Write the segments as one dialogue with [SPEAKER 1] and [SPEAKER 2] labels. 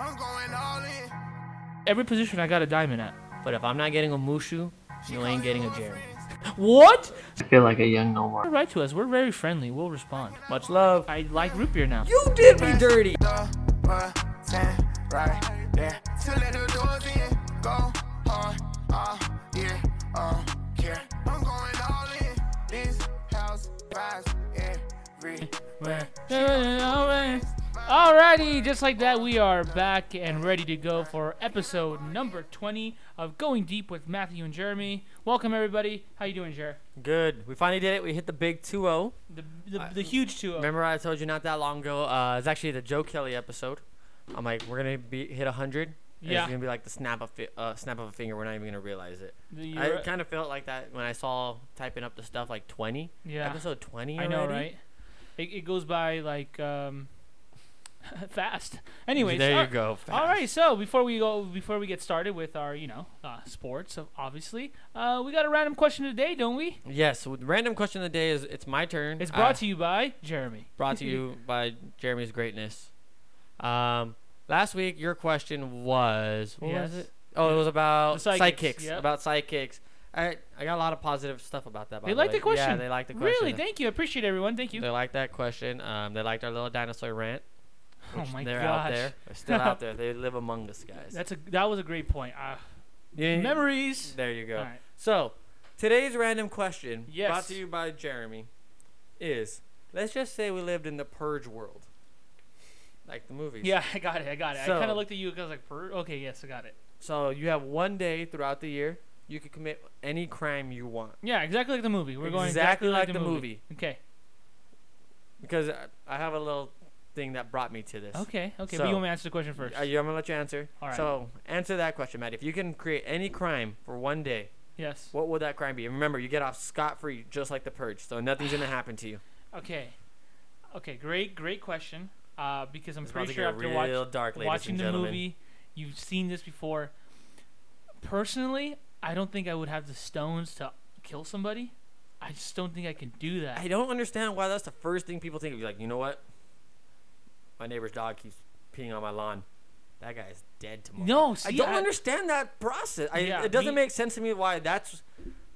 [SPEAKER 1] I'm going all in.
[SPEAKER 2] Every position I got a diamond at. But if I'm not getting a Mushu, you ain't getting a Jerry. What?
[SPEAKER 3] I feel like a young Nomar.
[SPEAKER 2] Write to us. We're very friendly. We'll respond. Much love. I like root beer now.
[SPEAKER 4] You did me dirty.
[SPEAKER 1] The button right there. To let the doors in, go hard, uh, all year, um, care. I'm going all in. This house vibes everywhere.
[SPEAKER 2] Alrighty, just like that, we are back and ready to go for episode number 20 of Going Deep with Matthew and Jeremy. Welcome everybody. How you doing, Jer?
[SPEAKER 5] Good. We finally did it. We hit the big 2-0.
[SPEAKER 2] The the, the huge two.
[SPEAKER 5] Remember I told you not that long ago, uh, it's actually the Joe Kelly episode. I'm like, we're going to be hit 100. and
[SPEAKER 2] Yeah.
[SPEAKER 5] It's going to be like the snap of, fi- uh, snap of a finger. We're not even going to realize it.
[SPEAKER 2] The-
[SPEAKER 5] I kind of felt like that when I saw typing up the stuff like 20.
[SPEAKER 2] yeah.
[SPEAKER 5] Episode 20
[SPEAKER 2] I know,
[SPEAKER 5] already?
[SPEAKER 2] right? It, it goes by like um, fast. Anyways,
[SPEAKER 5] there
[SPEAKER 2] all-
[SPEAKER 5] you go.
[SPEAKER 2] All right, so before we go, before we get started with our, you know, uh, sports, uh, obviously, uh, we got a random question today, don't we?
[SPEAKER 5] Yes. so the random question of the day is it's my turn.
[SPEAKER 2] It's brought
[SPEAKER 5] Mm, I-
[SPEAKER 2] to you by Jeremy.
[SPEAKER 5] brought to you by Jeremy's greatness. Um, last week your question was what was
[SPEAKER 2] Yes.
[SPEAKER 5] it? Oh, it was about
[SPEAKER 2] The
[SPEAKER 5] sidekicks.
[SPEAKER 2] sidekicks, yep.
[SPEAKER 5] About sidekicks. I I got a lot of positive stuff about that. By
[SPEAKER 2] They
[SPEAKER 5] the
[SPEAKER 2] liked
[SPEAKER 5] way.
[SPEAKER 2] the question.
[SPEAKER 5] Yeah, they liked the question.
[SPEAKER 2] Really, thank you. I appreciate everyone. Thank you.
[SPEAKER 5] They liked that question. Um, they liked our little dinosaur rant.
[SPEAKER 2] Oh
[SPEAKER 5] which
[SPEAKER 2] my
[SPEAKER 5] They're out
[SPEAKER 2] gosh.
[SPEAKER 5] there. They're still out there. They live among us, guys.
[SPEAKER 2] That's a that was a great point. Uh,
[SPEAKER 5] You-
[SPEAKER 2] memories.
[SPEAKER 5] There you go.
[SPEAKER 2] All right.
[SPEAKER 5] So, today's random question, brought
[SPEAKER 2] Yes.
[SPEAKER 5] to you by Jeremy, is let's just say we lived in the Purge world, like the movies.
[SPEAKER 2] Yeah, I got it. I got it. I kind
[SPEAKER 5] So-
[SPEAKER 2] of looked at you because like, "Per- okay, yes, I got it.
[SPEAKER 5] So you have one day throughout the year you can commit any crime you want
[SPEAKER 2] Yeah, exactly like the movie. We're going
[SPEAKER 5] Exactly
[SPEAKER 2] exactly
[SPEAKER 5] like
[SPEAKER 2] like,
[SPEAKER 5] the
[SPEAKER 2] Okay.
[SPEAKER 5] because I- I have a little thing that brought me to this.
[SPEAKER 2] Okay. Okay.
[SPEAKER 5] So-
[SPEAKER 2] but you want me to answer the question first?
[SPEAKER 5] Uh, you- I'm gonna let you answer.
[SPEAKER 2] All right.
[SPEAKER 5] So answer that question, Matt. If you can create any crime for one day,
[SPEAKER 2] yes.
[SPEAKER 5] what would that crime be? And remember, you get off scot free, just like the purge. So nothing's gonna happen to you.
[SPEAKER 2] Okay. Okay. Great. Great question. Uh, because I'm
[SPEAKER 5] It's about
[SPEAKER 2] pretty
[SPEAKER 5] to
[SPEAKER 2] sure
[SPEAKER 5] get
[SPEAKER 2] after
[SPEAKER 5] real
[SPEAKER 2] watch,
[SPEAKER 5] dark, ladies
[SPEAKER 2] watching
[SPEAKER 5] and
[SPEAKER 2] the
[SPEAKER 5] gentlemen.
[SPEAKER 2] movie, you've seen this before. Personally, I don't think I would have the stones to kill somebody. I just don't think I can do that.
[SPEAKER 5] I don't understand why that's the first thing people think. of. Like, you know what? My neighbor's dog keeps peeing on my lawn. That guy's dead tomorrow.
[SPEAKER 2] No,
[SPEAKER 5] I
[SPEAKER 2] see,
[SPEAKER 5] don't
[SPEAKER 2] I-
[SPEAKER 5] understand that process. I,
[SPEAKER 2] Yeah,
[SPEAKER 5] it doesn't
[SPEAKER 2] me-
[SPEAKER 5] make sense to me why that's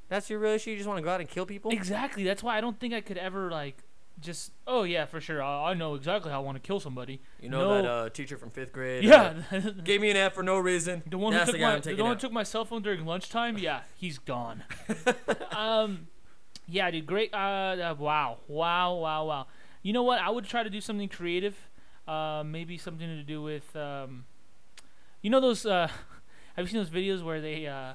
[SPEAKER 5] that's your real issue. You just want to go out and kill people.
[SPEAKER 2] Exactly. That's why I don't think I could ever like just. Oh yeah, for sure. I, I know exactly how I want to kill somebody.
[SPEAKER 5] You know that
[SPEAKER 2] No.
[SPEAKER 5] uh, teacher from fifth grade? uh,
[SPEAKER 2] yeah.
[SPEAKER 5] gave me an F for no reason.
[SPEAKER 2] The one who
[SPEAKER 5] That's
[SPEAKER 2] took
[SPEAKER 5] the guy
[SPEAKER 2] my
[SPEAKER 5] I'm
[SPEAKER 2] the
[SPEAKER 5] taking
[SPEAKER 2] one who
[SPEAKER 5] out.
[SPEAKER 2] took my cell phone during lunchtime. Yeah, he's gone. um, yeah, dude, great. Uh, uh, wow, wow, wow, wow. You know what? I would try to do something creative. Uh, maybe something to do with um, you know those. Uh, have you seen those videos where they uh,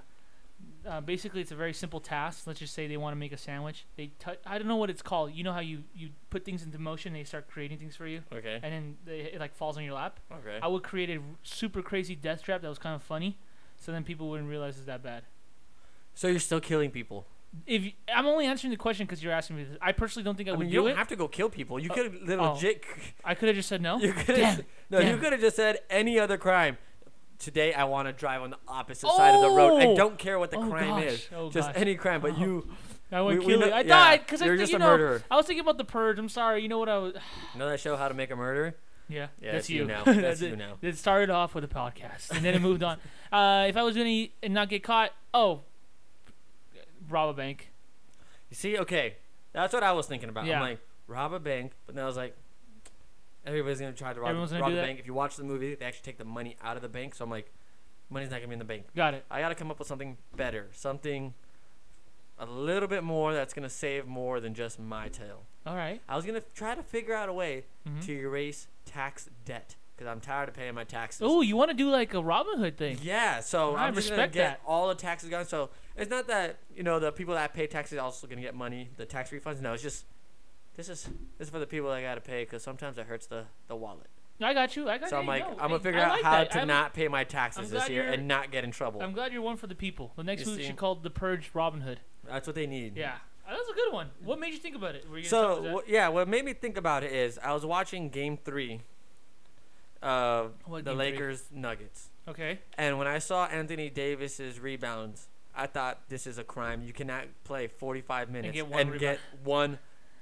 [SPEAKER 2] uh, basically it's a very simple task. Let's just say they want to make a sandwich. They I I don't know what it's called. You know how you you put things into motion. They start creating things for you,
[SPEAKER 5] Okay.
[SPEAKER 2] and then they, it like falls on your lap.
[SPEAKER 5] Okay.
[SPEAKER 2] I would create a r- super crazy death trap that was kind of funny, so then people wouldn't realize it's that bad.
[SPEAKER 5] So you're still killing people.
[SPEAKER 2] If y- I'm only answering the question because you're asking me this, I personally don't think I,
[SPEAKER 5] I
[SPEAKER 2] would
[SPEAKER 5] mean, you
[SPEAKER 2] do
[SPEAKER 5] don't
[SPEAKER 2] it.
[SPEAKER 5] have to go kill people. You
[SPEAKER 2] Uh,
[SPEAKER 5] could have
[SPEAKER 2] oh.
[SPEAKER 5] legit.
[SPEAKER 2] I could have just said no.
[SPEAKER 5] You could
[SPEAKER 2] Damn.
[SPEAKER 5] have. No, you
[SPEAKER 2] damn.
[SPEAKER 5] could have just said any other crime. Today I want to drive on the opposite side of the road. I
[SPEAKER 2] Oh!
[SPEAKER 5] don't care what the
[SPEAKER 2] Oh,
[SPEAKER 5] crime
[SPEAKER 2] gosh.
[SPEAKER 5] is.
[SPEAKER 2] Oh,
[SPEAKER 5] just
[SPEAKER 2] gosh.
[SPEAKER 5] any crime. But you,
[SPEAKER 2] I went
[SPEAKER 5] we- we
[SPEAKER 2] killing.
[SPEAKER 5] know-
[SPEAKER 2] I
[SPEAKER 5] yeah,
[SPEAKER 2] died because I
[SPEAKER 5] you're
[SPEAKER 2] think
[SPEAKER 5] just
[SPEAKER 2] you
[SPEAKER 5] a
[SPEAKER 2] know.
[SPEAKER 5] murderer.
[SPEAKER 2] I was thinking about the purge. I'm sorry. You know what I was?
[SPEAKER 5] you know that show How to Make a Murderer?
[SPEAKER 2] Yeah,
[SPEAKER 5] Yeah,
[SPEAKER 2] that's
[SPEAKER 5] it's you
[SPEAKER 2] you.
[SPEAKER 5] now. That's
[SPEAKER 2] it.
[SPEAKER 5] you now.
[SPEAKER 2] It started off with a podcast, and then it moved on. Uh, if I was going to and not get caught, oh, rob a bank.
[SPEAKER 5] You see, okay, that's what I was thinking about.
[SPEAKER 2] Yeah.
[SPEAKER 5] I'm like, rob a bank, but then I was like, everybody's gonna try to rob,
[SPEAKER 2] Everyone's gonna
[SPEAKER 5] rob
[SPEAKER 2] do
[SPEAKER 5] the
[SPEAKER 2] that.
[SPEAKER 5] bank. If you watch the movie, they actually take the money out of the bank. So I'm like, money's not gonna be in the bank.
[SPEAKER 2] Got it.
[SPEAKER 5] I gotta come up with something better, something a little bit more that's gonna save more than just my tail.
[SPEAKER 2] All right.
[SPEAKER 5] I was gonna try to figure out a way
[SPEAKER 2] Mhm.
[SPEAKER 5] to erase tax debt because I'm tired of paying my taxes.
[SPEAKER 2] Oh, you want to do like a Robin Hood thing?
[SPEAKER 5] Yeah, so
[SPEAKER 2] I
[SPEAKER 5] I'm just gonna
[SPEAKER 2] respect
[SPEAKER 5] get
[SPEAKER 2] that.
[SPEAKER 5] all the taxes gone. So it's not that you know the people that pay taxes are also gonna get money, the tax refunds. No, it's just this is this is for the people that gotta pay because sometimes it hurts the the wallet.
[SPEAKER 2] I got you. I got
[SPEAKER 5] So
[SPEAKER 2] you.
[SPEAKER 5] I'm like,
[SPEAKER 2] No,
[SPEAKER 5] I'm
[SPEAKER 2] I-
[SPEAKER 5] gonna figure
[SPEAKER 2] I
[SPEAKER 5] out
[SPEAKER 2] like
[SPEAKER 5] how
[SPEAKER 2] that.
[SPEAKER 5] to
[SPEAKER 2] I'm-
[SPEAKER 5] not pay my taxes this
[SPEAKER 2] glad
[SPEAKER 5] year
[SPEAKER 2] you're-
[SPEAKER 5] and not get in trouble.
[SPEAKER 2] I'm glad you're one for the people. The next
[SPEAKER 5] You
[SPEAKER 2] movie
[SPEAKER 5] see? Mm-hmm.
[SPEAKER 2] should called The Purge Robin Hood.
[SPEAKER 5] That's what they need.
[SPEAKER 2] Yeah. Uh, that was a good one. What made you think about it? Were you
[SPEAKER 5] So
[SPEAKER 2] gonna
[SPEAKER 5] wh- yeah, what made me think about it is I was watching Game Three, of
[SPEAKER 2] What
[SPEAKER 5] the
[SPEAKER 2] Game Three?
[SPEAKER 5] Lakers Nuggets,
[SPEAKER 2] talk about that? okay.
[SPEAKER 5] and when I saw Anthony Davis's rebounds, I thought this is a crime. You cannot play 45 minutes
[SPEAKER 2] get
[SPEAKER 5] and
[SPEAKER 2] one
[SPEAKER 5] get one,
[SPEAKER 2] rebound.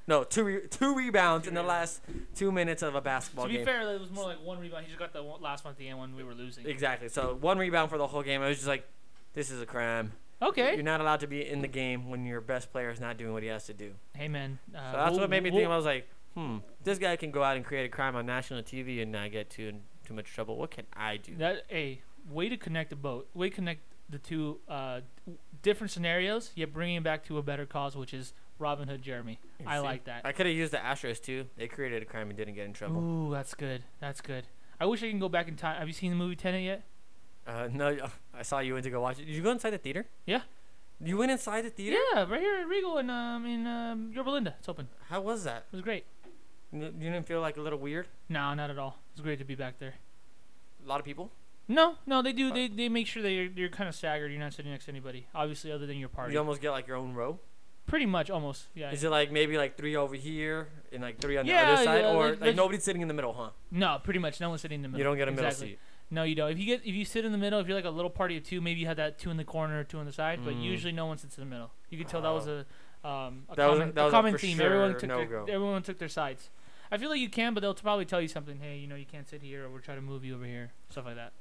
[SPEAKER 5] No, two re- two rebounds
[SPEAKER 2] Two
[SPEAKER 5] in the last two minutes of a basketball
[SPEAKER 2] To be
[SPEAKER 5] game.
[SPEAKER 2] fair, it was more like one rebound. He just got the one, last one at the end when we were losing.
[SPEAKER 5] Exactly. So one rebound for the whole game. I was just like, this is a crime. You're
[SPEAKER 2] Okay.
[SPEAKER 5] not allowed to be in the game when your best player is not doing what he has to do.
[SPEAKER 2] Hey man. Uh,
[SPEAKER 5] So that's
[SPEAKER 2] we'll-
[SPEAKER 5] what made me think.
[SPEAKER 2] we'll-
[SPEAKER 5] I was like, hmm, this guy can go out and create a crime on national TV and not get too in too much trouble. What can I do?
[SPEAKER 2] That a way to connect the boat. Way to connect the two uh, d- different scenarios, yet bringing it back to a better cause, which is Robin Hood Jeremy.
[SPEAKER 5] You
[SPEAKER 2] I
[SPEAKER 5] see?
[SPEAKER 2] like that.
[SPEAKER 5] I could have used the Astros too. They created a crime and didn't get in trouble.
[SPEAKER 2] Ooh, that's good. That's good. I wish I can go back in time. Have you seen the movie Tenet yet?
[SPEAKER 5] Uh, no, I saw you went to go watch it. Did you go inside the theater?
[SPEAKER 2] Yeah.
[SPEAKER 5] You went inside the theater?
[SPEAKER 2] Yeah, right here at Regal and um in um Yorba Linda. It's open.
[SPEAKER 5] How was that?
[SPEAKER 2] It was great.
[SPEAKER 5] N- You didn't feel like a little weird?
[SPEAKER 2] No, not at all. It was great to be back there.
[SPEAKER 5] A lot of people.
[SPEAKER 2] No, no, they do. They they make sure that you're, you're kind of staggered. You're not sitting next to anybody, obviously, other than your party.
[SPEAKER 5] You almost get like your own row.
[SPEAKER 2] Pretty much, almost. Yeah.
[SPEAKER 5] Is it like maybe like three over here and like three on the
[SPEAKER 2] Yeah,
[SPEAKER 5] other side,
[SPEAKER 2] yeah,
[SPEAKER 5] or
[SPEAKER 2] like-
[SPEAKER 5] like,
[SPEAKER 2] like-
[SPEAKER 5] nobody's sitting in the middle, huh?
[SPEAKER 2] No, pretty much. No one's sitting in the middle.
[SPEAKER 5] You don't get a middle
[SPEAKER 2] Exactly.
[SPEAKER 5] seat.
[SPEAKER 2] No, you don't. If you get if you sit in the middle, if you're like a little party of two, maybe you have that two in the corner, two on the side. But
[SPEAKER 5] Mm.
[SPEAKER 2] usually, no one sits in the middle. You could tell that was a um a
[SPEAKER 5] That was a-
[SPEAKER 2] common,
[SPEAKER 5] that
[SPEAKER 2] a
[SPEAKER 5] was a
[SPEAKER 2] common
[SPEAKER 5] for
[SPEAKER 2] theme.
[SPEAKER 5] sure
[SPEAKER 2] everyone took their,
[SPEAKER 5] no-go.
[SPEAKER 2] everyone took their sides. I feel like you can, but they'll probably tell you something. Hey, you know, you can't sit here, or we're trying to move you over here, stuff like that.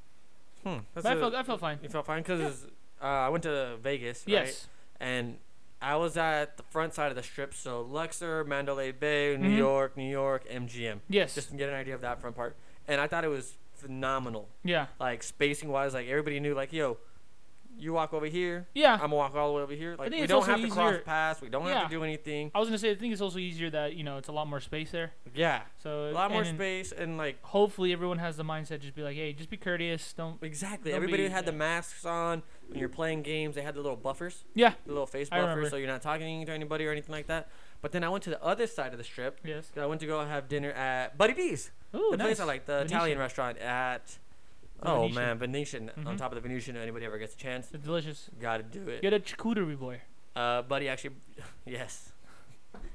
[SPEAKER 5] Hmm.
[SPEAKER 2] But
[SPEAKER 5] That's
[SPEAKER 2] I
[SPEAKER 5] a-
[SPEAKER 2] felt I felt fine.
[SPEAKER 5] you felt fine because uh, I went to Vegas. Right?
[SPEAKER 2] Yes.
[SPEAKER 5] And I was at the front side of the strip, so Luxor, Mandalay Bay, New
[SPEAKER 2] Mhm.
[SPEAKER 5] York, New York, MGM.
[SPEAKER 2] Yes.
[SPEAKER 5] Just to get an idea of that front part. And I thought it was phenomenal,
[SPEAKER 2] yeah.
[SPEAKER 5] like spacing wise. Like everybody knew, like yo, you walk over here,
[SPEAKER 2] Yeah.
[SPEAKER 5] I'm gonna walk all the way over here. Like
[SPEAKER 2] think
[SPEAKER 5] we
[SPEAKER 2] it's
[SPEAKER 5] don't
[SPEAKER 2] also
[SPEAKER 5] have to cross
[SPEAKER 2] easier-
[SPEAKER 5] paths. We don't have
[SPEAKER 2] Yeah.
[SPEAKER 5] to do anything.
[SPEAKER 2] I was gonna say I think it's also easier that you know it's a lot more space there.
[SPEAKER 5] Yeah.
[SPEAKER 2] So
[SPEAKER 5] A lot more
[SPEAKER 2] and
[SPEAKER 5] space and like
[SPEAKER 2] Hopefully, everyone has the mindset just be like, hey, just be courteous. Don't.
[SPEAKER 5] Exactly.
[SPEAKER 2] They'll
[SPEAKER 5] Everybody
[SPEAKER 2] be-
[SPEAKER 5] had the
[SPEAKER 2] yeah.
[SPEAKER 5] masks on. When you're playing games, they had the little buffers,
[SPEAKER 2] Yeah.
[SPEAKER 5] the little face
[SPEAKER 2] I
[SPEAKER 5] buffers,
[SPEAKER 2] remember.
[SPEAKER 5] so you're not talking to anybody or anything like that. But then I went to the other side of the strip.
[SPEAKER 2] Yes.
[SPEAKER 5] 'cause I went to go have dinner at Buddy B's,
[SPEAKER 2] Ooh,
[SPEAKER 5] the
[SPEAKER 2] nice.
[SPEAKER 5] place I like, the
[SPEAKER 2] Venetian.
[SPEAKER 5] Italian restaurant at.
[SPEAKER 2] The
[SPEAKER 5] Oh
[SPEAKER 2] Venetian.
[SPEAKER 5] man, Venetian on
[SPEAKER 2] Mhm.
[SPEAKER 5] top of the Venetian. If anybody ever gets a chance,
[SPEAKER 2] They're delicious.
[SPEAKER 5] gotta do it.
[SPEAKER 2] Get a charcuterie boy.
[SPEAKER 5] Uh, Buddy actually, yes,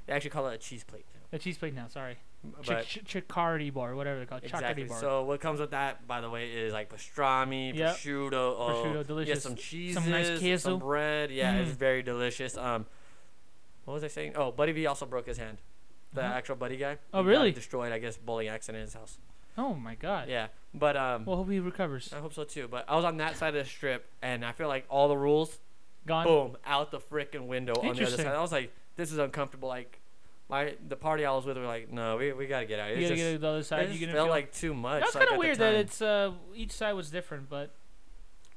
[SPEAKER 5] they actually call it a cheese plate.
[SPEAKER 2] A cheese plate now. Sorry.
[SPEAKER 5] But-
[SPEAKER 2] Chic- chic- Chicardi bar, whatever they're called.
[SPEAKER 5] Exactly.
[SPEAKER 2] Charcuterie bar.
[SPEAKER 5] So what comes with that, by the way, is like pastrami,
[SPEAKER 2] Yep.
[SPEAKER 5] prosciutto, oh,
[SPEAKER 2] Prosciutto,
[SPEAKER 5] Yeah,
[SPEAKER 2] delicious.
[SPEAKER 5] some cheese,
[SPEAKER 2] Some nice
[SPEAKER 5] some
[SPEAKER 2] queso.
[SPEAKER 5] bread. Yeah, it's
[SPEAKER 2] Mhm.
[SPEAKER 5] very delicious. Um, what was I saying? Oh, Buddy V also broke his hand. The
[SPEAKER 2] Mhm.
[SPEAKER 5] actual Buddy guy.
[SPEAKER 2] Oh,
[SPEAKER 5] He got
[SPEAKER 2] really?
[SPEAKER 5] destroyed, I guess, bullying accident in his house.
[SPEAKER 2] oh my god.
[SPEAKER 5] Yeah, but um,
[SPEAKER 2] Well, hope he recovers.
[SPEAKER 5] I hope so too. But I was on that side of the strip, and I feel like all the rules,
[SPEAKER 2] Gone.
[SPEAKER 5] boom, out the freaking window on the other
[SPEAKER 2] Interesting.
[SPEAKER 5] side. I was like, this is uncomfortable. Like, my the party I was with were like, no, we we gotta get out.
[SPEAKER 2] You
[SPEAKER 5] It's
[SPEAKER 2] gotta
[SPEAKER 5] just,
[SPEAKER 2] get to the other
[SPEAKER 5] it
[SPEAKER 2] side.
[SPEAKER 5] just
[SPEAKER 2] You
[SPEAKER 5] felt
[SPEAKER 2] gonna feel
[SPEAKER 5] like too much.
[SPEAKER 2] that's
[SPEAKER 5] like,
[SPEAKER 2] kind of
[SPEAKER 5] at the
[SPEAKER 2] weird that
[SPEAKER 5] time.
[SPEAKER 2] it's uh each side was different, but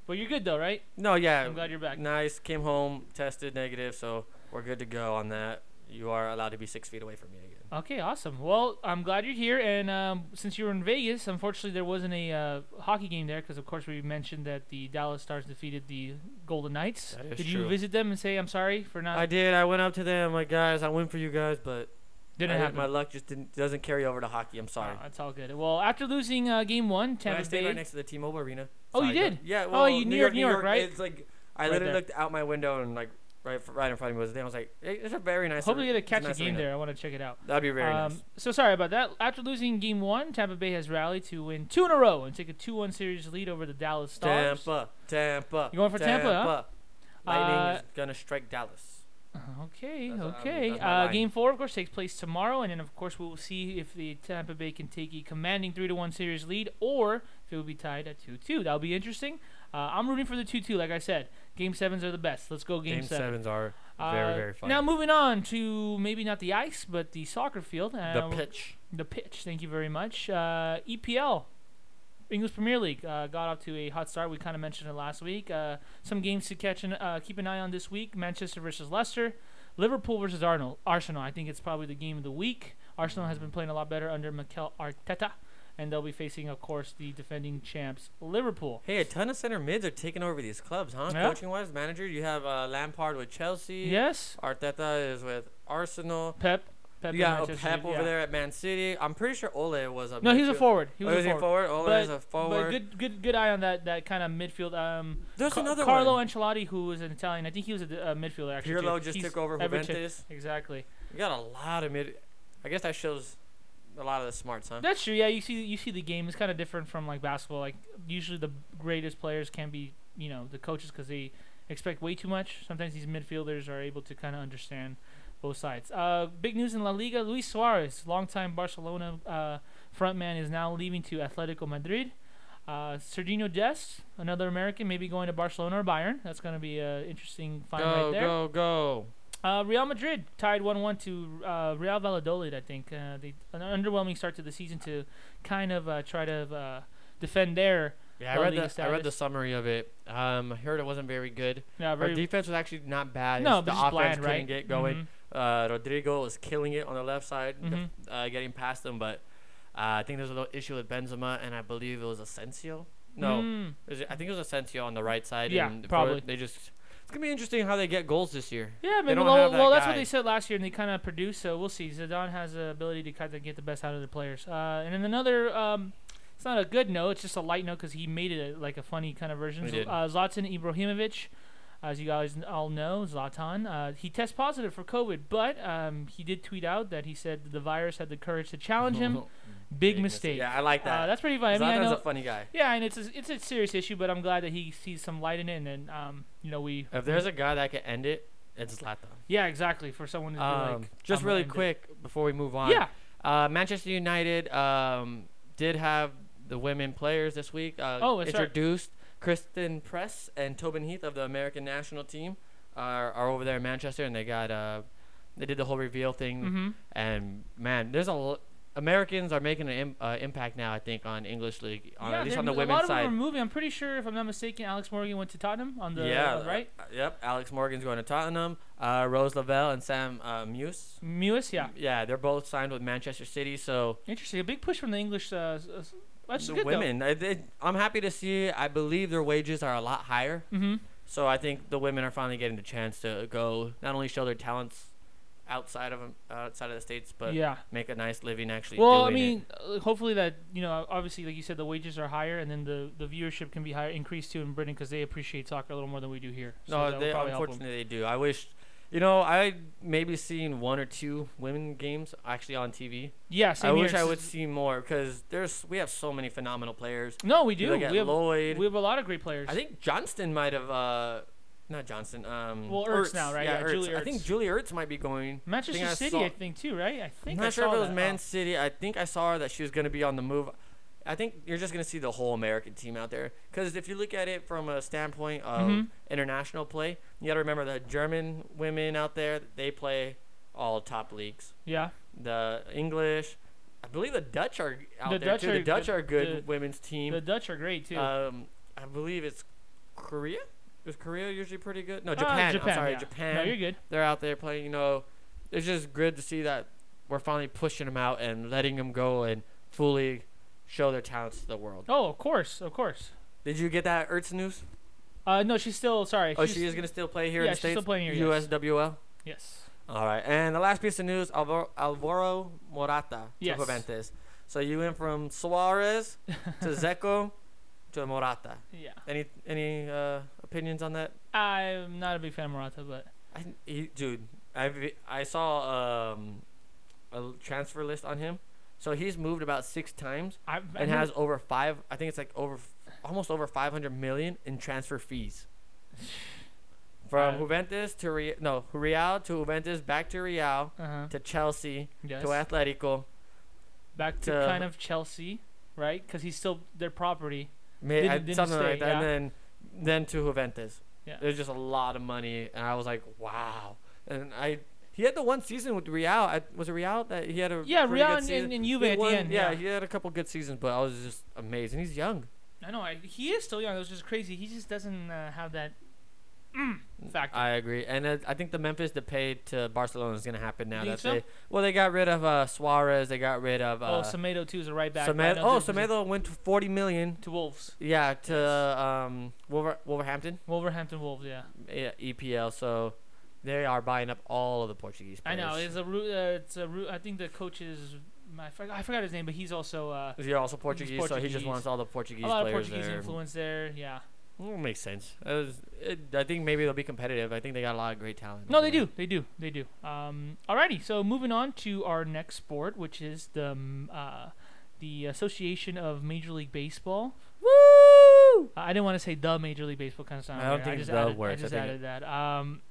[SPEAKER 2] but you're good though, right?
[SPEAKER 5] No, yeah.
[SPEAKER 2] I'm glad you're back.
[SPEAKER 5] Nice. Came home, tested negative, so we're good to go on that. You are allowed to be six feet away from me again.
[SPEAKER 2] Okay, awesome. Well, I'm glad you're here. And um, since you were in Vegas, unfortunately, there wasn't a uh, hockey game there because, of course, we mentioned that the Dallas Stars defeated the Golden Knights.
[SPEAKER 5] That is
[SPEAKER 2] Did
[SPEAKER 5] true.
[SPEAKER 2] you visit them and say, I'm sorry for not.
[SPEAKER 5] I did. I went up to them. Like, guys, I went for you guys, but
[SPEAKER 2] didn't
[SPEAKER 5] I-
[SPEAKER 2] happen.
[SPEAKER 5] My luck just didn't, doesn't carry over to hockey. I'm sorry.
[SPEAKER 2] Oh, that's all good. Well, after losing uh, game one,
[SPEAKER 5] But I
[SPEAKER 2] Tampa
[SPEAKER 5] stayed
[SPEAKER 2] Bay.
[SPEAKER 5] right next to the T-Mobile Arena.
[SPEAKER 2] Oh, you
[SPEAKER 5] but-
[SPEAKER 2] did?
[SPEAKER 5] Yeah.
[SPEAKER 2] Oh,
[SPEAKER 5] Well,
[SPEAKER 2] you- New York, New York, right?
[SPEAKER 5] It's like I
[SPEAKER 2] Right
[SPEAKER 5] literally
[SPEAKER 2] there.
[SPEAKER 5] looked out my window and like right, f- right in front of me was there. I was like, "Hey, it's a very nice.
[SPEAKER 2] Hopefully, you
[SPEAKER 5] ar-
[SPEAKER 2] get to catch
[SPEAKER 5] it's
[SPEAKER 2] a
[SPEAKER 5] nice
[SPEAKER 2] game
[SPEAKER 5] arena."
[SPEAKER 2] there. I want to check it out.
[SPEAKER 5] That'd be very
[SPEAKER 2] um,
[SPEAKER 5] nice.
[SPEAKER 2] So sorry about that. After losing game one, Tampa Bay has rallied to win two in a row and take a 2 1 series lead over the Dallas Stars.
[SPEAKER 5] Tampa, Tampa.
[SPEAKER 2] You going for Tampa, huh?
[SPEAKER 5] Lightning
[SPEAKER 2] Uh,
[SPEAKER 5] is gonna strike Dallas.
[SPEAKER 2] Okay,
[SPEAKER 5] That's what I'm-
[SPEAKER 2] okay.
[SPEAKER 5] that's my
[SPEAKER 2] Uh,
[SPEAKER 5] line.
[SPEAKER 2] game four, of course, takes place tomorrow, and then of course we will see if the Tampa Bay can take a commanding three to one series lead, or if it will be tied at two two. That'll be interesting. Uh, I'm rooting for the two two. Like I said, game sevens are the best. Let's go game, seven.
[SPEAKER 5] sevens are
[SPEAKER 2] Uh, Now moving on to maybe not the ice, but the soccer field. Uh,
[SPEAKER 5] the pitch.
[SPEAKER 2] The pitch. Thank you very much. Uh, EPL, English Premier League, uh, got off to a hot start. We kind of mentioned it last week. Uh, some games to catch and uh, keep an eye on this week: Manchester versus Leicester, Liverpool versus Arnold. Arsenal. I think it's probably the game of the week. Arsenal has been playing a lot better under Mikel Arteta, and they'll be facing, of course, the defending champs Liverpool.
[SPEAKER 5] Hey, a ton of center mids are taking over these clubs, huh?
[SPEAKER 2] Yeah.
[SPEAKER 5] Coaching wise, manager, you have uh, Lampard with Chelsea.
[SPEAKER 2] Yes,
[SPEAKER 5] Arteta is with Arsenal.
[SPEAKER 2] Pep. Pep
[SPEAKER 5] You
[SPEAKER 2] in
[SPEAKER 5] got a
[SPEAKER 2] Manchester
[SPEAKER 5] oh, Pep
[SPEAKER 2] City,
[SPEAKER 5] over
[SPEAKER 2] yeah.
[SPEAKER 5] there at Man City. I'm pretty sure Ole was up.
[SPEAKER 2] No,
[SPEAKER 5] there
[SPEAKER 2] he's a
[SPEAKER 5] too.
[SPEAKER 2] forward. He
[SPEAKER 5] Oh,
[SPEAKER 2] was
[SPEAKER 5] is
[SPEAKER 2] a forward.
[SPEAKER 5] Ole
[SPEAKER 2] But-
[SPEAKER 5] is a
[SPEAKER 2] But
[SPEAKER 5] forward.
[SPEAKER 2] good, good, good eye on that that kind of midfield. Um,
[SPEAKER 5] There's
[SPEAKER 2] Ca-
[SPEAKER 5] another
[SPEAKER 2] Carlo
[SPEAKER 5] one.
[SPEAKER 2] Ancelotti, who was an Italian. I think he was a d- a midfielder actually. too.
[SPEAKER 5] Pirlo just
[SPEAKER 2] He's
[SPEAKER 5] took over
[SPEAKER 2] Everton.
[SPEAKER 5] Juventus.
[SPEAKER 2] Exactly.
[SPEAKER 5] You got a lot of mid. I guess that shows a lot of the smarts, huh?
[SPEAKER 2] That's true. Yeah, you see, you see the game is kind of different from like basketball. Like usually the greatest players can be, you know, the coaches because they expect way too much. Sometimes these midfielders are able to kind of understand both sides. Uh, big news in La Liga: Luis Suarez, longtime Barcelona uh, frontman, is now leaving to Atletico Madrid. Uh, Sergio Dest, another American, maybe going to Barcelona or Bayern. That's going to be an interesting find right
[SPEAKER 5] Go,
[SPEAKER 2] there.
[SPEAKER 5] go, go.
[SPEAKER 2] Uh, Real Madrid tied 1 1 to uh, Real Valladolid, I think. Uh, they, an underwhelming start to the season to kind of uh, try to uh, defend their
[SPEAKER 5] Yeah, I
[SPEAKER 2] La
[SPEAKER 5] read
[SPEAKER 2] Liga
[SPEAKER 5] the I read the
[SPEAKER 2] status.
[SPEAKER 5] summary of it. Um, I heard it wasn't very good.
[SPEAKER 2] uh,
[SPEAKER 5] Our
[SPEAKER 2] very
[SPEAKER 5] defense was actually not bad.
[SPEAKER 2] No,
[SPEAKER 5] it's
[SPEAKER 2] but
[SPEAKER 5] the
[SPEAKER 2] just
[SPEAKER 5] offense
[SPEAKER 2] bland,
[SPEAKER 5] couldn't
[SPEAKER 2] right?
[SPEAKER 5] get going.
[SPEAKER 2] Mhm.
[SPEAKER 5] Uh, Rodrigo was killing it on the left side, def-
[SPEAKER 2] Mm-hmm.
[SPEAKER 5] uh, getting past them. But uh, I think there's a little issue with Benzema, and I believe it was Asensio. No,
[SPEAKER 2] Mm.
[SPEAKER 5] it was- I think it was Asensio on the right side.
[SPEAKER 2] Yeah,
[SPEAKER 5] and for-
[SPEAKER 2] probably.
[SPEAKER 5] They just it's gonna be interesting how they get goals this year.
[SPEAKER 2] Yeah,
[SPEAKER 5] They
[SPEAKER 2] maybe.
[SPEAKER 5] don't
[SPEAKER 2] Well,
[SPEAKER 5] have that
[SPEAKER 2] well that's what
[SPEAKER 5] guy.
[SPEAKER 2] they said last year, and they kind of produced. So we'll see. Zidane has the ability to kind of get the best out of the players. Uh, and then another, um, it's not a good note. It's just a light note because he made it a, like a funny kind of version.
[SPEAKER 5] We
[SPEAKER 2] Z-
[SPEAKER 5] did.
[SPEAKER 2] Uh, Zlatan Ibrahimovic, as you guys n- all know, Zlatan, uh, he tests positive for COVID, but um, he did tweet out that he said the virus had the courage to challenge him. Big, mistake.
[SPEAKER 5] Yeah, I like
[SPEAKER 2] Uh,
[SPEAKER 5] that.
[SPEAKER 2] that's pretty funny. I mean, I
[SPEAKER 5] Zlatan's
[SPEAKER 2] know,
[SPEAKER 5] a funny guy.
[SPEAKER 2] yeah, and it's a, it's a serious issue, but I'm glad that he sees some light in it, and um, you know, we
[SPEAKER 5] If there's a guy that can end it, it's Zlatan.
[SPEAKER 2] yeah, exactly. For someone to be
[SPEAKER 5] Um,
[SPEAKER 2] like,
[SPEAKER 5] just
[SPEAKER 2] "I'm gonna
[SPEAKER 5] really
[SPEAKER 2] end it."
[SPEAKER 5] quick before we move on.
[SPEAKER 2] Yeah.
[SPEAKER 5] Uh, Manchester United um, did have the women players this week. Uh,
[SPEAKER 2] Oh, that's right.
[SPEAKER 5] introduced Kristen Press and Tobin Heath of the American national team are, are over there in Manchester, and they got uh, they did the whole reveal thing.
[SPEAKER 2] Mhm.
[SPEAKER 5] And man, there's a l- Americans are making an Im- uh, impact now. I think on English league, on, at least
[SPEAKER 2] they're-
[SPEAKER 5] on the
[SPEAKER 2] A lot
[SPEAKER 5] women's
[SPEAKER 2] of them are
[SPEAKER 5] side.
[SPEAKER 2] moving. I'm pretty sure, if I'm not mistaken, Alex Morgan went to Tottenham on the
[SPEAKER 5] yeah,
[SPEAKER 2] uh, right.
[SPEAKER 5] uh, yep. Alex Morgan's going to Tottenham. Uh, Rose Lavelle and Sam uh, Muse.
[SPEAKER 2] Mewis, yeah,
[SPEAKER 5] Yeah, they're both signed with Manchester City, so
[SPEAKER 2] interesting. A big push from the English. Uh, s- s- that's
[SPEAKER 5] the
[SPEAKER 2] good
[SPEAKER 5] women. I, they, I'm happy to see. I believe their wages are a lot higher,
[SPEAKER 2] though. Mm-hmm.
[SPEAKER 5] so I think the women are finally getting the chance to go not only show their talents outside of um, outside of the states, but
[SPEAKER 2] yeah.
[SPEAKER 5] make a nice living actually.
[SPEAKER 2] Well, I
[SPEAKER 5] doing it.
[SPEAKER 2] mean, uh, hopefully that you know, obviously, like you said, the wages are higher, and then the, the viewership can be higher, increased too in Britain because they appreciate soccer a little more than we do here. So that
[SPEAKER 5] no,
[SPEAKER 2] would
[SPEAKER 5] they
[SPEAKER 2] probably help 'em.
[SPEAKER 5] unfortunately they do. I wish, you know, I maybe seen one or two women games actually on TV.
[SPEAKER 2] Yeah, same
[SPEAKER 5] I
[SPEAKER 2] here.
[SPEAKER 5] wish I
[SPEAKER 2] It's
[SPEAKER 5] would
[SPEAKER 2] just-
[SPEAKER 5] see more because there's we have so many phenomenal players.
[SPEAKER 2] No, we
[SPEAKER 5] You
[SPEAKER 2] do.
[SPEAKER 5] look at
[SPEAKER 2] We have
[SPEAKER 5] Lloyd.
[SPEAKER 2] we have a lot of great players.
[SPEAKER 5] I think Johnston might have uh not Johnston. Um
[SPEAKER 2] Well, Ertz now, right?
[SPEAKER 5] Yeah,
[SPEAKER 2] Yeah,
[SPEAKER 5] Ertz.
[SPEAKER 2] Julie
[SPEAKER 5] I think
[SPEAKER 2] Ertz.
[SPEAKER 5] Julie Ertz might be going.
[SPEAKER 2] Manchester
[SPEAKER 5] I
[SPEAKER 2] City,
[SPEAKER 5] saw-
[SPEAKER 2] I think too, right? I
[SPEAKER 5] I'm
[SPEAKER 2] think. I
[SPEAKER 5] not sure if
[SPEAKER 2] saw
[SPEAKER 5] it was
[SPEAKER 2] that.
[SPEAKER 5] Man
[SPEAKER 2] Oh.
[SPEAKER 5] City. I think I saw that she was going to be on the move. I think you're just going to see the whole American team out there. Because if you look at it from a standpoint of
[SPEAKER 2] Mhm.
[SPEAKER 5] international play, you got to remember the German women out there, they play all top leagues.
[SPEAKER 2] Yeah.
[SPEAKER 5] The English, I believe the Dutch are out
[SPEAKER 2] The
[SPEAKER 5] there
[SPEAKER 2] Dutch
[SPEAKER 5] too.
[SPEAKER 2] are-
[SPEAKER 5] the Dutch
[SPEAKER 2] the-
[SPEAKER 5] are a good
[SPEAKER 2] the-
[SPEAKER 5] women's team.
[SPEAKER 2] The Dutch are great too.
[SPEAKER 5] Um, I believe it's Korea. Is Korea usually pretty good? No,
[SPEAKER 2] Ah,
[SPEAKER 5] Japan. I'm sorry,
[SPEAKER 2] yeah.
[SPEAKER 5] Japan.
[SPEAKER 2] No, you're good.
[SPEAKER 5] They're out there playing. You know, it's just good to see that we're finally pushing them out and letting them go and fully show their talents to the world.
[SPEAKER 2] Oh, of course, of course.
[SPEAKER 5] Did you get that Ertz news?
[SPEAKER 2] Uh, no, she's still sorry.
[SPEAKER 5] Oh, she is gonna still play here
[SPEAKER 2] yeah,
[SPEAKER 5] in the
[SPEAKER 2] she's still
[SPEAKER 5] states.
[SPEAKER 2] playing here, yes.
[SPEAKER 5] USWL.
[SPEAKER 2] Yes.
[SPEAKER 5] All right, and the last piece of news: Alvaro, Alvaro Morata to
[SPEAKER 2] Yes.
[SPEAKER 5] Juventus. So you went from Suarez to Zeko to Morata.
[SPEAKER 2] Yeah.
[SPEAKER 5] Any any uh, opinions on that?
[SPEAKER 2] I'm not a big fan of Morata, but
[SPEAKER 5] I, he, dude, I I saw um, a transfer list on him. So he's moved about six times
[SPEAKER 2] I, I
[SPEAKER 5] and
[SPEAKER 2] heard-
[SPEAKER 5] has over five. I think it's like over, f- almost over five hundred million in transfer fees. From
[SPEAKER 2] Uh,
[SPEAKER 5] Juventus to Real, no Real to Juventus, back to Real
[SPEAKER 2] uh-huh.
[SPEAKER 5] to Chelsea
[SPEAKER 2] yes.
[SPEAKER 5] to Atletico.
[SPEAKER 2] back to
[SPEAKER 5] to-
[SPEAKER 2] kind of Chelsea, right? Because he's still their property.
[SPEAKER 5] May,
[SPEAKER 2] Didn't-
[SPEAKER 5] I-
[SPEAKER 2] didn't
[SPEAKER 5] something like
[SPEAKER 2] stay,
[SPEAKER 5] that,
[SPEAKER 2] yeah.
[SPEAKER 5] and then then to Juventus.
[SPEAKER 2] Yeah.
[SPEAKER 5] There's just a lot of money, and I was like, wow. And I he had the one season with Real. I, was it Real that he had a
[SPEAKER 2] Yeah,
[SPEAKER 5] pretty
[SPEAKER 2] Real
[SPEAKER 5] good
[SPEAKER 2] and-
[SPEAKER 5] season?
[SPEAKER 2] and- and Juve
[SPEAKER 5] He
[SPEAKER 2] at the
[SPEAKER 5] won-
[SPEAKER 2] end, yeah.
[SPEAKER 5] he had a couple good seasons, but I was just amazed. And he's young.
[SPEAKER 2] I know. I, he is still young. It was just crazy. He just doesn't uh, have that mm, factor.
[SPEAKER 5] I agree, and uh, I think the Memphis Depay to Barcelona is gonna happen now.
[SPEAKER 2] Think
[SPEAKER 5] That
[SPEAKER 2] so?
[SPEAKER 5] they well, they got rid of uh, Suarez. They got rid of
[SPEAKER 2] oh,
[SPEAKER 5] uh,
[SPEAKER 2] Semedo too is a right back. but I
[SPEAKER 5] Semedo.
[SPEAKER 2] know
[SPEAKER 5] Oh,
[SPEAKER 2] this was
[SPEAKER 5] Semedo went to forty million.
[SPEAKER 2] to Wolves,
[SPEAKER 5] Yeah, to um, Wolver- Wolverhampton.
[SPEAKER 2] Wolverhampton Wolves. Yeah,
[SPEAKER 5] yeah, EPL. E So they are buying up all of the Portuguese
[SPEAKER 2] I
[SPEAKER 5] players.
[SPEAKER 2] know. It's a root. Uh, it's a root. I think the coach is. I forgot, I forgot his name, but he's also uh,
[SPEAKER 5] You're also Portuguese, so he just
[SPEAKER 2] Portuguese.
[SPEAKER 5] wants all the Portuguese
[SPEAKER 2] a lot of
[SPEAKER 5] players
[SPEAKER 2] Portuguese
[SPEAKER 5] there.
[SPEAKER 2] influence there. Yeah.
[SPEAKER 5] Well, makes sense. It was- it- I think maybe they'll be competitive. I think they got a lot of great talent.
[SPEAKER 2] No,
[SPEAKER 5] over
[SPEAKER 2] they
[SPEAKER 5] there.
[SPEAKER 2] do. They do. They do. Um, alrighty. So moving on to our next sport, which is the um, uh, the Association of Major League Baseball. Woo! I didn't want to say the Major League Baseball kind of sound.
[SPEAKER 5] I don't
[SPEAKER 2] weird.
[SPEAKER 5] think
[SPEAKER 2] just
[SPEAKER 5] the
[SPEAKER 2] added,
[SPEAKER 5] works.
[SPEAKER 2] I
[SPEAKER 5] I
[SPEAKER 2] just
[SPEAKER 5] think
[SPEAKER 2] added that. Um,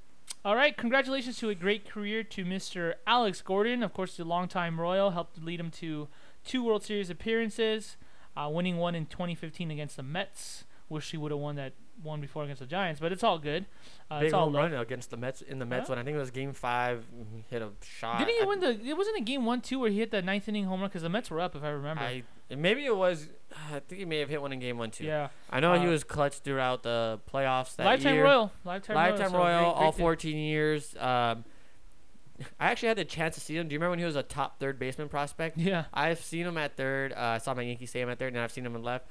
[SPEAKER 2] All right, congratulations to a great career to Mr. Alex Gordon. Of course, the longtime Royal helped lead him to two World Series appearances, uh, winning one in 2015 against the Mets. Wish he would have won that one before against the Giants, but it's all good. Uh,
[SPEAKER 5] Big
[SPEAKER 2] it's all
[SPEAKER 5] home
[SPEAKER 2] love.
[SPEAKER 5] run against the Mets in the Mets
[SPEAKER 2] Huh?
[SPEAKER 5] one. I think it was Game Five. He hit a shot.
[SPEAKER 2] Didn't he
[SPEAKER 5] I-
[SPEAKER 2] win the? It wasn't a game one two where he hit that ninth inning home run because the Mets were up, if I remember.
[SPEAKER 5] I maybe it was. I think he may have hit one in Game One too.
[SPEAKER 2] yeah,
[SPEAKER 5] I know he
[SPEAKER 2] Uh,
[SPEAKER 5] was clutch throughout the playoffs that
[SPEAKER 2] lifetime
[SPEAKER 5] year.
[SPEAKER 2] Royal, lifetime, Royal,
[SPEAKER 5] Lifetime
[SPEAKER 2] so
[SPEAKER 5] Royal,
[SPEAKER 2] great- great
[SPEAKER 5] all
[SPEAKER 2] to-
[SPEAKER 5] 14 years. Um, I actually had the chance to see him. Do you remember when he was a top third baseman prospect?
[SPEAKER 2] Yeah,
[SPEAKER 5] I've seen him at third. Uh, I saw my Yankee Sam at third, and I've seen him in left.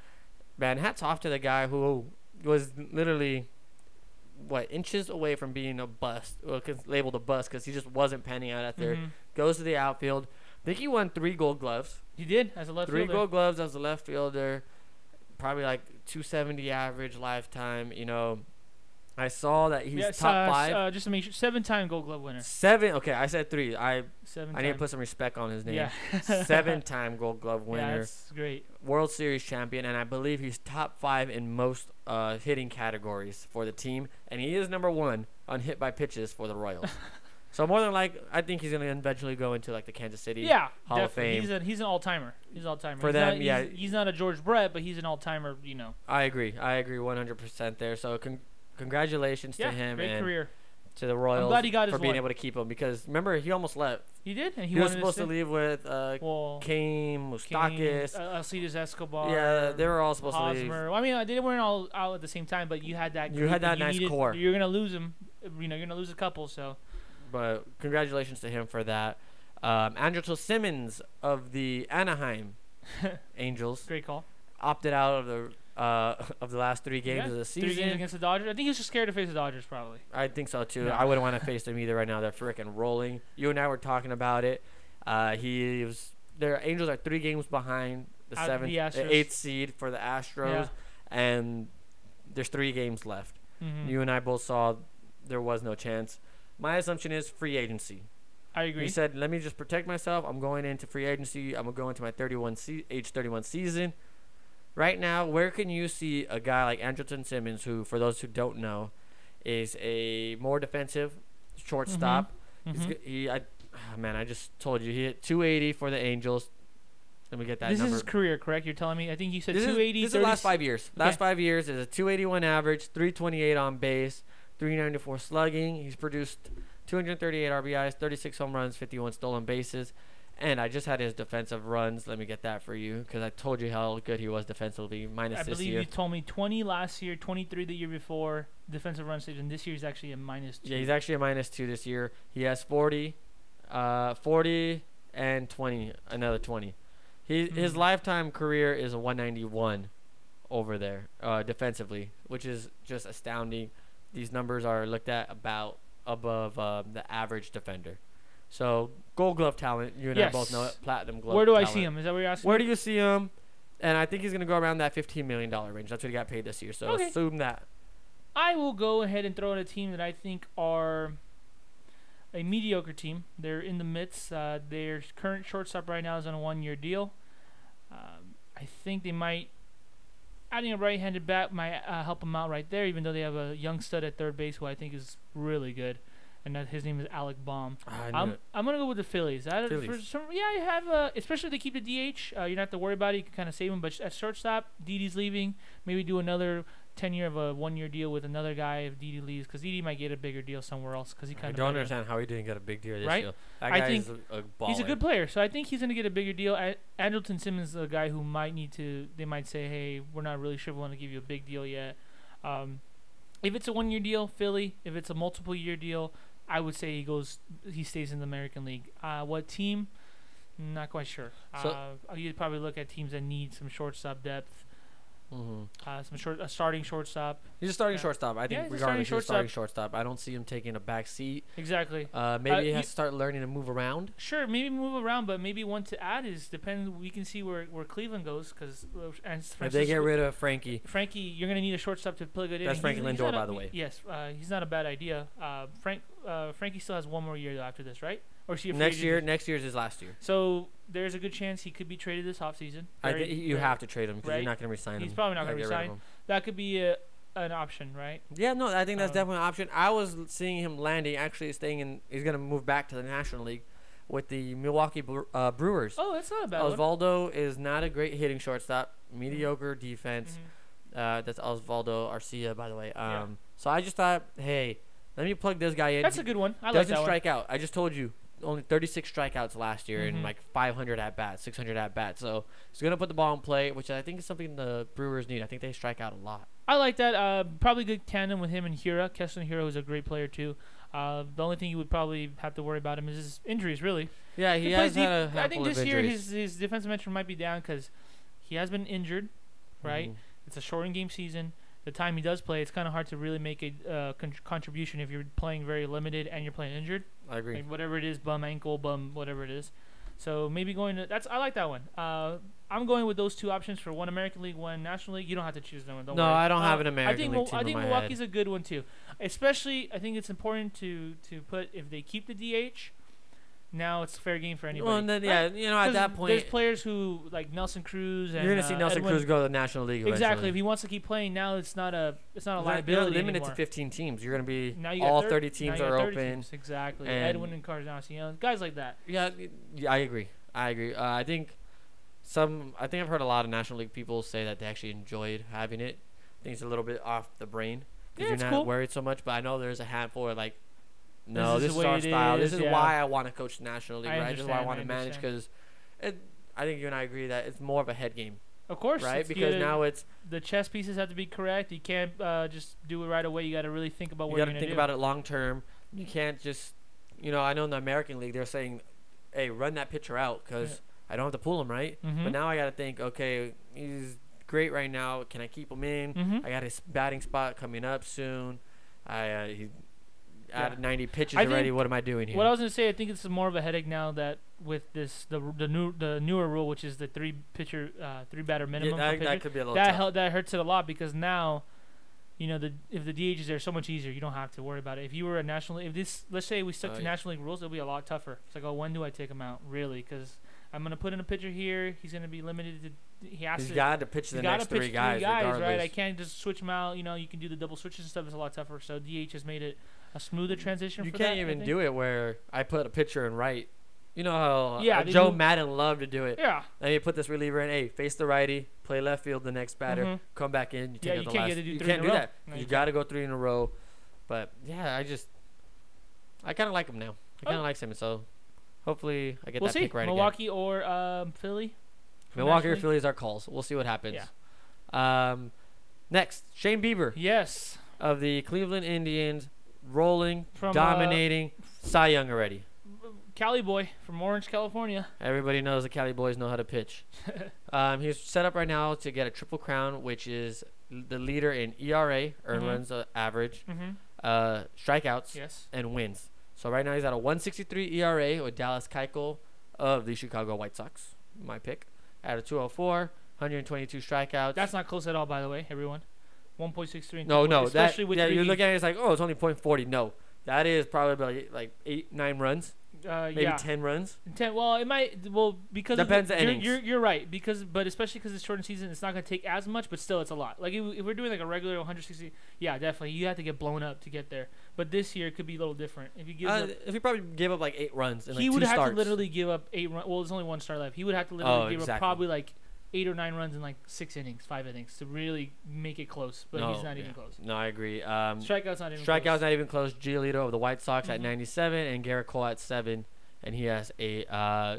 [SPEAKER 5] Man, hats off to the guy who was literally what inches away from being a bust, well, cons- labeled a bust, because he just wasn't panning out at 3rd
[SPEAKER 2] Mhm.
[SPEAKER 5] Goes to the outfield. I think he won three Gold Gloves.
[SPEAKER 2] he did as a left
[SPEAKER 5] Three
[SPEAKER 2] fielder.
[SPEAKER 5] gold gloves as a left fielder, probably like 270 average lifetime. You know, I saw that he's
[SPEAKER 2] Yeah,
[SPEAKER 5] top
[SPEAKER 2] uh,
[SPEAKER 5] five.
[SPEAKER 2] Uh, just to make sure, seven-time Gold Glove winner.
[SPEAKER 5] Seven. Okay, I said three. I
[SPEAKER 2] Seven.
[SPEAKER 5] I need to put some respect on his name.
[SPEAKER 2] Yeah,
[SPEAKER 5] Seven-time Gold Glove
[SPEAKER 2] Yeah,
[SPEAKER 5] winner,
[SPEAKER 2] that's great.
[SPEAKER 5] World Series champion, and I believe he's top five in most uh, hitting categories for the team, and he is number one on hit by pitches for the Royals. so more than like, I think he's gonna eventually go into like the Kansas City.
[SPEAKER 2] Yeah,
[SPEAKER 5] Hall of
[SPEAKER 2] definitely.
[SPEAKER 5] Fame.
[SPEAKER 2] He's an he's an all timer. He's an all timer.
[SPEAKER 5] For
[SPEAKER 2] he's
[SPEAKER 5] them,
[SPEAKER 2] not,
[SPEAKER 5] yeah.
[SPEAKER 2] He's, he's not a George Brett, but he's an all timer. You know.
[SPEAKER 5] I agree. I agree 100% there. So con- congratulations
[SPEAKER 2] Yeah,
[SPEAKER 5] to him
[SPEAKER 2] great
[SPEAKER 5] and
[SPEAKER 2] career.
[SPEAKER 5] to the Royals
[SPEAKER 2] glad he got
[SPEAKER 5] for
[SPEAKER 2] his
[SPEAKER 5] being
[SPEAKER 2] one.
[SPEAKER 5] able to keep him because remember he almost left.
[SPEAKER 2] He did, and
[SPEAKER 5] He,
[SPEAKER 2] he,
[SPEAKER 5] was
[SPEAKER 2] wanted
[SPEAKER 5] supposed
[SPEAKER 2] to,
[SPEAKER 5] to
[SPEAKER 2] stay.
[SPEAKER 5] leave with uh,
[SPEAKER 2] Well,
[SPEAKER 5] Kane,
[SPEAKER 2] Kane,
[SPEAKER 5] Mustakis.
[SPEAKER 2] uh, Alcides Escobar.
[SPEAKER 5] yeah, they were all supposed
[SPEAKER 2] Hosmer. Well, I mean, uh, they weren't all out at the same time, but you had that.
[SPEAKER 5] You
[SPEAKER 2] group
[SPEAKER 5] had
[SPEAKER 2] and
[SPEAKER 5] that nice
[SPEAKER 2] needed-
[SPEAKER 5] core.
[SPEAKER 2] You're gonna lose him. You know, you're gonna lose a couple. So
[SPEAKER 5] to leave, but congratulations to him for that. Um, Andrelton Simmons of the Anaheim Angels
[SPEAKER 2] great call.
[SPEAKER 5] opted out of the uh, of the last three games
[SPEAKER 2] Yeah,
[SPEAKER 5] of the
[SPEAKER 2] Three games
[SPEAKER 5] season.
[SPEAKER 2] against the Dodgers. I think he was just scared to face the Dodgers, probably.
[SPEAKER 5] I think so too.
[SPEAKER 2] No.
[SPEAKER 5] I wouldn't want to face them either right now. They're freaking rolling. You and I were talking about it. Uh, he was their Angels are three games behind the
[SPEAKER 2] Out of
[SPEAKER 5] seventh,
[SPEAKER 2] the
[SPEAKER 5] the
[SPEAKER 2] Astros.
[SPEAKER 5] eighth seed for the Astros,
[SPEAKER 2] Yeah.
[SPEAKER 5] and there's three games left.
[SPEAKER 2] Mhm.
[SPEAKER 5] You and I both saw there was no chance. My assumption is free agency.
[SPEAKER 2] I agree.
[SPEAKER 5] He said, "Let me just protect myself. I'm going into free agency. I'm gonna go into my 31 se- age 31 season. Right now, where can you see a guy like Andrelton Simmons, who, for those who don't know, is a more defensive shortstop? He's
[SPEAKER 2] Mhm.
[SPEAKER 5] g- he, I, ah, man, I just told you he hit 280 for the Angels. Let me get that
[SPEAKER 2] This
[SPEAKER 5] number.
[SPEAKER 2] is his career, correct? You're telling me. I think you said
[SPEAKER 5] This is-
[SPEAKER 2] 280.
[SPEAKER 5] This is the
[SPEAKER 2] 36
[SPEAKER 5] last five years. Last
[SPEAKER 2] Okay.
[SPEAKER 5] five years is a 281 average, 328 on base, 394 slugging. He's produced 238 RBIs, 36 home runs, 51 stolen bases. And I just had his defensive runs. Let me get that for you because I told you how good he was defensively, minus
[SPEAKER 2] I
[SPEAKER 5] this
[SPEAKER 2] believe
[SPEAKER 5] year.
[SPEAKER 2] you told me 20 last year, 23 the year before, defensive run saves, and this year he's actually a minus two.
[SPEAKER 5] yeah, he's actually a minus two this year. He has 40, uh, 40 and 20, another 20. He, His
[SPEAKER 2] Mhm.
[SPEAKER 5] lifetime career is a 191 over there uh, defensively, which is just astounding. These numbers are looked at about above uh, the average defender. So, gold glove talent, you and I both know it,
[SPEAKER 2] Yes.
[SPEAKER 5] platinum glove
[SPEAKER 2] Where do I
[SPEAKER 5] talent.
[SPEAKER 2] see him? Is that what you're asking?
[SPEAKER 5] Where do you see him? And I think he's going to go around that $15 million range. That's what he got paid this year. So,
[SPEAKER 2] Okay.
[SPEAKER 5] assume that.
[SPEAKER 2] I will go ahead and throw in a team that I think are a mediocre team. They're in the midst. Uh, their current shortstop right now is on a one-year deal. Um, I think they might adding a right-handed bat might uh, help them out right there. Even though they have a young stud at third base who I think is really good, and that his name is Alec Baum.
[SPEAKER 5] I knew
[SPEAKER 2] I'm,
[SPEAKER 5] it.
[SPEAKER 2] I'm gonna go with the Phillies. I, don't For
[SPEAKER 5] Phillies.
[SPEAKER 2] some, yeah, you have uh, especially if they keep the DH, uh, you don't have to worry about it. You can kind of save him. But at shortstop, Didi's leaving. Maybe do another ten year of a one year deal with another guy if Didi leaves, because Didi might get a bigger deal somewhere else. Because he
[SPEAKER 5] I
[SPEAKER 2] kind
[SPEAKER 5] don't
[SPEAKER 2] of
[SPEAKER 5] understand how he didn't get a big deal this
[SPEAKER 2] Right?
[SPEAKER 5] year. That
[SPEAKER 2] I
[SPEAKER 5] guy
[SPEAKER 2] think
[SPEAKER 5] is a, a baller.
[SPEAKER 2] he's a good player, so I think he's gonna get a bigger deal. A- Andrelton Simmons is a guy who might need to. They might say, hey, we're not really sure we want to give you a big deal yet. Um, if it's a one year deal, Philly. If it's a multiple year deal, I would say he goes. He stays in the American League. Uh, what team? Not quite sure.
[SPEAKER 5] So-
[SPEAKER 2] uh, you'd probably look at teams that need some shortstop depth,
[SPEAKER 5] hmm
[SPEAKER 2] uh, some short, a starting shortstop.
[SPEAKER 5] He's a starting
[SPEAKER 2] Yeah.
[SPEAKER 5] shortstop. I think
[SPEAKER 2] he's a starting
[SPEAKER 5] regardless, he's a starting shortstop. I don't see him taking a back seat.
[SPEAKER 2] Exactly.
[SPEAKER 5] Uh, maybe he
[SPEAKER 2] you-
[SPEAKER 5] has to start learning to move around.
[SPEAKER 2] Sure, maybe move around, but maybe one to add is depends. We can see where, where Cleveland goes because and
[SPEAKER 5] If they get
[SPEAKER 2] Francisco-
[SPEAKER 5] rid of Frankie,
[SPEAKER 2] Frankie, you're gonna need a shortstop to plug it in.
[SPEAKER 5] That's
[SPEAKER 2] He's-
[SPEAKER 5] Frankie
[SPEAKER 2] he's
[SPEAKER 5] Lindor,
[SPEAKER 2] not a-
[SPEAKER 5] by the way.
[SPEAKER 2] Yes, uh, he's not a bad idea. Uh, Frank, uh, Frankie still has one more year though after this, right? Or is he a free
[SPEAKER 5] next
[SPEAKER 2] agent
[SPEAKER 5] year,
[SPEAKER 2] this-
[SPEAKER 5] next year's his last year.
[SPEAKER 2] So there's a good chance he could be traded this offseason.
[SPEAKER 5] I
[SPEAKER 2] Very-
[SPEAKER 5] think you
[SPEAKER 2] very-
[SPEAKER 5] have to trade him because
[SPEAKER 2] right.
[SPEAKER 5] you're not going to resign him.
[SPEAKER 2] He's probably not
[SPEAKER 5] Gotta
[SPEAKER 2] gonna
[SPEAKER 5] get rid of
[SPEAKER 2] resign.
[SPEAKER 5] him.
[SPEAKER 2] That could be a, an option, right?
[SPEAKER 5] Yeah, no, I think that's
[SPEAKER 2] Um,
[SPEAKER 5] definitely an option. I was l- seeing him landing, actually staying in. He's gonna move back to the National League with the Milwaukee Bre- uh, Brewers.
[SPEAKER 2] Oh, that's not a bad one.
[SPEAKER 5] Osvaldo is not a great hitting shortstop. Mediocre defense.
[SPEAKER 2] Mhm.
[SPEAKER 5] Uh, that's Osvaldo Arcia, by the way. Um,
[SPEAKER 2] Yeah.
[SPEAKER 5] so I just thought, hey, let me plug this guy in.
[SPEAKER 2] That's
[SPEAKER 5] He
[SPEAKER 2] a good one. I like
[SPEAKER 5] doesn't
[SPEAKER 2] that one.
[SPEAKER 5] strike out. I just told you only 36 strikeouts last year
[SPEAKER 2] Mhm.
[SPEAKER 5] and like 500 at bats, 600 at bats. So he's gonna put the ball in play, which I think is something the Brewers need. I think they strike out a lot.
[SPEAKER 2] I like that. Uh, probably good tandem with him and Hira. Keston Hira is a great player too. Uh, the only thing you would probably have to worry about him is his injuries, really.
[SPEAKER 5] Yeah, he,
[SPEAKER 2] plays
[SPEAKER 5] has had a
[SPEAKER 2] def-
[SPEAKER 5] handful
[SPEAKER 2] I think this
[SPEAKER 5] of
[SPEAKER 2] year his
[SPEAKER 5] injuries.
[SPEAKER 2] his defensive metric might be down because he has been injured, right?
[SPEAKER 5] Mm-hmm.
[SPEAKER 2] It's a shortened game season. The time he does play, it's kind of hard to really make a uh, con- contribution if you're playing very limited and you're playing injured.
[SPEAKER 5] Mm-hmm. I agree.
[SPEAKER 2] Like, whatever it is, bum ankle, bum whatever it is. So maybe going to that's I like that one. Uh, I'm going with those two options for one American League, one National League. You don't have to choose that one. Don't
[SPEAKER 5] No,
[SPEAKER 2] worry.
[SPEAKER 5] I don't have
[SPEAKER 2] Uh,
[SPEAKER 5] an American
[SPEAKER 2] I think
[SPEAKER 5] League
[SPEAKER 2] Mil-
[SPEAKER 5] team
[SPEAKER 2] I
[SPEAKER 5] in
[SPEAKER 2] think
[SPEAKER 5] my head.
[SPEAKER 2] Milwaukee's a good one too. Especially, I think it's important to to put if they keep the DH. Now it's fair game for anybody.
[SPEAKER 5] Well, and then,
[SPEAKER 2] Right?
[SPEAKER 5] yeah, you know, at
[SPEAKER 2] 'Cause
[SPEAKER 5] that
[SPEAKER 2] there's
[SPEAKER 5] point,
[SPEAKER 2] players who like Nelson Cruz. And,
[SPEAKER 5] you're gonna see
[SPEAKER 2] uh,
[SPEAKER 5] Nelson
[SPEAKER 2] Edwin-
[SPEAKER 5] Cruz go to the National League.
[SPEAKER 2] Exactly.
[SPEAKER 5] eventually.
[SPEAKER 2] If he wants to keep playing, now it's not a it's not a
[SPEAKER 5] You're
[SPEAKER 2] liability
[SPEAKER 5] limited
[SPEAKER 2] anymore.
[SPEAKER 5] to 15 teams. You're gonna be
[SPEAKER 2] Now you got
[SPEAKER 5] all
[SPEAKER 2] thir-
[SPEAKER 5] 30
[SPEAKER 2] now
[SPEAKER 5] teams
[SPEAKER 2] you got
[SPEAKER 5] are
[SPEAKER 2] 30
[SPEAKER 5] open.
[SPEAKER 2] teams, Exactly.
[SPEAKER 5] and-
[SPEAKER 2] Edwin and Cardonacion, guys like that.
[SPEAKER 5] Yeah, yeah, I agree. I agree. Uh, I think some. I think I've heard a lot of National League people say that they actually enjoyed having it. I think it's a little bit off the brain
[SPEAKER 2] Yeah,
[SPEAKER 5] because you're
[SPEAKER 2] it's
[SPEAKER 5] not
[SPEAKER 2] cool.
[SPEAKER 5] worried so much. But I know there's a handful of like, no,
[SPEAKER 2] is
[SPEAKER 5] this,
[SPEAKER 2] the
[SPEAKER 5] is
[SPEAKER 2] way
[SPEAKER 5] our
[SPEAKER 2] it
[SPEAKER 5] style.
[SPEAKER 2] is,
[SPEAKER 5] this is
[SPEAKER 2] yeah.
[SPEAKER 5] why I want to coach the National League.
[SPEAKER 2] I
[SPEAKER 5] right? This is why I
[SPEAKER 2] understand, I
[SPEAKER 5] want to manage because, I think you and I agree that it's more of a head game,
[SPEAKER 2] Of course,
[SPEAKER 5] right?
[SPEAKER 2] it's
[SPEAKER 5] Because
[SPEAKER 2] gotta-
[SPEAKER 5] now it's
[SPEAKER 2] the chess pieces have to be correct. You can't uh, just do it right away. You got to really think about
[SPEAKER 5] you
[SPEAKER 2] what
[SPEAKER 5] got
[SPEAKER 2] you
[SPEAKER 5] to
[SPEAKER 2] are gonna
[SPEAKER 5] think
[SPEAKER 2] do.
[SPEAKER 5] about it long term. You can't just, you know, I know in the American League they're saying, "Hey, run that pitcher out," because I don't have to pull him, right?
[SPEAKER 2] Mhm.
[SPEAKER 5] But now I got to think, okay, he's great right now. Can I keep him in?
[SPEAKER 2] Mhm.
[SPEAKER 5] I got his batting spot coming up soon. I uh, he added 90 pitches
[SPEAKER 2] I
[SPEAKER 5] already.
[SPEAKER 2] think-
[SPEAKER 5] What am I doing here?
[SPEAKER 2] What I was gonna say, I think it's more of a headache now that with this the the new the newer rule, which is the three pitcher uh, three batter
[SPEAKER 5] Yeah,
[SPEAKER 2] minimum. for
[SPEAKER 5] that, that
[SPEAKER 2] pitchers,
[SPEAKER 5] could be a little
[SPEAKER 2] that
[SPEAKER 5] tough.
[SPEAKER 2] hel- that hurts it a lot because now, you know, the if the DH is there, so much easier. You don't have to worry about it. If you were a national, if this let's say we stuck
[SPEAKER 5] Oh,
[SPEAKER 2] to
[SPEAKER 5] yeah.
[SPEAKER 2] national league rules, it'll be a lot tougher. It's like, oh, when do I take him out? Really? Because I'm gonna put in a pitcher here. He's gonna be limited to. He has
[SPEAKER 5] He's
[SPEAKER 2] to.
[SPEAKER 5] got to pitch the
[SPEAKER 2] you gotta
[SPEAKER 5] next
[SPEAKER 2] pitch
[SPEAKER 5] three guys, regardless.
[SPEAKER 2] right? I can't just switch them out. You know, you can do the double switches and stuff. It's a lot tougher. So DH has made it a smoother transition.
[SPEAKER 5] you
[SPEAKER 2] for
[SPEAKER 5] can't
[SPEAKER 2] that, I
[SPEAKER 5] even
[SPEAKER 2] think.
[SPEAKER 5] do it where I put a pitcher in right. You know how uh,
[SPEAKER 2] Yeah, they
[SPEAKER 5] Joe
[SPEAKER 2] do-
[SPEAKER 5] Madden loved to do it.
[SPEAKER 2] Yeah,
[SPEAKER 5] Then you put this reliever in. Hey, face the righty, play left field the next batter,
[SPEAKER 2] Mhm.
[SPEAKER 5] come back in. You take
[SPEAKER 2] Yeah,
[SPEAKER 5] out
[SPEAKER 2] you
[SPEAKER 5] the
[SPEAKER 2] can't
[SPEAKER 5] last.
[SPEAKER 2] get to do
[SPEAKER 5] you
[SPEAKER 2] three
[SPEAKER 5] can't
[SPEAKER 2] in a
[SPEAKER 5] do
[SPEAKER 2] row.
[SPEAKER 5] that.
[SPEAKER 2] No, you
[SPEAKER 5] you
[SPEAKER 2] can't.
[SPEAKER 5] got to go three in a row. But yeah, I just I kind of like him now. I kind of
[SPEAKER 2] Oh.
[SPEAKER 5] like him. So hopefully I get
[SPEAKER 2] we'll
[SPEAKER 5] that
[SPEAKER 2] see.
[SPEAKER 5] pick right
[SPEAKER 2] Milwaukee or um, Philly.
[SPEAKER 5] again. Milwaukee or
[SPEAKER 2] National
[SPEAKER 5] Phillies are calls. We'll see what happens. Um, next Shane Bieber
[SPEAKER 2] Yes,
[SPEAKER 5] of the Cleveland Indians, rolling,
[SPEAKER 2] From, uh,
[SPEAKER 5] dominating Cy Young already.
[SPEAKER 2] Cali boy from Orange, California.
[SPEAKER 5] Everybody knows the Cali boys know how to pitch. um, he's set up right now to get a triple crown, which is l- the leader in ERA, earned
[SPEAKER 2] Mhm.
[SPEAKER 5] runs uh, average,
[SPEAKER 2] Mm-hmm.
[SPEAKER 5] uh, strikeouts,
[SPEAKER 2] Yes.
[SPEAKER 5] and wins. So right now he's at a 163 ERA with Dallas Keuchel of the Chicago White Sox, my pick, at a 204, 122 strikeouts.
[SPEAKER 2] That's not close at all, by the way, everyone. 1.63. and
[SPEAKER 5] no,
[SPEAKER 2] three-
[SPEAKER 5] no, that
[SPEAKER 2] Especially with
[SPEAKER 5] yeah,
[SPEAKER 2] three
[SPEAKER 5] you're
[SPEAKER 2] games.
[SPEAKER 5] looking at it, it's like oh, it's only .40. No, that is probably about, like eight, nine runs,
[SPEAKER 2] uh,
[SPEAKER 5] maybe
[SPEAKER 2] yeah.
[SPEAKER 5] ten runs.
[SPEAKER 2] Ten- well, it might. Well, because of
[SPEAKER 5] Depends
[SPEAKER 2] the,
[SPEAKER 5] the
[SPEAKER 2] you're,
[SPEAKER 5] innings.
[SPEAKER 2] you're you're right because, but especially because it's shortened season, it's not going to take as much. But still, it's a lot. Like if, if we're doing like a regular 160, yeah, definitely you have to get blown up to get there. But this year it could be a little different. If you give
[SPEAKER 5] Uh,
[SPEAKER 2] up,
[SPEAKER 5] if he probably gave up like eight runs in like
[SPEAKER 2] he
[SPEAKER 5] two
[SPEAKER 2] would have
[SPEAKER 5] starts.
[SPEAKER 2] to literally give up eight. Run, well, there's only one star left. He would have to literally
[SPEAKER 5] Oh,
[SPEAKER 2] give up
[SPEAKER 5] exactly.
[SPEAKER 2] probably like eight or nine runs in like six innings, five innings to really make it close. But he's not even
[SPEAKER 5] yeah.
[SPEAKER 2] close.
[SPEAKER 5] No, I agree. Um,
[SPEAKER 2] Strikeouts not even.
[SPEAKER 5] strikeouts
[SPEAKER 2] close.
[SPEAKER 5] not even close. Giolito of the White Sox at
[SPEAKER 2] Mhm.
[SPEAKER 5] 97 and Garrett Cole at seven, and he has a uh,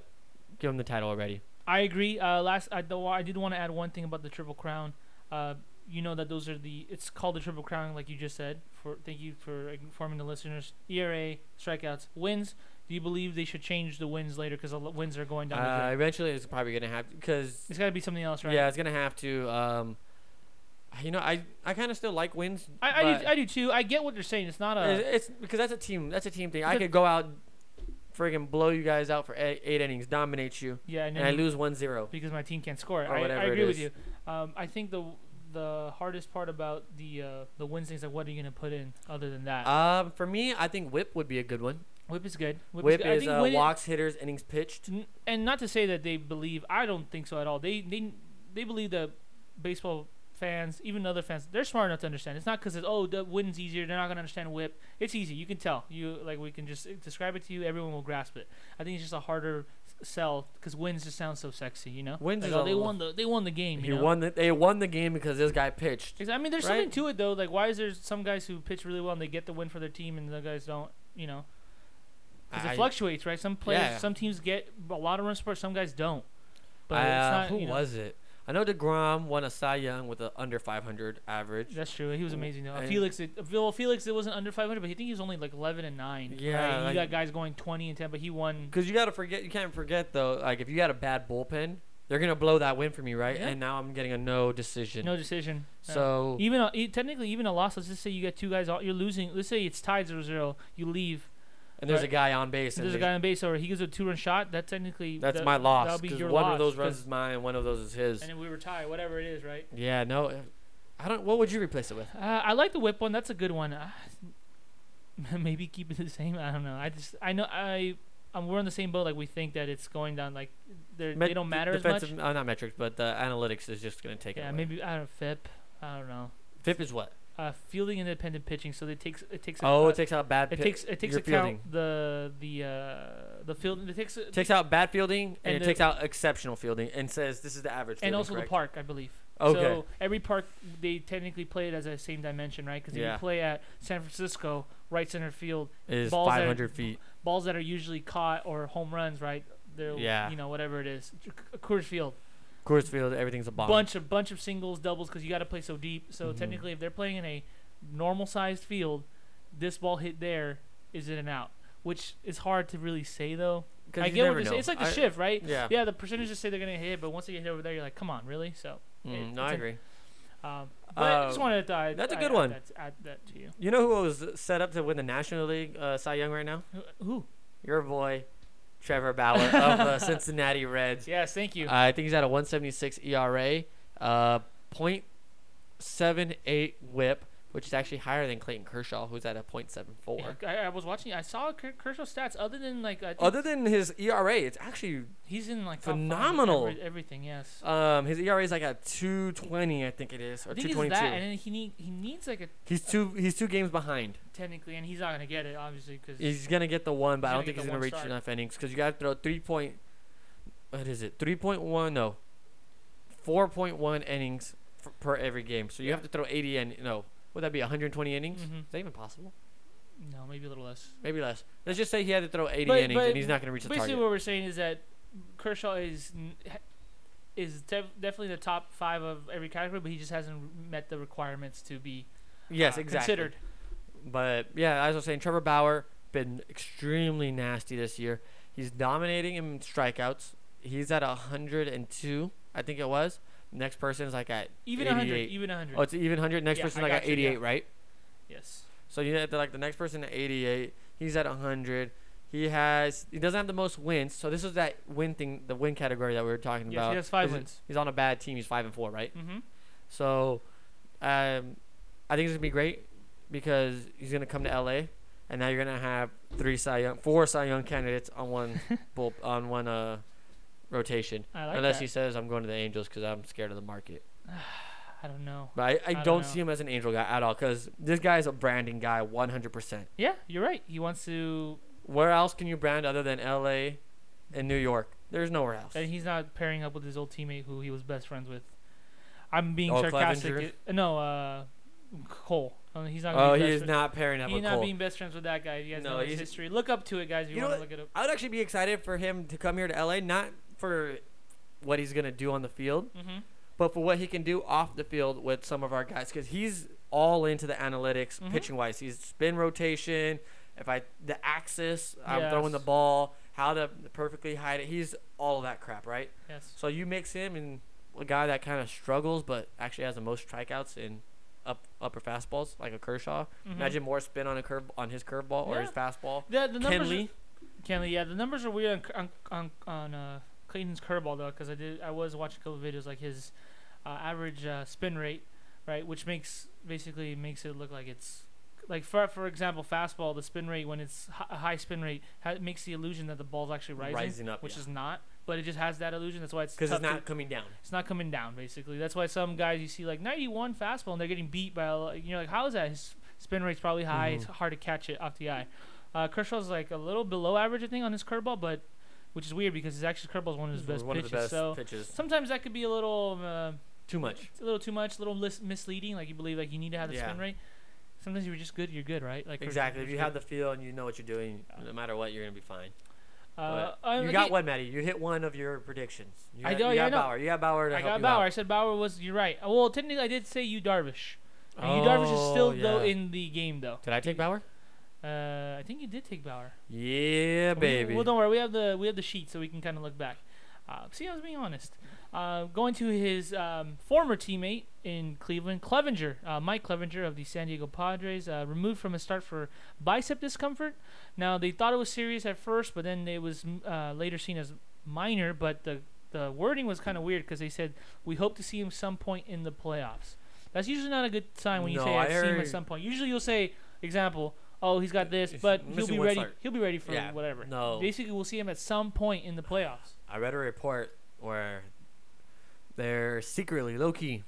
[SPEAKER 5] give him the title already.
[SPEAKER 2] I agree. Uh, last, I, do, I did want to add one thing about the Triple Crown. Uh, you know that those are the. It's called the Triple Crown, like you just said. For thank you for informing the listeners. ERA, strikeouts, wins. Do you believe they should change the wins later because the l- wins are going down? the
[SPEAKER 5] Uh,
[SPEAKER 2] drain?
[SPEAKER 5] eventually, it's probably gonna have because
[SPEAKER 2] it's got to be something else, right?
[SPEAKER 5] yeah, it's gonna have to. Um, you know, I I kind of still like wins.
[SPEAKER 2] I, I,
[SPEAKER 5] but
[SPEAKER 2] do, I uh, do too. I get what they're saying. It's not a.
[SPEAKER 5] it's, it's because that's a team. That's a team thing. I
[SPEAKER 2] But-
[SPEAKER 5] could go out, friggin' blow you guys out for eight, eight innings, dominate you,
[SPEAKER 2] yeah, and,
[SPEAKER 5] and I
[SPEAKER 2] then-
[SPEAKER 5] lose one zero.
[SPEAKER 2] because my team can't score.
[SPEAKER 5] Or
[SPEAKER 2] I, I
[SPEAKER 5] whatever it
[SPEAKER 2] agree with
[SPEAKER 5] is.
[SPEAKER 2] you. Um, I think the the hardest part about the uh, the wins thing is like what are you gonna put in other than that?
[SPEAKER 5] Um, for me, I think whip would be a good one.
[SPEAKER 2] whip is good. Whip,
[SPEAKER 5] Whip
[SPEAKER 2] is, good. I
[SPEAKER 5] is,
[SPEAKER 2] think
[SPEAKER 5] uh,
[SPEAKER 2] win-
[SPEAKER 5] walks, hitters, innings pitched.
[SPEAKER 2] N- and not to say that they believe I don't think so at all. They they they believe that baseball fans, even other fans, they're smart enough to understand. It's not because it's oh the win's easier. They're not gonna understand whip. It's easy. You can tell. You like we can just describe it to you. Everyone will grasp it. I think it's just a harder s- sell because wins just sounds so sexy. You know,
[SPEAKER 5] Wins
[SPEAKER 2] Like,
[SPEAKER 5] is
[SPEAKER 2] oh,
[SPEAKER 5] a
[SPEAKER 2] they
[SPEAKER 5] lo-
[SPEAKER 2] won the they won the game. You
[SPEAKER 5] He
[SPEAKER 2] know?
[SPEAKER 5] won. The, they won the game because this guy pitched.
[SPEAKER 2] Exa- I mean, there's
[SPEAKER 5] Right?
[SPEAKER 2] something to it though. Like, why is there some guys who pitch really well and they get the win for their team, and the guys don't? You know, because
[SPEAKER 5] I-
[SPEAKER 2] it fluctuates, right? Some players,
[SPEAKER 5] Yeah.
[SPEAKER 2] some teams get a lot of runs per. Some guys don't. But
[SPEAKER 5] uh,
[SPEAKER 2] it's not,
[SPEAKER 5] who
[SPEAKER 2] you know,
[SPEAKER 5] was it? I know Degrom won a Cy Young with an under 500 average.
[SPEAKER 2] That's true. He was amazing though.
[SPEAKER 5] I-
[SPEAKER 2] Felix, it, well, Felix, it wasn't under 500, but I think he was only like 11 and nine.
[SPEAKER 5] Yeah,
[SPEAKER 2] right? you
[SPEAKER 5] like-
[SPEAKER 2] got guys going 20 and 10, but he won.
[SPEAKER 5] Because you gotta forget, you can't forget though. Like if you got a bad bullpen, they're gonna blow that win for me, right?
[SPEAKER 2] Yeah.
[SPEAKER 5] And now I'm getting a no decision.
[SPEAKER 2] No decision. Yeah.
[SPEAKER 5] so
[SPEAKER 2] even a, e- technically, even a loss. Let's just say you got two guys. All, you're losing. Let's say it's tied 0-0. You leave.
[SPEAKER 5] and there's
[SPEAKER 2] right.
[SPEAKER 5] a guy on base. And
[SPEAKER 2] There's a
[SPEAKER 5] they-
[SPEAKER 2] guy on base, or he gives a two-run shot. That technically
[SPEAKER 5] That's
[SPEAKER 2] that-
[SPEAKER 5] my loss.
[SPEAKER 2] That'll be
[SPEAKER 5] Because
[SPEAKER 2] your
[SPEAKER 5] one
[SPEAKER 2] loss.
[SPEAKER 5] of those
[SPEAKER 2] 'cause-
[SPEAKER 5] runs is mine, and one of those is his.
[SPEAKER 2] and then we were tied, whatever it is, right?
[SPEAKER 5] Yeah. No. uh, I don't. What would you replace it with?
[SPEAKER 2] Uh, I like the whip one. That's a good one. Uh, maybe keep it the same. I don't know. I just I know I um, we're on the same boat. Like we think that it's going down. Like they're,
[SPEAKER 5] Met-
[SPEAKER 2] they don't matter as much.
[SPEAKER 5] defensive, Uh, not metrics, but the analytics is just gonna take it.
[SPEAKER 2] Yeah,
[SPEAKER 5] away.
[SPEAKER 2] maybe I don't know, FIP. I don't know.
[SPEAKER 5] FIP is what?
[SPEAKER 2] Uh, fielding independent pitching. So it takes it takes.
[SPEAKER 5] Oh,
[SPEAKER 2] uh,
[SPEAKER 5] it takes out bad.
[SPEAKER 2] it
[SPEAKER 5] pi-
[SPEAKER 2] takes it takes
[SPEAKER 5] your
[SPEAKER 2] account
[SPEAKER 5] fielding.
[SPEAKER 2] the the uh, the field. It takes uh,
[SPEAKER 5] Takes out bad fielding and,
[SPEAKER 2] And
[SPEAKER 5] it
[SPEAKER 2] the-
[SPEAKER 5] takes out exceptional fielding and says this is the average.
[SPEAKER 2] and
[SPEAKER 5] fielding,
[SPEAKER 2] also
[SPEAKER 5] correct?
[SPEAKER 2] the park, I believe.
[SPEAKER 5] Okay.
[SPEAKER 2] So every park they technically play it as a same dimension, right? Because if
[SPEAKER 5] Yeah.
[SPEAKER 2] you play at San Francisco, right center field,
[SPEAKER 5] is
[SPEAKER 2] balls that-
[SPEAKER 5] 500 feet.
[SPEAKER 2] balls that are usually caught or home runs, right? They're
[SPEAKER 5] Yeah.
[SPEAKER 2] you know whatever it is, C- C- Coors Field,
[SPEAKER 5] Coors Field, everything's a bomb.
[SPEAKER 2] bunch of bunch of singles, doubles, because you got to play so deep. So
[SPEAKER 5] Mhm.
[SPEAKER 2] technically, if they're playing in a normal sized field, this ball hit there is in and out, which is hard to really say though.
[SPEAKER 5] 'Cause
[SPEAKER 2] I
[SPEAKER 5] you
[SPEAKER 2] get what
[SPEAKER 5] never
[SPEAKER 2] you're saying.
[SPEAKER 5] know.
[SPEAKER 2] It's like the
[SPEAKER 5] I-
[SPEAKER 2] shift, right?
[SPEAKER 5] Yeah.
[SPEAKER 2] Yeah, the percentages say they're gonna hit, but once they get hit over there, you're like, come on, really? So,
[SPEAKER 5] Mm,
[SPEAKER 2] it-
[SPEAKER 5] no,
[SPEAKER 2] it's
[SPEAKER 5] I
[SPEAKER 2] a-
[SPEAKER 5] agree.
[SPEAKER 2] um, but I just
[SPEAKER 5] Um,
[SPEAKER 2] wanted to add,
[SPEAKER 5] that's a
[SPEAKER 2] add-
[SPEAKER 5] good
[SPEAKER 2] add
[SPEAKER 5] one.
[SPEAKER 2] that- add that to you.
[SPEAKER 5] You know who was set up to win the National League uh, Cy Young right now?
[SPEAKER 2] Who- Who?
[SPEAKER 5] Your boy, Trevor Bauer of the Cincinnati Reds.
[SPEAKER 2] Yes, thank you.
[SPEAKER 5] Uh, I think he's at a 176 ERA, uh, 0.78 whip, which is actually higher than Clayton Kershaw, who's at a 0.74.
[SPEAKER 2] Yeah, I, I was watching. I saw Ker- Kershaw's stats. Other than like, I think
[SPEAKER 5] Other than his ERA, it's actually
[SPEAKER 2] he's in like top five with
[SPEAKER 5] phenomenal.
[SPEAKER 2] every- everything. Yes.
[SPEAKER 5] um, his ERA is like a 220, I think it is, or
[SPEAKER 2] I think it's that,
[SPEAKER 5] 222.
[SPEAKER 2] and then he need, he needs like a
[SPEAKER 5] he's two he's two games behind.
[SPEAKER 2] technically, and he's not gonna get it obviously because
[SPEAKER 5] He's gonna get the one, but
[SPEAKER 2] He's
[SPEAKER 5] I don't
[SPEAKER 2] gonna
[SPEAKER 5] think
[SPEAKER 2] get
[SPEAKER 5] he's
[SPEAKER 2] the
[SPEAKER 5] gonna
[SPEAKER 2] one
[SPEAKER 5] reach
[SPEAKER 2] start.
[SPEAKER 5] enough innings because you gotta throw three point. What is it? Three point one? No, four point one innings f- per every game. So you have to throw eighty and no, would that be one hundred twenty innings?
[SPEAKER 2] Mhm.
[SPEAKER 5] Is that even possible?
[SPEAKER 2] no, maybe a little less.
[SPEAKER 5] Maybe less. Let's just say he had to throw eighty
[SPEAKER 2] But-
[SPEAKER 5] innings
[SPEAKER 2] but
[SPEAKER 5] and he's not gonna reach the
[SPEAKER 2] Basically,
[SPEAKER 5] target.
[SPEAKER 2] what we're saying is that Kershaw is n- ha- is def- definitely the top five of every category, but he just hasn't met the requirements to be
[SPEAKER 5] yes,
[SPEAKER 2] uh,
[SPEAKER 5] exactly.
[SPEAKER 2] considered.
[SPEAKER 5] But yeah, as I was saying, Trevor Bauer been extremely nasty this year. He's dominating in strikeouts. He's at hundred and two, I think it was. Next person is like at
[SPEAKER 2] Even a hundred,
[SPEAKER 5] 88.
[SPEAKER 2] even a hundred.
[SPEAKER 5] Oh, it's even 100. Next
[SPEAKER 2] Yeah,
[SPEAKER 5] person
[SPEAKER 2] I
[SPEAKER 5] like at
[SPEAKER 2] got you, yeah.
[SPEAKER 5] 88, right?
[SPEAKER 2] yes.
[SPEAKER 5] So you have to, like the next person at 88. He's at 100. He has he doesn't have the most wins. So this is that win thing, the win category that we were talking
[SPEAKER 2] Yes, he
[SPEAKER 5] about.
[SPEAKER 2] has five
[SPEAKER 5] He's-
[SPEAKER 2] wins.
[SPEAKER 5] He's on a bad team. He's five and four, right?
[SPEAKER 2] Mm-hmm.
[SPEAKER 5] So, um, I think it's gonna be great because he's gonna come to LA, and now you're gonna have three Cy Young, four Cy Young candidates on one bull, on one uh rotation.
[SPEAKER 2] I like
[SPEAKER 5] Unless
[SPEAKER 2] that.
[SPEAKER 5] he says I'm going to the Angels because I'm scared of the market.
[SPEAKER 2] I don't know.
[SPEAKER 5] But I, I,
[SPEAKER 2] I
[SPEAKER 5] don't,
[SPEAKER 2] don't know.
[SPEAKER 5] see him as an angel guy at all because this guy is a branding guy 100%.
[SPEAKER 2] Yeah, you're right. He wants to,
[SPEAKER 5] Where else can you brand other than LA and New York? There's nowhere else.
[SPEAKER 2] and he's not pairing up with his old teammate who he was best friends with. I'm being
[SPEAKER 5] Oh,
[SPEAKER 2] sarcastic.
[SPEAKER 5] Clevenger?
[SPEAKER 2] It- no, uh, Cole. Uh, He's not. gonna
[SPEAKER 5] Oh,
[SPEAKER 2] be
[SPEAKER 5] he
[SPEAKER 2] best
[SPEAKER 5] is
[SPEAKER 2] fri-
[SPEAKER 5] not pairing up
[SPEAKER 2] He's
[SPEAKER 5] with
[SPEAKER 2] not
[SPEAKER 5] Cole.
[SPEAKER 2] being best friends with that guy. You guys
[SPEAKER 5] No,
[SPEAKER 2] know his
[SPEAKER 5] he's-
[SPEAKER 2] history. Look up to it, guys. If you,
[SPEAKER 5] You know
[SPEAKER 2] want to
[SPEAKER 5] what?
[SPEAKER 2] look it up.
[SPEAKER 5] I would actually be excited for him to come here to LA, not for what he's going to do on the field,
[SPEAKER 2] Mm-hmm.
[SPEAKER 5] but for what he can do off the field with some of our guys because he's all into the analytics
[SPEAKER 2] Mhm.
[SPEAKER 5] pitching wise. He's spin rotation, if I the axis, I'm throwing the
[SPEAKER 2] Yes.
[SPEAKER 5] ball, how to perfectly hide it. He's all of that crap, right?
[SPEAKER 2] Yes.
[SPEAKER 5] So you mix him and a guy that kind of struggles but actually has the most strikeouts in up upper fastballs, like a Kershaw.
[SPEAKER 2] Mhm.
[SPEAKER 5] Imagine more spin on a curve on his curveball or his
[SPEAKER 2] Yeah.
[SPEAKER 5] fastball.
[SPEAKER 2] The, the numbers.
[SPEAKER 5] Kenley,
[SPEAKER 2] Kenley. Yeah, the numbers are weird on on on, on uh, Clayton's curveball though, because I did I was watching a couple videos like his uh, average uh, spin rate, right, which makes basically makes it look like it's like for for example fastball the spin rate when it's hi- a high spin rate ha- makes the illusion that the ball's actually rising,
[SPEAKER 5] Rising up,
[SPEAKER 2] which
[SPEAKER 5] yeah.
[SPEAKER 2] is not. but it just has that illusion. That's why it's
[SPEAKER 5] because
[SPEAKER 2] tough
[SPEAKER 5] it's
[SPEAKER 2] to-
[SPEAKER 5] not coming down.
[SPEAKER 2] it's not coming down basically. That's why some guys you see like 91 fastball and they're getting beat by a lo- you're like how is that? His spin rate's probably high.
[SPEAKER 5] Mm-hmm.
[SPEAKER 2] It's hard to catch it off the eye. Uh, Kershaw's like a little below average I think on his curveball, but which is weird because his actually curveball is one of his best
[SPEAKER 5] one
[SPEAKER 2] pitches.
[SPEAKER 5] of the best
[SPEAKER 2] so
[SPEAKER 5] pitches.
[SPEAKER 2] sometimes that could be a little uh,
[SPEAKER 5] Too much.
[SPEAKER 2] it's a little too much, a little lis- misleading. Like you believe like you need to have the spin
[SPEAKER 5] Yeah.
[SPEAKER 2] rate. Sometimes you're just good, you're good, right? Like Kershaw
[SPEAKER 5] Exactly. If
[SPEAKER 2] was
[SPEAKER 5] you
[SPEAKER 2] good.
[SPEAKER 5] have the feel and you know what you're doing, no matter what, you're gonna be fine.
[SPEAKER 2] uh,
[SPEAKER 5] But
[SPEAKER 2] I-
[SPEAKER 5] you
[SPEAKER 2] like,
[SPEAKER 5] got
[SPEAKER 2] he-
[SPEAKER 5] one, Matty. You hit one of your predictions. You
[SPEAKER 2] I
[SPEAKER 5] got,
[SPEAKER 2] do-
[SPEAKER 5] you
[SPEAKER 2] yeah, I
[SPEAKER 5] got
[SPEAKER 2] know.
[SPEAKER 5] Bauer. You got Bauer to
[SPEAKER 2] I
[SPEAKER 5] help
[SPEAKER 2] got
[SPEAKER 5] you
[SPEAKER 2] Bauer. I
[SPEAKER 5] out.
[SPEAKER 2] said Bauer was. You're right. Uh, Well, technically, I did say you Darvish. Uh, Yu Darvish is still
[SPEAKER 5] Oh,
[SPEAKER 2] though
[SPEAKER 5] yeah.
[SPEAKER 2] in the game though.
[SPEAKER 5] Did I take Bauer?
[SPEAKER 2] Uh, I think you did take Bauer.
[SPEAKER 5] Yeah,
[SPEAKER 2] We-
[SPEAKER 5] baby.
[SPEAKER 2] well, don't worry. We have the we have the sheet, so we can kind of look back. Uh, see, I was being honest. Uh, going to his um, former teammate in Cleveland, Clevenger, uh, Mike Clevenger of the San Diego Padres, uh, removed from a start for bicep discomfort. Now they thought it was serious at first, but then it was mm, uh, later seen as minor. But the the wording was kind of weird because they said we hope to see him some point in the playoffs. That's usually not a good sign when you
[SPEAKER 5] No,
[SPEAKER 2] say
[SPEAKER 5] I
[SPEAKER 2] I've seen him at
[SPEAKER 5] heard-
[SPEAKER 2] some point. Usually you'll say example, oh he's got this, but he'll
[SPEAKER 5] missing
[SPEAKER 2] be
[SPEAKER 5] one
[SPEAKER 2] ready.
[SPEAKER 5] start.
[SPEAKER 2] He'll be ready for
[SPEAKER 5] Yeah,
[SPEAKER 2] whatever.
[SPEAKER 5] no.
[SPEAKER 2] Basically, we'll see him at some point in the playoffs
[SPEAKER 5] I read a report where they're secretly, low key,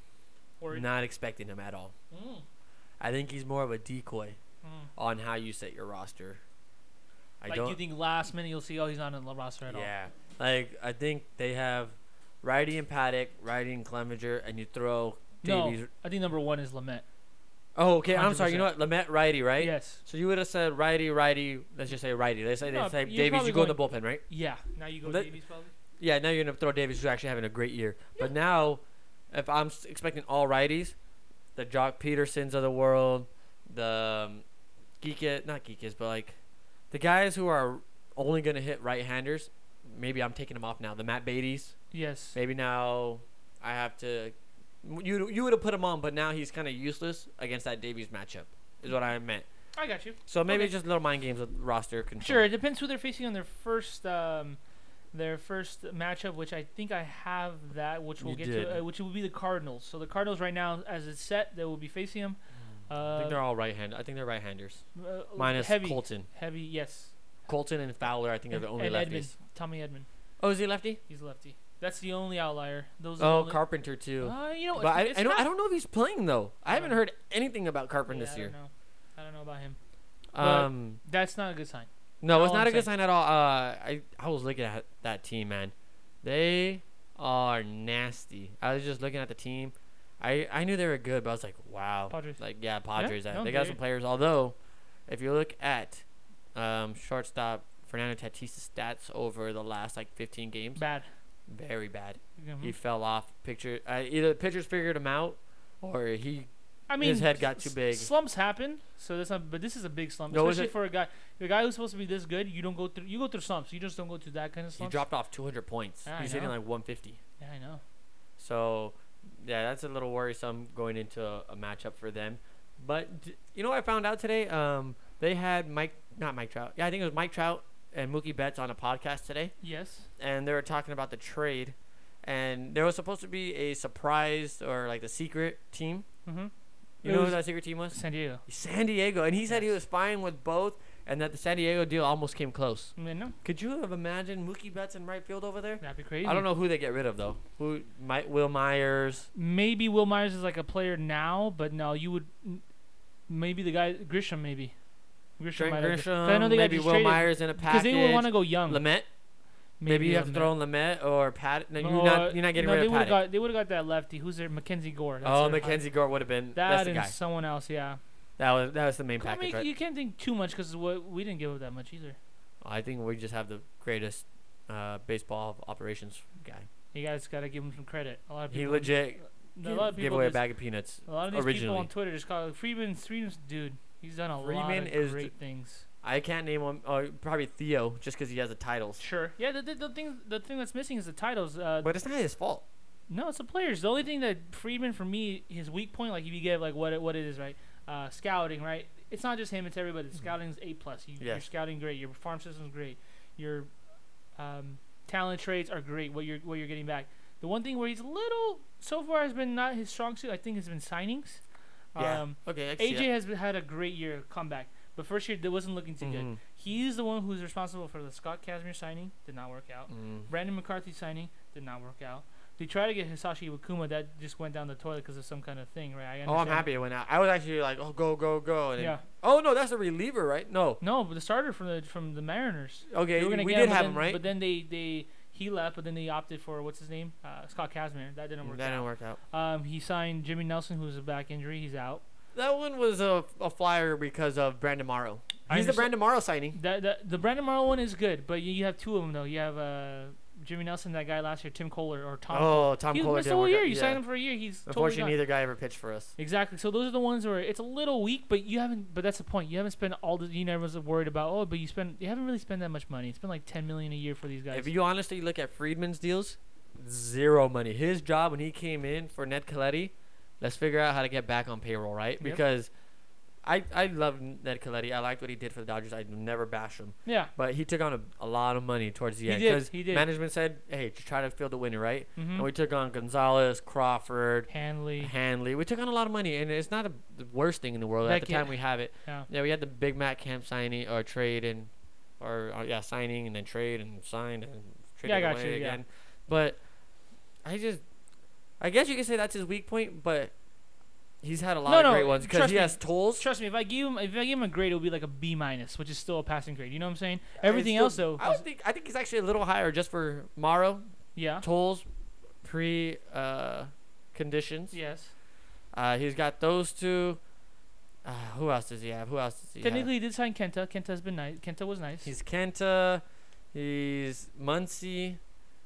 [SPEAKER 2] or
[SPEAKER 5] not expecting him at all.
[SPEAKER 2] Mm.
[SPEAKER 5] I think he's more of a decoy
[SPEAKER 2] Mm.
[SPEAKER 5] on how you set your roster. I
[SPEAKER 2] like
[SPEAKER 5] don't.
[SPEAKER 2] you think last minute you'll see, oh, he's not in the roster at all.
[SPEAKER 5] yeah. Like I think they have Righty and Paddock, Righty and Clemenger, and you throw
[SPEAKER 2] No,
[SPEAKER 5] Davies.
[SPEAKER 2] I think number one is Lament.
[SPEAKER 5] Oh, okay. i am sorry. You know what? Lamet Righty, right?
[SPEAKER 2] Yes.
[SPEAKER 5] So you would have said righty, righty. Let's just say righty. Let's say
[SPEAKER 2] No,
[SPEAKER 5] they say
[SPEAKER 2] you're
[SPEAKER 5] Davies.
[SPEAKER 2] probably
[SPEAKER 5] You go in the bullpen, right?
[SPEAKER 2] Yeah. Now you go
[SPEAKER 5] Let-
[SPEAKER 2] Davies probably.
[SPEAKER 5] Yeah. Now you're gonna throw Davies, who's actually having a great year. But now, if I'm s- expecting all righties, the Jock Petersons of the world, the um, Geek, not Geekis, but like the guys who are only gonna hit right-handers. Maybe I'm taking them off now. The Matt Beatties.
[SPEAKER 2] Yes.
[SPEAKER 5] Maybe now I have to. You you would have put him on, but now he's kind of useless against that Davies matchup. Is what I meant.
[SPEAKER 2] I got you.
[SPEAKER 5] So maybe
[SPEAKER 2] Okay.
[SPEAKER 5] it's just little mind games with roster control.
[SPEAKER 2] Sure. It depends who they're facing on their first. Um, their first matchup, which I think I have that, which we'll
[SPEAKER 5] You
[SPEAKER 2] get
[SPEAKER 5] did.
[SPEAKER 2] to, uh, which will be the Cardinals. So the Cardinals right now, as it's set, they will be facing them.
[SPEAKER 5] Mm. I think
[SPEAKER 2] Uh,
[SPEAKER 5] they're all right hand. I think they're right handers.
[SPEAKER 2] uh,
[SPEAKER 5] Minus
[SPEAKER 2] heavy,
[SPEAKER 5] Colton.
[SPEAKER 2] heavy, yes.
[SPEAKER 5] Colton and Fowler, I think, are the only
[SPEAKER 2] and
[SPEAKER 5] lefties.
[SPEAKER 2] Edmund, Tommy Edmund.
[SPEAKER 5] Oh, is he lefty?
[SPEAKER 2] He's lefty. That's the only outlier. Those.
[SPEAKER 5] Oh,
[SPEAKER 2] are the only,
[SPEAKER 5] Carpenter too.
[SPEAKER 2] Uh, you know,
[SPEAKER 5] but I,
[SPEAKER 2] it's
[SPEAKER 5] I don't. I
[SPEAKER 2] not-
[SPEAKER 5] don't know if he's playing though. I haven't
[SPEAKER 2] don't-
[SPEAKER 5] heard anything about
[SPEAKER 2] yeah,
[SPEAKER 5] Carpenter
[SPEAKER 2] I
[SPEAKER 5] this
[SPEAKER 2] don't
[SPEAKER 5] year.
[SPEAKER 2] know. I don't know about him. But-
[SPEAKER 5] Um,
[SPEAKER 2] That's not a good sign.
[SPEAKER 5] no, it's
[SPEAKER 2] all
[SPEAKER 5] not
[SPEAKER 2] Oh, I'm
[SPEAKER 5] a good
[SPEAKER 2] saying.
[SPEAKER 5] sign at all. Uh, I I was looking at that team, man. They are nasty. I was just looking at the team. I I knew they were good, but I was like, wow.
[SPEAKER 2] Padres.
[SPEAKER 5] Like yeah, Padres. uh,
[SPEAKER 2] no,
[SPEAKER 5] they got
[SPEAKER 2] they-
[SPEAKER 5] some players. Although, if you look at um shortstop Fernando Tatis' stats over the last like 15 games,
[SPEAKER 2] Bad.
[SPEAKER 5] very bad.
[SPEAKER 2] Mhm.
[SPEAKER 5] He fell off. Picture uh, either pitchers figured him out, or he
[SPEAKER 2] I mean,
[SPEAKER 5] head got
[SPEAKER 2] s-
[SPEAKER 5] too big.
[SPEAKER 2] Slumps happen, so that's not. But this is a big slump,
[SPEAKER 5] No, is
[SPEAKER 2] especially
[SPEAKER 5] it-
[SPEAKER 2] for a guy. The guy who's supposed to be this good, you don't go through. You go through slumps. You just don't go through that kind of
[SPEAKER 5] he
[SPEAKER 2] slump.
[SPEAKER 5] dropped off 200 points.
[SPEAKER 2] I
[SPEAKER 5] He's hitting
[SPEAKER 2] know.
[SPEAKER 5] like 150.
[SPEAKER 2] Yeah, I know.
[SPEAKER 5] So, yeah, that's a little worrisome going into a, a matchup for them. But d- you know what I found out today? Um, they had Mike, not Mike Trout. Yeah, I think it was Mike Trout and Mookie Betts on a podcast today,
[SPEAKER 2] Yes.
[SPEAKER 5] and they were talking about the trade. And there was supposed to be a surprise or like the secret team.
[SPEAKER 2] Mm-hmm.
[SPEAKER 5] You
[SPEAKER 2] It
[SPEAKER 5] know
[SPEAKER 2] was-
[SPEAKER 5] who that secret team was?
[SPEAKER 2] San Diego.
[SPEAKER 5] San Diego, and he said he
[SPEAKER 2] Yes.
[SPEAKER 5] was fine with both, and that the San Diego deal almost came close.
[SPEAKER 2] I mean, no,
[SPEAKER 5] Could you have imagined Mookie Betts in right field over there?
[SPEAKER 2] that'd be crazy.
[SPEAKER 5] I don't know who they get rid of though. Who might Will Myers?
[SPEAKER 2] Maybe Will Myers is like a player now, but no, you would. Maybe the guy Grisham, maybe. Grisham.
[SPEAKER 5] Trent
[SPEAKER 2] might have- 'cause
[SPEAKER 5] Grisham,
[SPEAKER 2] I know they got
[SPEAKER 5] maybe Will Myers in a
[SPEAKER 2] because
[SPEAKER 5] package.
[SPEAKER 2] they would want to go young.
[SPEAKER 5] Met. Maybe, you have to
[SPEAKER 2] Lamet.
[SPEAKER 5] throw in Lamet or Pat. No,
[SPEAKER 2] No,
[SPEAKER 5] you're not. You're not getting
[SPEAKER 2] no,
[SPEAKER 5] rid
[SPEAKER 2] they
[SPEAKER 5] of
[SPEAKER 2] would've
[SPEAKER 5] Pat.
[SPEAKER 2] Got, they would have got that lefty. Who's there? Mackenzie Gore. That's
[SPEAKER 5] oh,
[SPEAKER 2] their-
[SPEAKER 5] Mackenzie Gore would have been.
[SPEAKER 2] That
[SPEAKER 5] that's the
[SPEAKER 2] and
[SPEAKER 5] guy.
[SPEAKER 2] someone else. Yeah.
[SPEAKER 5] That was that was the main
[SPEAKER 2] I mean,
[SPEAKER 5] package, right?
[SPEAKER 2] you can't think too much because we didn't give up that much either.
[SPEAKER 5] I think we just have the greatest uh, baseball operations guy.
[SPEAKER 2] You guys got to give him some credit. A lot of
[SPEAKER 5] He
[SPEAKER 2] people.
[SPEAKER 5] legit
[SPEAKER 2] a lot of people
[SPEAKER 5] gave away a
[SPEAKER 2] just-
[SPEAKER 5] bag of peanuts.
[SPEAKER 2] A lot of these people
[SPEAKER 5] originally.
[SPEAKER 2] on Twitter just call Freeman. Freeman's dude. He's done a
[SPEAKER 5] Freeman
[SPEAKER 2] lot of
[SPEAKER 5] is
[SPEAKER 2] great things.
[SPEAKER 5] I can't name him. Uh, probably Theo, just because he has the titles.
[SPEAKER 2] Sure. Yeah. The, the, the thing the thing that's missing is the titles. Uh,
[SPEAKER 5] But it's not his fault.
[SPEAKER 2] No, it's the players. The only thing that Friedman for me, his weak point, like if you get like what it, what it is, right? Uh, scouting, right? It's not just him; it's everybody. Scouting's A plus. You, Your
[SPEAKER 5] Yes.
[SPEAKER 2] scouting great. Your farm system's great. Your um, talent traits are great. What you're what you're getting back. The one thing where he's a little so far has been not his strong suit. I think has been signings. Um,
[SPEAKER 5] okay. I can see
[SPEAKER 2] AJ
[SPEAKER 5] that.
[SPEAKER 2] has been, had a great year comeback, But first year, that wasn't looking too good.
[SPEAKER 5] Mhm.
[SPEAKER 2] He's the one who's responsible for the Scott Kazmir signing. Did not work out.
[SPEAKER 5] Mm.
[SPEAKER 2] Brandon McCarthy signing did not work out. They tried to get Hisashi Wakuma. That just went down the toilet because of some kind of thing, right? I
[SPEAKER 5] Oh, I'm
[SPEAKER 2] understand.
[SPEAKER 5] happy it went out. I was actually like, oh, go, go, go. And then,
[SPEAKER 2] Yeah.
[SPEAKER 5] Oh, no, that's a reliever, right? No.
[SPEAKER 2] No, but the starter from the from the Mariners.
[SPEAKER 5] Okay,
[SPEAKER 2] They were gonna
[SPEAKER 5] we
[SPEAKER 2] get
[SPEAKER 5] did
[SPEAKER 2] but
[SPEAKER 5] have
[SPEAKER 2] then-
[SPEAKER 5] him, right?
[SPEAKER 2] But then they they he left. But then they opted for what's his name, uh, Scott Kazmir. That didn't work
[SPEAKER 5] that didn't
[SPEAKER 2] out.
[SPEAKER 5] work out.
[SPEAKER 2] Um, he signed Jimmy Nelson, who's a back injury. He's out.
[SPEAKER 5] That one was a, a flyer because of Brandon Morrow.
[SPEAKER 2] I
[SPEAKER 5] He's the
[SPEAKER 2] understand-
[SPEAKER 5] Brandon Morrow signing.
[SPEAKER 2] The, the, the Brandon Morrow one is good, but you, you have two of them though. You have uh, Jimmy Nelson, that guy last year, Tim Kohler or Tom.
[SPEAKER 5] Oh, Tom
[SPEAKER 2] he
[SPEAKER 5] Kohler
[SPEAKER 2] missed a
[SPEAKER 5] didn't
[SPEAKER 2] whole
[SPEAKER 5] work
[SPEAKER 2] year.
[SPEAKER 5] out.
[SPEAKER 2] You
[SPEAKER 5] yeah.
[SPEAKER 2] signed him for a year. He's totally
[SPEAKER 5] Unfortunately,
[SPEAKER 2] gone.
[SPEAKER 5] neither guy ever pitched for us.
[SPEAKER 2] Exactly. So those are the ones where it's a little weak, but you haven't. But that's the point. You haven't spent all the. You know, everyone's worried about. Oh, but you spend. You haven't really spent that much money. It's been like ten million a year for these guys.
[SPEAKER 5] If you honestly look at Friedman's deals, zero money. His job when he came in for Ned Coletti, let's figure out how to get back on payroll, right?
[SPEAKER 2] Yep.
[SPEAKER 5] Because I I love Ned Coletti. I liked what he did for the Dodgers. I never bash him,
[SPEAKER 2] yeah.
[SPEAKER 5] but he took on a, a lot of money towards the
[SPEAKER 2] He
[SPEAKER 5] end
[SPEAKER 2] did,
[SPEAKER 5] because
[SPEAKER 2] he did.
[SPEAKER 5] management said, "Hey, just try to field the winner, right?"
[SPEAKER 2] hmm
[SPEAKER 5] And we took on Gonzalez, Crawford,
[SPEAKER 2] Hanley.
[SPEAKER 5] Hanley. We took on a lot of money, and it's not a, the worst thing in the world. At the
[SPEAKER 2] Beckett.
[SPEAKER 5] time we have it,
[SPEAKER 2] Yeah.
[SPEAKER 5] yeah, we had the Big Mac camp signing or trade and or, or yeah, signing and then trade and signed and traded
[SPEAKER 2] Yeah, I got
[SPEAKER 5] away
[SPEAKER 2] you, yeah.
[SPEAKER 5] again. But I just, I guess you could say that's his weak point, but he's had a lot
[SPEAKER 2] No,
[SPEAKER 5] of
[SPEAKER 2] no,
[SPEAKER 5] great ones because
[SPEAKER 2] trust
[SPEAKER 5] he
[SPEAKER 2] me.
[SPEAKER 5] has tools.
[SPEAKER 2] Trust me, if I give him if I give him a grade, it would be like a B minus, which is still a passing grade. You know what I'm saying? Everything
[SPEAKER 5] It's
[SPEAKER 2] else though,
[SPEAKER 5] still- I
[SPEAKER 2] is- Uh-huh.
[SPEAKER 5] would think I think he's actually a little higher just for Morrow
[SPEAKER 2] yeah,
[SPEAKER 5] tools, pre uh, conditions.
[SPEAKER 2] yes.
[SPEAKER 5] Uh, he's got those two. Uh, who else does he have? Who else does he have?
[SPEAKER 2] Technically, he did sign Kenta. Kenta's been nice. Kenta was nice.
[SPEAKER 5] He's Kenta. He's Muncie.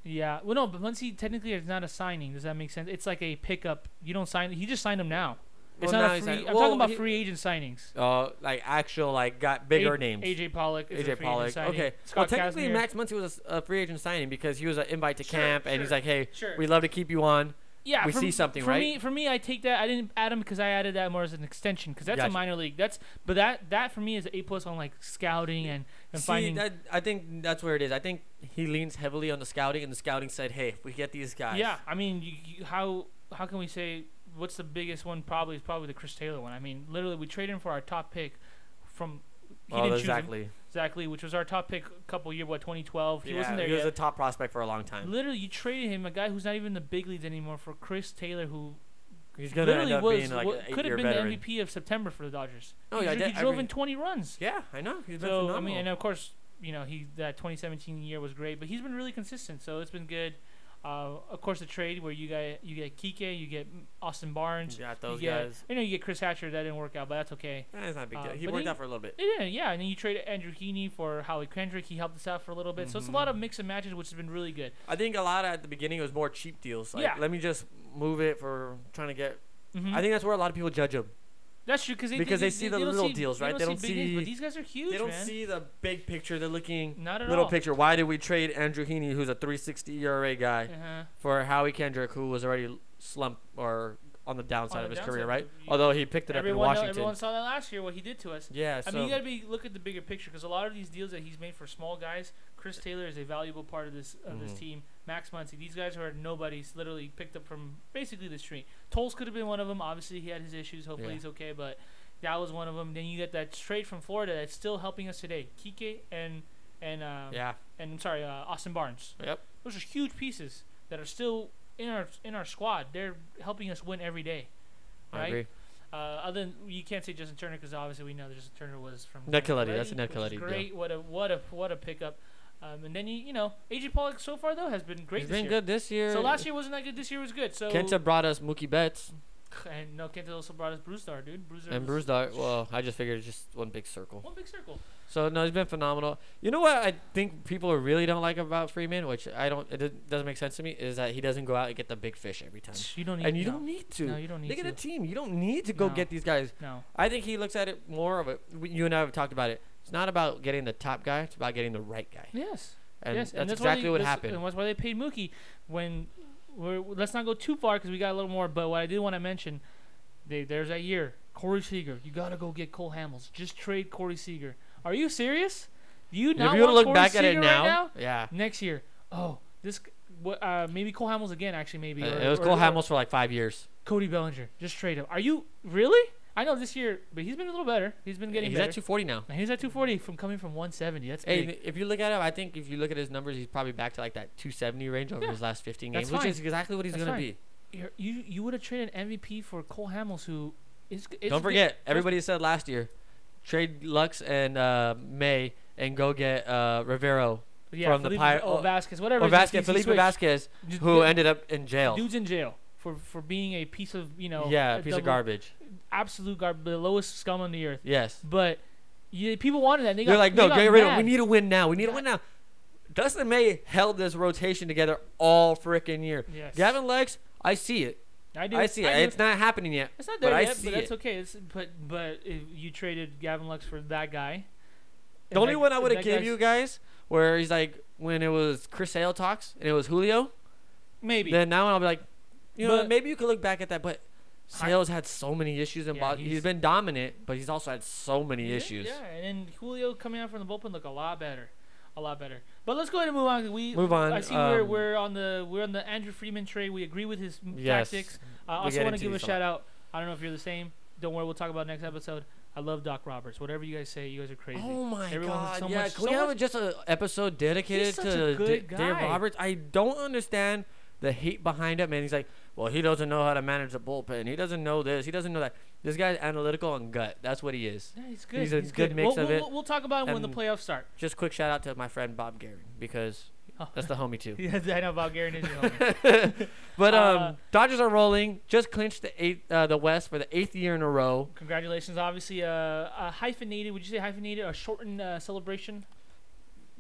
[SPEAKER 2] yeah. Well, no, but once he technically it's not a signing. Does that make sense? It's like a pickup. You don't sign. He just signed him now. It's
[SPEAKER 5] Well,
[SPEAKER 2] not
[SPEAKER 5] now
[SPEAKER 2] a
[SPEAKER 5] he's
[SPEAKER 2] free.
[SPEAKER 5] signed-
[SPEAKER 2] I'm
[SPEAKER 5] well,
[SPEAKER 2] talking about
[SPEAKER 5] he-
[SPEAKER 2] free agent signings.
[SPEAKER 5] Uh, like actual like got bigger
[SPEAKER 2] A-
[SPEAKER 5] names.
[SPEAKER 2] AJ Pollock. Is a
[SPEAKER 5] AJ
[SPEAKER 2] free agent
[SPEAKER 5] Pollock.
[SPEAKER 2] signing.
[SPEAKER 5] Okay.
[SPEAKER 2] Scott
[SPEAKER 5] well, technically,
[SPEAKER 2] Kazmir.
[SPEAKER 5] Max Muncy was a s- a, free agent signing because he was an invite to
[SPEAKER 2] Sure,
[SPEAKER 5] camp, and
[SPEAKER 2] sure,
[SPEAKER 5] he's like, "Hey,
[SPEAKER 2] sure.
[SPEAKER 5] we'd love to keep you on."
[SPEAKER 2] Yeah,
[SPEAKER 5] we
[SPEAKER 2] for,
[SPEAKER 5] see something,
[SPEAKER 2] for
[SPEAKER 5] right?
[SPEAKER 2] Me, for me, I take that. I didn't add him because I added that more as an extension because that's a
[SPEAKER 5] Gotcha.
[SPEAKER 2] minor league. That's but that that for me is a plus on like scouting and, and
[SPEAKER 5] See,
[SPEAKER 2] finding.
[SPEAKER 5] that, I think that's where it is. I think he leans heavily on the scouting, and the scouting said, "Hey, if we get these guys."
[SPEAKER 2] Yeah, I mean, you, you, how how can we say what's the biggest one? Probably is probably the Chris Taylor one. I mean, literally, we traded him for our top pick from. He
[SPEAKER 5] Well,
[SPEAKER 2] didn't choose him,
[SPEAKER 5] exactly.
[SPEAKER 2] exactly, which was our top pick a couple year what 2012. He
[SPEAKER 5] yeah,
[SPEAKER 2] wasn't there
[SPEAKER 5] He was
[SPEAKER 2] yet.
[SPEAKER 5] a top prospect for a long time.
[SPEAKER 2] literally, you traded him, a guy who's not even in the big leagues anymore, for Chris Taylor, who
[SPEAKER 5] He's gonna
[SPEAKER 2] literally
[SPEAKER 5] end up
[SPEAKER 2] was
[SPEAKER 5] being like
[SPEAKER 2] what
[SPEAKER 5] an
[SPEAKER 2] could have
[SPEAKER 5] eight-year
[SPEAKER 2] been
[SPEAKER 5] veteran.
[SPEAKER 2] the MVP of September for the Dodgers.
[SPEAKER 5] Oh,
[SPEAKER 2] he,
[SPEAKER 5] yeah, I
[SPEAKER 2] dr-
[SPEAKER 5] did-
[SPEAKER 2] he
[SPEAKER 5] I
[SPEAKER 2] drove
[SPEAKER 5] agree.
[SPEAKER 2] in 20 runs.
[SPEAKER 5] Yeah, I know. He's been
[SPEAKER 2] So I
[SPEAKER 5] phenomenal.
[SPEAKER 2] mean, and of course, you know, he that 2017 year was great, but he's been really consistent. So it's been good. Uh, of course, the trade where you got you get Kike, you get Austin Barnes,
[SPEAKER 5] You got those
[SPEAKER 2] you get,
[SPEAKER 5] guys.
[SPEAKER 2] You know, you get Chris Hatcher. That didn't work out, but that's okay.
[SPEAKER 5] Eh, it's not a big
[SPEAKER 2] Uh,
[SPEAKER 5] deal. He
[SPEAKER 2] but
[SPEAKER 5] worked
[SPEAKER 2] he-
[SPEAKER 5] out for a little bit.
[SPEAKER 2] It didn't, yeah. And then you trade Andrew Heaney for Howie Kendrick. He helped us out for a little bit. So it's a
[SPEAKER 5] Mm-hmm.
[SPEAKER 2] lot of mix and matches, which has been really good.
[SPEAKER 5] I think a lot at the beginning it was more cheap deals. Like,
[SPEAKER 2] Yeah.
[SPEAKER 5] let me just move it for trying to get.
[SPEAKER 2] Mhm.
[SPEAKER 5] I think that's where a lot of people judge them.
[SPEAKER 2] that's true they,
[SPEAKER 5] because
[SPEAKER 2] they,
[SPEAKER 5] they see the
[SPEAKER 2] don't
[SPEAKER 5] little
[SPEAKER 2] see-
[SPEAKER 5] deals, right?
[SPEAKER 2] They don't see, big names, but
[SPEAKER 5] see-
[SPEAKER 2] these guys are huge,
[SPEAKER 5] They don't
[SPEAKER 2] man.
[SPEAKER 5] see the big picture. They're looking
[SPEAKER 2] Not at
[SPEAKER 5] little
[SPEAKER 2] all.
[SPEAKER 5] picture. Why did we trade Andrew Heaney, who's a 360 ERA guy,
[SPEAKER 2] Uh-huh.
[SPEAKER 5] for Howie Kendrick, who was already slumped or on the downside
[SPEAKER 2] the
[SPEAKER 5] of his
[SPEAKER 2] downside,
[SPEAKER 5] career, right?
[SPEAKER 2] but you-
[SPEAKER 5] Although he picked it up in
[SPEAKER 2] Everyone, know-
[SPEAKER 5] Washington.
[SPEAKER 2] everyone saw that last year. What he did to us.
[SPEAKER 5] yeah, so
[SPEAKER 2] I mean, you gotta be look at the bigger picture because a lot of these deals that he's made for small guys, Chris Taylor is a valuable part of this of this
[SPEAKER 5] Mhm.
[SPEAKER 2] team. Max Muncy, these guys who are nobodies, literally picked up from basically the street. Tolles could have been one of them. Obviously, he had his issues. Hopefully,
[SPEAKER 5] Yeah.
[SPEAKER 2] he's okay, but that was one of them. Then you get that trade from Florida that's still helping us today. Kike and and um,
[SPEAKER 5] yeah,
[SPEAKER 2] and I'm sorry, uh, Austin Barnes.
[SPEAKER 5] yep.
[SPEAKER 2] Those are huge pieces that are still in our in our squad. They're helping us win every day.
[SPEAKER 5] I
[SPEAKER 2] Right?
[SPEAKER 5] agree.
[SPEAKER 2] Uh, other than you can't say Justin Turner because obviously we know that Justin Turner was from
[SPEAKER 5] Ned
[SPEAKER 2] Kansas
[SPEAKER 5] Kelly, that's a Ned
[SPEAKER 2] which is
[SPEAKER 5] Kelly deal.
[SPEAKER 2] Great, what a what a what a pickup. Um, and then you you know AJ Pollock so far though has been great.
[SPEAKER 5] He's
[SPEAKER 2] this
[SPEAKER 5] been
[SPEAKER 2] year.
[SPEAKER 5] good this year.
[SPEAKER 2] So last year wasn't that good. This year was good. So
[SPEAKER 5] Kenta brought us Mookie Betts
[SPEAKER 2] and no Kenta also brought us Bruce Star, dude. Bruce
[SPEAKER 5] and Bruce Dart. Well, I just figured it's just one big circle.
[SPEAKER 2] One big circle.
[SPEAKER 5] So no, he's been phenomenal. You know what I think people really don't like about Freeman, which I don't, it doesn't- doesn't make sense to me, is that he doesn't go out and get the big fish every time.
[SPEAKER 2] You don't need.
[SPEAKER 5] And you
[SPEAKER 2] no.
[SPEAKER 5] don't need to.
[SPEAKER 2] No, you don't need
[SPEAKER 5] Look
[SPEAKER 2] to.
[SPEAKER 5] at the team. You don't need to go
[SPEAKER 2] No.
[SPEAKER 5] get these guys.
[SPEAKER 2] No.
[SPEAKER 5] I think he looks at it more of a. we- You and I have talked about it. It's not about getting the top guy. It's about getting the right guy.
[SPEAKER 2] Yes.
[SPEAKER 5] And
[SPEAKER 2] yes.
[SPEAKER 5] that's
[SPEAKER 2] and that's why
[SPEAKER 5] exactly
[SPEAKER 2] they,
[SPEAKER 5] what
[SPEAKER 2] that's-
[SPEAKER 5] happened.
[SPEAKER 2] And that's why they paid Mookie. When we're, let's not go too far because we got a little more. But what I did want to mention, they, there's that year Corey Seager. You gotta go get Cole Hamels. Just trade Corey Seager. Are you serious? You
[SPEAKER 5] And if
[SPEAKER 2] not
[SPEAKER 5] you were to
[SPEAKER 2] want
[SPEAKER 5] look
[SPEAKER 2] Corey
[SPEAKER 5] back
[SPEAKER 2] Seager
[SPEAKER 5] at it
[SPEAKER 2] right now?
[SPEAKER 5] yeah,
[SPEAKER 2] Next year. Oh, this. g- What, uh, maybe Cole Hamels again. Actually, maybe
[SPEAKER 5] Uh,
[SPEAKER 2] or-
[SPEAKER 5] it was
[SPEAKER 2] or-
[SPEAKER 5] Cole
[SPEAKER 2] or
[SPEAKER 5] Hamels for like five years.
[SPEAKER 2] Cody Bellinger. Just trade him. Are you really? I know this year, but he's been a little better. He's been getting
[SPEAKER 5] Uh, He's
[SPEAKER 2] better.
[SPEAKER 5] at 240 now.
[SPEAKER 2] And he's at 240 from coming from 170. That's
[SPEAKER 5] Hey,
[SPEAKER 2] big.
[SPEAKER 5] if you look at him, I think if you look at his numbers, he's probably back to like that 270 range over
[SPEAKER 2] Yeah.
[SPEAKER 5] his last 15
[SPEAKER 2] That's
[SPEAKER 5] games, which
[SPEAKER 2] fine.
[SPEAKER 5] is exactly what he's
[SPEAKER 2] That's
[SPEAKER 5] going to
[SPEAKER 2] fine.
[SPEAKER 5] be.
[SPEAKER 2] You're- you you would have traded MVP for Cole Hamels, who is. is
[SPEAKER 5] Don't forget, everybody said last year, trade Lux and uh, May and go get uh, Rivero
[SPEAKER 2] yeah,
[SPEAKER 5] from the
[SPEAKER 2] Felipe
[SPEAKER 5] Pir-
[SPEAKER 2] or
[SPEAKER 5] or-
[SPEAKER 2] Vasquez, whatever.
[SPEAKER 5] or
[SPEAKER 2] his name
[SPEAKER 5] Vasquez,
[SPEAKER 2] is, he
[SPEAKER 5] Felipe
[SPEAKER 2] switched.
[SPEAKER 5] Vasquez,
[SPEAKER 2] Just
[SPEAKER 5] who
[SPEAKER 2] the-
[SPEAKER 5] ended up in jail.
[SPEAKER 2] dude's in jail for for being a piece of you know
[SPEAKER 5] yeah, piece of
[SPEAKER 2] double-
[SPEAKER 5] garbage.
[SPEAKER 2] absolute garbage, the lowest scum on the earth.
[SPEAKER 5] Yes.
[SPEAKER 2] But yeah, people wanted that. They
[SPEAKER 5] They're
[SPEAKER 2] got,
[SPEAKER 5] like,
[SPEAKER 2] they
[SPEAKER 5] no,
[SPEAKER 2] got
[SPEAKER 5] get rid of him. We
[SPEAKER 2] mad.
[SPEAKER 5] need a win now. We need
[SPEAKER 2] Yeah.
[SPEAKER 5] a win now. Dustin May held this rotation together all freaking year.
[SPEAKER 2] Yes.
[SPEAKER 5] Gavin Lex, I see it.
[SPEAKER 2] I do.
[SPEAKER 5] I see it.
[SPEAKER 2] do.
[SPEAKER 5] it's not happening yet.
[SPEAKER 2] It's not
[SPEAKER 5] but
[SPEAKER 2] there
[SPEAKER 5] I
[SPEAKER 2] yet,
[SPEAKER 5] see
[SPEAKER 2] but that's
[SPEAKER 5] it.
[SPEAKER 2] okay. It's, but but if you traded Gavin Lux for that guy.
[SPEAKER 5] The only one I would have
[SPEAKER 2] given
[SPEAKER 5] gave you guys, where he's like, when it was Chris Sale talks and it was Julio,
[SPEAKER 2] maybe.
[SPEAKER 5] then now I'll be like, you know,
[SPEAKER 2] But-
[SPEAKER 5] maybe you could look back at that, but
[SPEAKER 2] Hi-
[SPEAKER 5] Sale's had so many issues in
[SPEAKER 2] Yeah,
[SPEAKER 5] Boston.
[SPEAKER 2] he's-
[SPEAKER 5] he's been dominant, but he's also had so many
[SPEAKER 2] Yeah,
[SPEAKER 5] issues.
[SPEAKER 2] Yeah, and then Julio coming out from the bullpen look a lot better, a lot better. But let's go ahead and move on. We
[SPEAKER 5] Move on,
[SPEAKER 2] I see we're,
[SPEAKER 5] um,
[SPEAKER 2] we're on the we're on the Andrew Freeman trade. We agree with his m-
[SPEAKER 5] Yes,
[SPEAKER 2] tactics.
[SPEAKER 5] we
[SPEAKER 2] I also
[SPEAKER 5] get
[SPEAKER 2] want to
[SPEAKER 5] into
[SPEAKER 2] give a
[SPEAKER 5] these a
[SPEAKER 2] shout out. I don't know if you're the same. Don't worry, we'll talk about it next episode. I love Doc Roberts. Whatever you guys say, you guys are crazy.
[SPEAKER 5] Oh my
[SPEAKER 2] Everyone was
[SPEAKER 5] god!
[SPEAKER 2] so
[SPEAKER 5] yeah,
[SPEAKER 2] much-
[SPEAKER 5] can
[SPEAKER 2] so
[SPEAKER 5] we have
[SPEAKER 2] much-
[SPEAKER 5] a- just an episode dedicated
[SPEAKER 2] such a
[SPEAKER 5] to D-
[SPEAKER 2] good
[SPEAKER 5] Dave
[SPEAKER 2] guy.
[SPEAKER 5] Roberts? I don't understand the hate behind him, and he's like, "Well, he doesn't know how to manage the bullpen. He doesn't know this. He doesn't know that." This guy's analytical and gut. That's what he is.
[SPEAKER 2] Yeah, he's good.
[SPEAKER 5] He's a good
[SPEAKER 2] good.
[SPEAKER 5] mix
[SPEAKER 2] we'll,
[SPEAKER 5] of
[SPEAKER 2] we'll,
[SPEAKER 5] it,
[SPEAKER 2] We'll, we'll talk about it when the
[SPEAKER 5] and-
[SPEAKER 2] playoffs start.
[SPEAKER 5] Just quick shout out to my friend Bob Guerin because
[SPEAKER 2] Oh.
[SPEAKER 5] that's the homie too.
[SPEAKER 2] yeah, I know about Garen is your homie.
[SPEAKER 5] But um,
[SPEAKER 2] Uh,
[SPEAKER 5] Dodgers are rolling. Just clinched the eighth, uh, the West for the eighth year in a row.
[SPEAKER 2] Congratulations. Obviously, uh, a hyphenated. Would you say hyphenated? A shortened uh, celebration.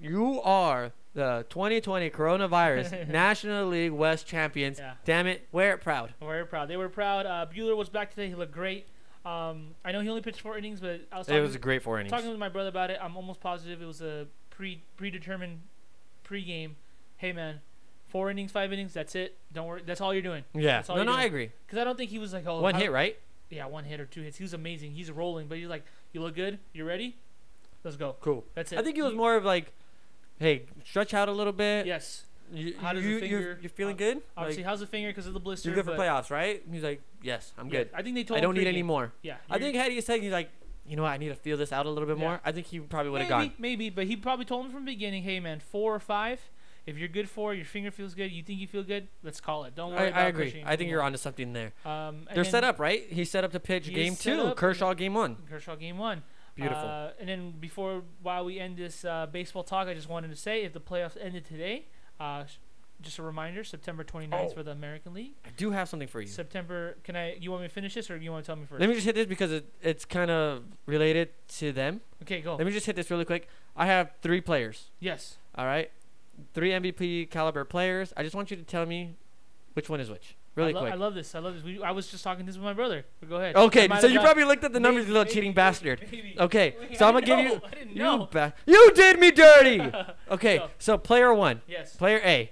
[SPEAKER 5] You are the 2020 coronavirus National League West champions.
[SPEAKER 2] Yeah.
[SPEAKER 5] Damn it, wear it proud.
[SPEAKER 2] We're very proud. They were proud. Uh, Bueller was back today. He looked great. Um, I know he only pitched four innings, but I was
[SPEAKER 5] It
[SPEAKER 2] talking,
[SPEAKER 5] was a great four innings.
[SPEAKER 2] talking with my brother about it. I'm almost positive it was a pre predetermined pre-game. Hey man, four innings, five innings. That's it. Don't worry. That's all you're doing.
[SPEAKER 5] Yeah.
[SPEAKER 2] That's all
[SPEAKER 5] No,
[SPEAKER 2] you
[SPEAKER 5] no,
[SPEAKER 2] do.
[SPEAKER 5] I agree.
[SPEAKER 2] Because I don't think he was like oh
[SPEAKER 5] One
[SPEAKER 2] how-
[SPEAKER 5] hit, right?
[SPEAKER 2] Yeah, one hit or two hits. He was amazing. He's rolling, but he's like, you look good. You ready? Let's go.
[SPEAKER 5] Cool.
[SPEAKER 2] That's it.
[SPEAKER 5] I think it was more of like, hey, stretch out a little bit.
[SPEAKER 2] Yes.
[SPEAKER 5] You,
[SPEAKER 2] How does the
[SPEAKER 5] you,
[SPEAKER 2] finger-
[SPEAKER 5] you're, you're feeling good?
[SPEAKER 2] Obviously,
[SPEAKER 5] Like,
[SPEAKER 2] how's the finger because of the blister?
[SPEAKER 5] you're good for
[SPEAKER 2] but-
[SPEAKER 5] playoffs, right? And He's like, yes, I'm
[SPEAKER 2] yeah,
[SPEAKER 5] good.
[SPEAKER 2] I think they told.
[SPEAKER 5] I
[SPEAKER 2] him
[SPEAKER 5] don't need
[SPEAKER 2] pregame.
[SPEAKER 5] any more.
[SPEAKER 2] Yeah.
[SPEAKER 5] I
[SPEAKER 2] you're-
[SPEAKER 5] think had he said, he's like, you know what, I need to feel this out a little bit
[SPEAKER 2] Yeah.
[SPEAKER 5] more. I think he probably would
[SPEAKER 2] maybe,
[SPEAKER 5] have gone.
[SPEAKER 2] Maybe, but he probably told him from the beginning, hey man, four or five. If you're good for, your finger feels good, you think you feel good, let's call it. Don't worry
[SPEAKER 5] I,
[SPEAKER 2] about
[SPEAKER 5] I agree.
[SPEAKER 2] pushing
[SPEAKER 5] I think you're
[SPEAKER 2] anymore."
[SPEAKER 5] onto something there.
[SPEAKER 2] Um, and
[SPEAKER 5] They're
[SPEAKER 2] then
[SPEAKER 5] set up, right? He's set up to pitch
[SPEAKER 2] He is
[SPEAKER 5] game
[SPEAKER 2] set
[SPEAKER 5] two,
[SPEAKER 2] up.
[SPEAKER 5] Kershaw game one.
[SPEAKER 2] Kershaw game one.
[SPEAKER 5] Beautiful.
[SPEAKER 2] Uh, and then before, while we end this uh, baseball talk, I just wanted to say if the playoffs ended today, uh, sh- just a reminder, September 29th
[SPEAKER 5] Oh.
[SPEAKER 2] for the American League.
[SPEAKER 5] I do have something for you.
[SPEAKER 2] September, can I? You want me to finish this, or you want to tell me first?
[SPEAKER 5] Let me just hit this because it, it's kind of related to them.
[SPEAKER 2] okay, go.
[SPEAKER 5] Let me just hit this really quick. I have three players.
[SPEAKER 2] yes.
[SPEAKER 5] All right, three MVP caliber players. I just want you to tell me which one is which, really
[SPEAKER 2] I lo-
[SPEAKER 5] quick.
[SPEAKER 2] I love this. I love this. We, I was just talking this with my brother. But go ahead. I
[SPEAKER 5] okay,
[SPEAKER 2] might
[SPEAKER 5] so
[SPEAKER 2] have
[SPEAKER 5] you
[SPEAKER 2] got-
[SPEAKER 5] probably looked at the numbers, you little
[SPEAKER 2] Maybe,
[SPEAKER 5] cheating
[SPEAKER 2] maybe,
[SPEAKER 5] bastard.
[SPEAKER 2] maybe.
[SPEAKER 5] Okay,
[SPEAKER 2] Wait,
[SPEAKER 5] so
[SPEAKER 2] I
[SPEAKER 5] I'm gonna give
[SPEAKER 2] know,
[SPEAKER 5] you.
[SPEAKER 2] I didn't
[SPEAKER 5] You
[SPEAKER 2] know.
[SPEAKER 5] ba- You did me dirty. Okay,
[SPEAKER 2] No.
[SPEAKER 5] so player one,
[SPEAKER 2] Yes.
[SPEAKER 5] player A.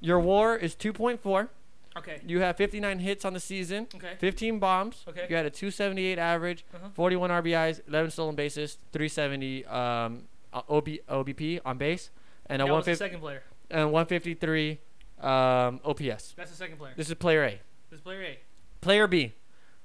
[SPEAKER 5] Your WAR is 2.4.
[SPEAKER 2] Okay.
[SPEAKER 5] You have 59 hits on the season.
[SPEAKER 2] Okay.
[SPEAKER 5] 15 bombs.
[SPEAKER 2] Okay.
[SPEAKER 5] You had a 278 average,
[SPEAKER 2] Uh-huh.
[SPEAKER 5] 41 RBIs, 11 stolen bases, 370 um, uh, OB, OBP on base, and a
[SPEAKER 2] That was the
[SPEAKER 5] 150,
[SPEAKER 2] second player.
[SPEAKER 5] and 153 um, OPS.
[SPEAKER 2] That's the second player. This,
[SPEAKER 5] This is player A.
[SPEAKER 2] player A.
[SPEAKER 5] Player B,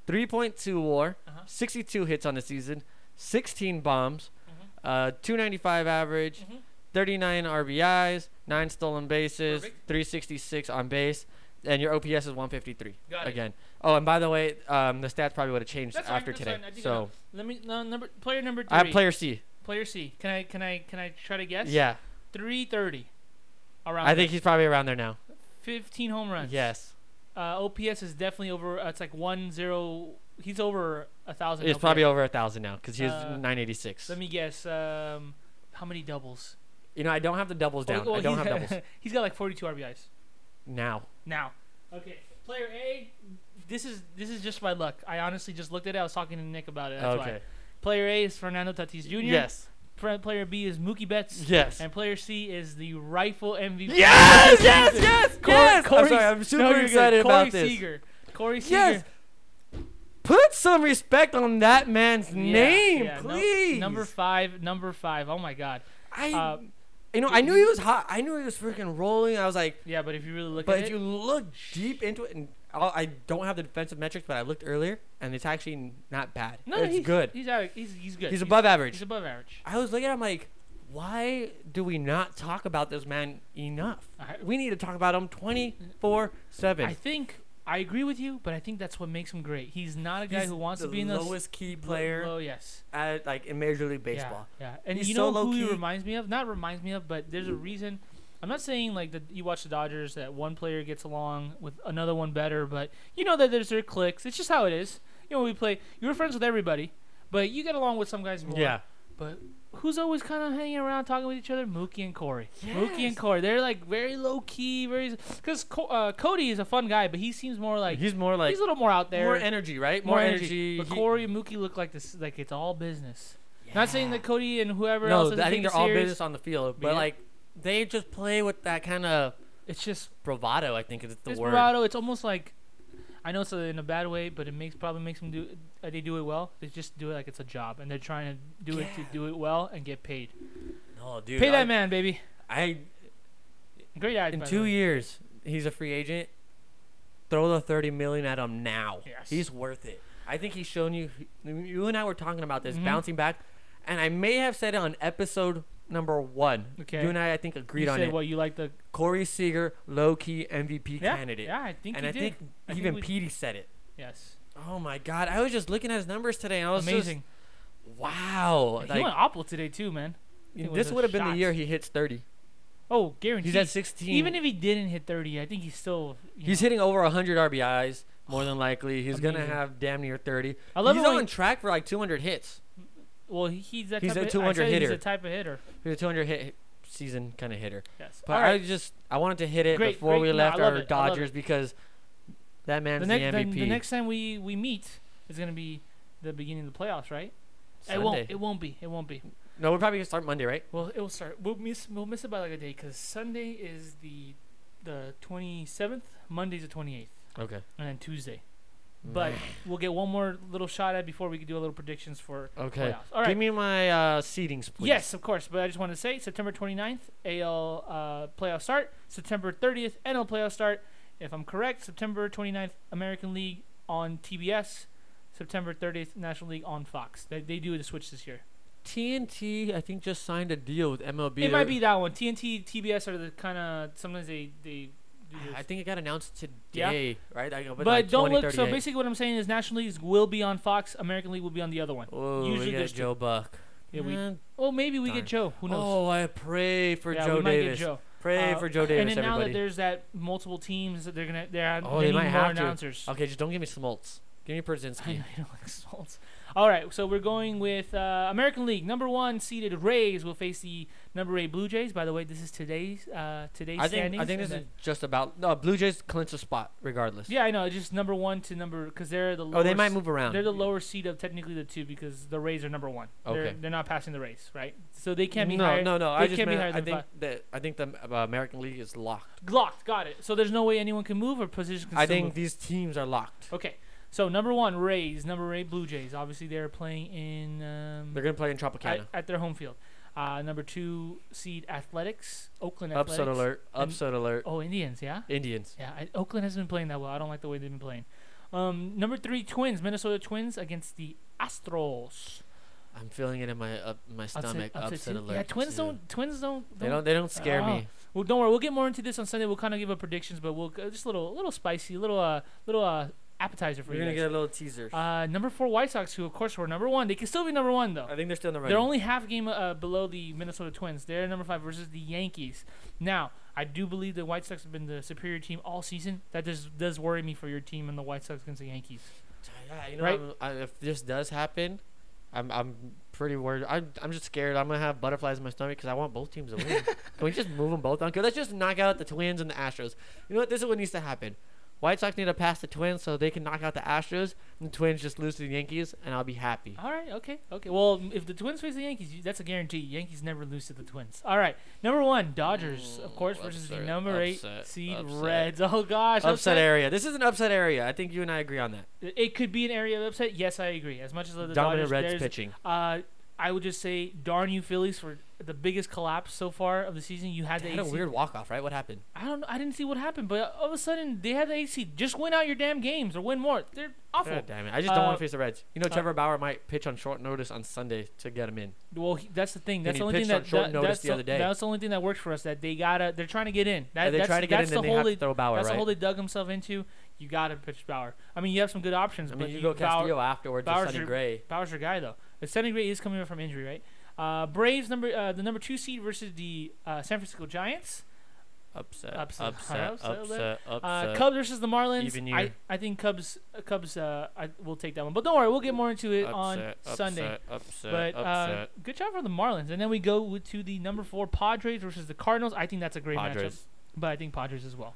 [SPEAKER 5] 3.2 WAR,
[SPEAKER 2] Uh-huh.
[SPEAKER 5] 62 hits on the season, 16 bombs,
[SPEAKER 2] Mm-hmm.
[SPEAKER 5] uh, 295 average, 39 RBIs, 9 stolen bases,
[SPEAKER 2] Perfect.
[SPEAKER 5] 366 on base, and your OPS is 153
[SPEAKER 2] Got it.
[SPEAKER 5] again. Oh, and by the way, um, the stats probably would have changed
[SPEAKER 2] That's fine,
[SPEAKER 5] after
[SPEAKER 2] that's
[SPEAKER 5] today.
[SPEAKER 2] fine. I think I
[SPEAKER 5] so
[SPEAKER 2] know. Let me no, number player number three.
[SPEAKER 5] I have player C.
[SPEAKER 2] player C. Can I can I can I try to guess?
[SPEAKER 5] Yeah,
[SPEAKER 2] Three thirty. Around.
[SPEAKER 5] I think he's probably around there now.
[SPEAKER 2] fifteen home runs.
[SPEAKER 5] Yes,
[SPEAKER 2] Uh, OPS is definitely over. Uh, it's like one zero. He's over a thousand.
[SPEAKER 5] it's
[SPEAKER 2] OPS.
[SPEAKER 5] probably over a thousand now because he's
[SPEAKER 2] Uh,
[SPEAKER 5] 986.
[SPEAKER 2] Let me guess. Um, how many doubles?
[SPEAKER 5] you know, I don't have the doubles down.
[SPEAKER 2] Oh,
[SPEAKER 5] I don't
[SPEAKER 2] he's-
[SPEAKER 5] have doubles
[SPEAKER 2] he's got like forty-two RBIs.
[SPEAKER 5] now.
[SPEAKER 2] Now, okay, player A. This is this is just by luck. I honestly just looked at it. I was talking to Nick about it. That's
[SPEAKER 5] okay.
[SPEAKER 2] why. Player A is Fernando Tatis Jr.
[SPEAKER 5] Yes.
[SPEAKER 2] Pl- player B is Mookie Betts.
[SPEAKER 5] Yes.
[SPEAKER 2] And player C is the rightful MVP.
[SPEAKER 5] Yes! Yes! Yes!
[SPEAKER 2] Cor-
[SPEAKER 5] yes!
[SPEAKER 2] Corey-
[SPEAKER 5] I'm sorry. I'm
[SPEAKER 2] no,
[SPEAKER 5] super
[SPEAKER 2] you're good.
[SPEAKER 5] excited
[SPEAKER 2] Corey
[SPEAKER 5] about this.
[SPEAKER 2] Seager. Corey Seager.
[SPEAKER 5] Yes! Put some respect on that man's
[SPEAKER 2] Yeah,
[SPEAKER 5] name,
[SPEAKER 2] yeah, no-
[SPEAKER 5] please.
[SPEAKER 2] number five. Number five. Oh my God.
[SPEAKER 5] I,
[SPEAKER 2] Uh,
[SPEAKER 5] you know, I knew he was hot. I knew he was freaking rolling. I was like,
[SPEAKER 2] yeah, but if you really look
[SPEAKER 5] but
[SPEAKER 2] at
[SPEAKER 5] if
[SPEAKER 2] it,
[SPEAKER 5] you look deep into it, and I'll, I don't have the defensive metrics, but I looked earlier, and it's actually not bad.
[SPEAKER 2] No,
[SPEAKER 5] it's
[SPEAKER 2] he's
[SPEAKER 5] good.
[SPEAKER 2] He's out. He's he's good.
[SPEAKER 5] He's above average.
[SPEAKER 2] He's above average.
[SPEAKER 5] I was looking at him like, why do we not talk about this man enough?
[SPEAKER 2] I-
[SPEAKER 5] we need to talk about him 24
[SPEAKER 2] I
[SPEAKER 5] 7.
[SPEAKER 2] think I agree with you, but I think that's what makes him great. He's not a guy who wants to be in the s-
[SPEAKER 5] lowest key
[SPEAKER 2] lo-
[SPEAKER 5] player
[SPEAKER 2] Low, yes.
[SPEAKER 5] at, like in Major League
[SPEAKER 2] Yeah,
[SPEAKER 5] Baseball.
[SPEAKER 2] Yeah, and
[SPEAKER 5] He's
[SPEAKER 2] you
[SPEAKER 5] so
[SPEAKER 2] know who he
[SPEAKER 5] low-key.
[SPEAKER 2] reminds me of? Not reminds me of, but there's a reason. I'm not saying like that you watch the Dodgers that one player gets along with another one better, but you know that there's their cliques. It's just how it is. You know, we play. You're friends with everybody, but you get along with some guys more. But who's always kind of hanging around talking with each other? Mookie and Corey. Mookie and
[SPEAKER 5] Yes.
[SPEAKER 2] Corey. They're like very low key, very because Co- uh, Cody is a fun guy, but he seems more like he's,
[SPEAKER 5] he's more like
[SPEAKER 2] a little more out there.
[SPEAKER 5] more energy, right?
[SPEAKER 2] More energy. But
[SPEAKER 5] He-
[SPEAKER 2] Corey and Mookie look like this, like it's all business. Not saying that Cody and whoever
[SPEAKER 5] no,
[SPEAKER 2] else.
[SPEAKER 5] th-
[SPEAKER 2] doesn't
[SPEAKER 5] I think
[SPEAKER 2] take
[SPEAKER 5] they're
[SPEAKER 2] it
[SPEAKER 5] all
[SPEAKER 2] serious.
[SPEAKER 5] business on the field, but
[SPEAKER 2] Yeah.
[SPEAKER 5] like they just play with that kind of
[SPEAKER 2] It's just
[SPEAKER 5] bravado. I think is the word.
[SPEAKER 2] desperado. It's almost like, I know it's in a bad way, but it makes probably makes them do. Uh, they do it well. They just do it like it's a job, and they're trying to do it to
[SPEAKER 5] Yeah.
[SPEAKER 2] do it well and get paid.
[SPEAKER 5] No, dude,
[SPEAKER 2] Pay
[SPEAKER 5] I-
[SPEAKER 2] that man, baby.
[SPEAKER 5] I
[SPEAKER 2] Great eyes.
[SPEAKER 5] in
[SPEAKER 2] by the
[SPEAKER 5] two
[SPEAKER 2] way.
[SPEAKER 5] years he's a free agent. Throw the thirty million at him now.
[SPEAKER 2] Yes.
[SPEAKER 5] He's worth it. I think he's shown you. You and I were talking about this
[SPEAKER 2] Mhm.
[SPEAKER 5] bouncing back, and I may have said it on episode number one.
[SPEAKER 2] Okay.
[SPEAKER 5] You and I, I think, agreed
[SPEAKER 2] you
[SPEAKER 5] on
[SPEAKER 2] said,
[SPEAKER 5] it.
[SPEAKER 2] Well, you like the
[SPEAKER 5] Corey Seager, low key MVP
[SPEAKER 2] yeah,
[SPEAKER 5] candidate.
[SPEAKER 2] Yeah, I think
[SPEAKER 5] and
[SPEAKER 2] you
[SPEAKER 5] I
[SPEAKER 2] did.
[SPEAKER 5] think
[SPEAKER 2] I think
[SPEAKER 5] even
[SPEAKER 2] we-
[SPEAKER 5] Petey said it.
[SPEAKER 2] yes,
[SPEAKER 5] Oh my God! I was just looking at his numbers today. And I was just-
[SPEAKER 2] amazing.
[SPEAKER 5] wow!
[SPEAKER 2] he
[SPEAKER 5] Like,
[SPEAKER 2] went Opal today too, man. he was
[SPEAKER 5] this
[SPEAKER 2] a
[SPEAKER 5] would have been the
[SPEAKER 2] shot.
[SPEAKER 5] year he hits thirty.
[SPEAKER 2] Oh, guaranteed.
[SPEAKER 5] He's at sixteen.
[SPEAKER 2] Even if he didn't hit 30, I think he's still. you
[SPEAKER 5] he's
[SPEAKER 2] know.
[SPEAKER 5] hitting over hundred RBIs, more than likely, he's gonna
[SPEAKER 2] Amazing.
[SPEAKER 5] have damn near thirty.
[SPEAKER 2] I love
[SPEAKER 5] he's
[SPEAKER 2] it when-
[SPEAKER 5] on track for like two hundred hits.
[SPEAKER 2] Well, he- he's that
[SPEAKER 5] He's
[SPEAKER 2] type
[SPEAKER 5] a
[SPEAKER 2] of,
[SPEAKER 5] 200
[SPEAKER 2] I said He's
[SPEAKER 5] hitter.
[SPEAKER 2] a type of hitter.
[SPEAKER 5] He's a two hundred hit hit season kind of hitter.
[SPEAKER 2] Yes.
[SPEAKER 5] But
[SPEAKER 2] All right.
[SPEAKER 5] I just I wanted to hit it
[SPEAKER 2] Great,
[SPEAKER 5] before
[SPEAKER 2] great.
[SPEAKER 5] we
[SPEAKER 2] No,
[SPEAKER 5] left
[SPEAKER 2] I love
[SPEAKER 5] our
[SPEAKER 2] it. I love
[SPEAKER 5] Dodgers because that man's
[SPEAKER 2] the
[SPEAKER 5] the,
[SPEAKER 2] next
[SPEAKER 5] MVP.
[SPEAKER 2] then the next time we we meet is gonna be the beginning of the playoffs, right? It
[SPEAKER 5] Sunday.
[SPEAKER 2] won't. It won't be. It won't be.
[SPEAKER 5] no, we're probably gonna start Monday, right?
[SPEAKER 2] Well, it will start. We'll miss. We'll miss it by like a day because Sunday is the the 27th. Monday's the 28th,
[SPEAKER 5] Okay.
[SPEAKER 2] and then Tuesday. But
[SPEAKER 5] Mm.
[SPEAKER 2] we'll get one more little shot at before we can do a little predictions for
[SPEAKER 5] Okay.
[SPEAKER 2] playoffs. All
[SPEAKER 5] Give
[SPEAKER 2] right.
[SPEAKER 5] me my uh, seedings, please.
[SPEAKER 2] Yes, of course. But I just wanted to say September 29th, AL uh, playoff start. September 30th, NL playoff start. If I'm correct, September 29th, American League on TBS. September 30th, National League on Fox. They, they do the switch this year.
[SPEAKER 5] TNT, I think, just signed a deal with MLB.
[SPEAKER 2] it might be that one. TNT, TBS are the kind of sometimes they they do this.
[SPEAKER 5] I think it got announced
[SPEAKER 2] Yeah.
[SPEAKER 5] today, right? I,
[SPEAKER 2] but don't look. So basically, what I'm saying is National League will be on Fox. American League will be on the other one.
[SPEAKER 5] oh,
[SPEAKER 2] usually
[SPEAKER 5] we got
[SPEAKER 2] there's two.
[SPEAKER 5] Joe Buck.
[SPEAKER 2] Yeah, we-
[SPEAKER 5] Man,
[SPEAKER 2] Oh, maybe we
[SPEAKER 5] Mm. Darn.
[SPEAKER 2] get Joe. Who knows?
[SPEAKER 5] Oh, I pray for
[SPEAKER 2] yeah,
[SPEAKER 5] Joe
[SPEAKER 2] we might
[SPEAKER 5] Davis.
[SPEAKER 2] get Joe.
[SPEAKER 5] Pray
[SPEAKER 2] Uh,
[SPEAKER 5] for Joe Davis,
[SPEAKER 2] And then now
[SPEAKER 5] everybody.
[SPEAKER 2] that there's that multiple teams that they're gonna they're
[SPEAKER 5] Oh,
[SPEAKER 2] they,
[SPEAKER 5] they
[SPEAKER 2] need
[SPEAKER 5] might
[SPEAKER 2] more
[SPEAKER 5] have to.
[SPEAKER 2] announcers.
[SPEAKER 5] okay, just don't give me Smoltz. Give me
[SPEAKER 2] I know
[SPEAKER 5] Brzezinski.
[SPEAKER 2] you don't like salts. All right, so we're going with uh, American League number one seeded Rays will face the number eight Blue Jays. By the way, this is today's uh, today's
[SPEAKER 5] I think
[SPEAKER 2] standings.
[SPEAKER 5] I think
[SPEAKER 2] and
[SPEAKER 5] this is
[SPEAKER 2] then-
[SPEAKER 5] just about no Blue Jays clinch a spot regardless.
[SPEAKER 2] yeah, I know. it's Just number one to number because they're the
[SPEAKER 5] Oh, they
[SPEAKER 2] lower
[SPEAKER 5] might
[SPEAKER 2] s-
[SPEAKER 5] move around.
[SPEAKER 2] They're the lower seed of technically the two because the Rays are number one. They're,
[SPEAKER 5] Okay.
[SPEAKER 2] they're not passing the Rays, right? So they can't be
[SPEAKER 5] no,
[SPEAKER 2] higher.
[SPEAKER 5] no, no.
[SPEAKER 2] They
[SPEAKER 5] I just
[SPEAKER 2] can't
[SPEAKER 5] meant,
[SPEAKER 2] be higher
[SPEAKER 5] I
[SPEAKER 2] than
[SPEAKER 5] think
[SPEAKER 2] five.
[SPEAKER 5] that I think the uh, American League is locked.
[SPEAKER 2] Locked. Got it. So there's no way anyone can move or position. Can
[SPEAKER 5] I
[SPEAKER 2] still
[SPEAKER 5] think
[SPEAKER 2] move.
[SPEAKER 5] these teams are locked.
[SPEAKER 2] Okay. So number one, Rays. Number eight, Blue Jays. Obviously, they're playing in
[SPEAKER 5] They're
[SPEAKER 2] um,
[SPEAKER 5] gonna play in
[SPEAKER 2] at,
[SPEAKER 5] Tropicana.
[SPEAKER 2] at their home field. Uh, number two seed, Athletics. Oakland Athletics.
[SPEAKER 5] Upset alert!
[SPEAKER 2] and-
[SPEAKER 5] Upset alert!
[SPEAKER 2] Oh, Indians. Yeah.
[SPEAKER 5] Indians.
[SPEAKER 2] Yeah. I, Oakland has been playing that well. I don't like the way they've been playing. Um, number three, Twins. Minnesota Twins against the Astros.
[SPEAKER 5] I'm feeling it in my up, my
[SPEAKER 2] Upset-
[SPEAKER 5] stomach. Upset,
[SPEAKER 2] too?
[SPEAKER 5] alert.
[SPEAKER 2] Yeah. Twins
[SPEAKER 5] too.
[SPEAKER 2] don't. Twins don't.
[SPEAKER 5] They don't. They don't scare
[SPEAKER 2] Oh.
[SPEAKER 5] me.
[SPEAKER 2] Well, don't worry. We'll get more into this on Sunday. We'll kind of give our predictions, but we'll uh, just a little, little spicy, little, uh, little uh, appetizer for
[SPEAKER 5] We're
[SPEAKER 2] you.
[SPEAKER 5] gonna
[SPEAKER 2] guys.
[SPEAKER 5] get a little teaser.
[SPEAKER 2] Uh, number four White Sox, who of course were number one. They can still be number one though.
[SPEAKER 5] I think they're still in the running.
[SPEAKER 2] They're only half game uh, below the Minnesota Twins. They're number five versus the Yankees. Now, I do believe the White Sox have been the superior team all season. That does does worry me for your team and the White Sox against the Yankees.
[SPEAKER 5] Yeah, you know,
[SPEAKER 2] Right?
[SPEAKER 5] I'm- I, if this does happen, I'm I'm pretty worried. I'm, I'm just scared. I'm gonna have butterflies in my stomach because I want both teams to win. Can we just move them both on? Cause let's just knock out the Twins and the Astros. You know what? This is what needs to happen. White Sox need to pass the Twins so they can knock out the Astros, and the Twins just lose to the Yankees, and I'll be happy.
[SPEAKER 2] All right, okay, okay. Well, if the Twins face the Yankees, you- that's a guarantee. Yankees never lose to the Twins. All right, number one Dodgers, of course, versus the
[SPEAKER 5] upset,
[SPEAKER 2] number eight
[SPEAKER 5] upset,
[SPEAKER 2] seed
[SPEAKER 5] upset.
[SPEAKER 2] Reds. Oh gosh,
[SPEAKER 5] Upset, area. This is an upset area. I think you and I agree on that.
[SPEAKER 2] It could be an area of upset. Yes, I agree. As much as the
[SPEAKER 5] Dominant
[SPEAKER 2] Dodgers,
[SPEAKER 5] Reds
[SPEAKER 2] there's-
[SPEAKER 5] pitching.
[SPEAKER 2] Uh, I would just say, darn you, Phillies, for the biggest collapse so far of the season. You had the
[SPEAKER 5] They had a
[SPEAKER 2] AC.
[SPEAKER 5] weird walk off, right? What happened?
[SPEAKER 2] I don't. know- I didn't see what happened, but all of a sudden they had the AC. Just win out your damn games or win more. They're awful.
[SPEAKER 5] God damn it! I just
[SPEAKER 2] Uh,
[SPEAKER 5] don't want to face the Reds. You know,
[SPEAKER 2] uh,
[SPEAKER 5] Trevor Bauer might pitch on short notice on Sunday to get him in.
[SPEAKER 2] Well, he, that's the thing.
[SPEAKER 5] And
[SPEAKER 2] That's
[SPEAKER 5] he
[SPEAKER 2] the only thing
[SPEAKER 5] pitched on
[SPEAKER 2] that,
[SPEAKER 5] short
[SPEAKER 2] that-
[SPEAKER 5] notice
[SPEAKER 2] that's
[SPEAKER 5] the other day.
[SPEAKER 2] That's the only thing that works for us. That they gotta. They're trying to get in. That,
[SPEAKER 5] Yeah, they
[SPEAKER 2] that's,
[SPEAKER 5] try to get in,
[SPEAKER 2] that's
[SPEAKER 5] then
[SPEAKER 2] the
[SPEAKER 5] they
[SPEAKER 2] whole
[SPEAKER 5] have to
[SPEAKER 2] they-
[SPEAKER 5] throw Bauer,
[SPEAKER 2] That's the
[SPEAKER 5] right?
[SPEAKER 2] hole they dug themselves into. You gotta pitch Bauer. I mean, you have some good options.
[SPEAKER 5] I
[SPEAKER 2] but
[SPEAKER 5] mean, you
[SPEAKER 2] you-
[SPEAKER 5] go
[SPEAKER 2] Bauer-
[SPEAKER 5] Castillo afterwards to
[SPEAKER 2] Bauer's
[SPEAKER 5] Sonny
[SPEAKER 2] your-
[SPEAKER 5] Gray.
[SPEAKER 2] Bauer's your guy though. But Sonny Gray is coming from injury, right? Uh, Braves number uh, the number two seed versus the uh, San Francisco Giants.
[SPEAKER 5] Upset,
[SPEAKER 2] Upset.
[SPEAKER 5] upset,
[SPEAKER 2] I
[SPEAKER 5] upset,
[SPEAKER 2] upset
[SPEAKER 5] upset,
[SPEAKER 2] with
[SPEAKER 5] upset.
[SPEAKER 2] Uh, Cubs versus the Marlins.
[SPEAKER 5] even
[SPEAKER 2] I,
[SPEAKER 5] year.
[SPEAKER 2] I think Cubs uh, Cubs uh, I will take that one. But don't worry, we'll get more into it on
[SPEAKER 5] upset,
[SPEAKER 2] Sunday.
[SPEAKER 5] Upset, upset,
[SPEAKER 2] But uh,
[SPEAKER 5] upset.
[SPEAKER 2] good job for the Marlins. And then we go with- to the number four Padres versus the Cardinals. I think that's a great matchup.
[SPEAKER 5] Padres.
[SPEAKER 2] But I think Padres as well.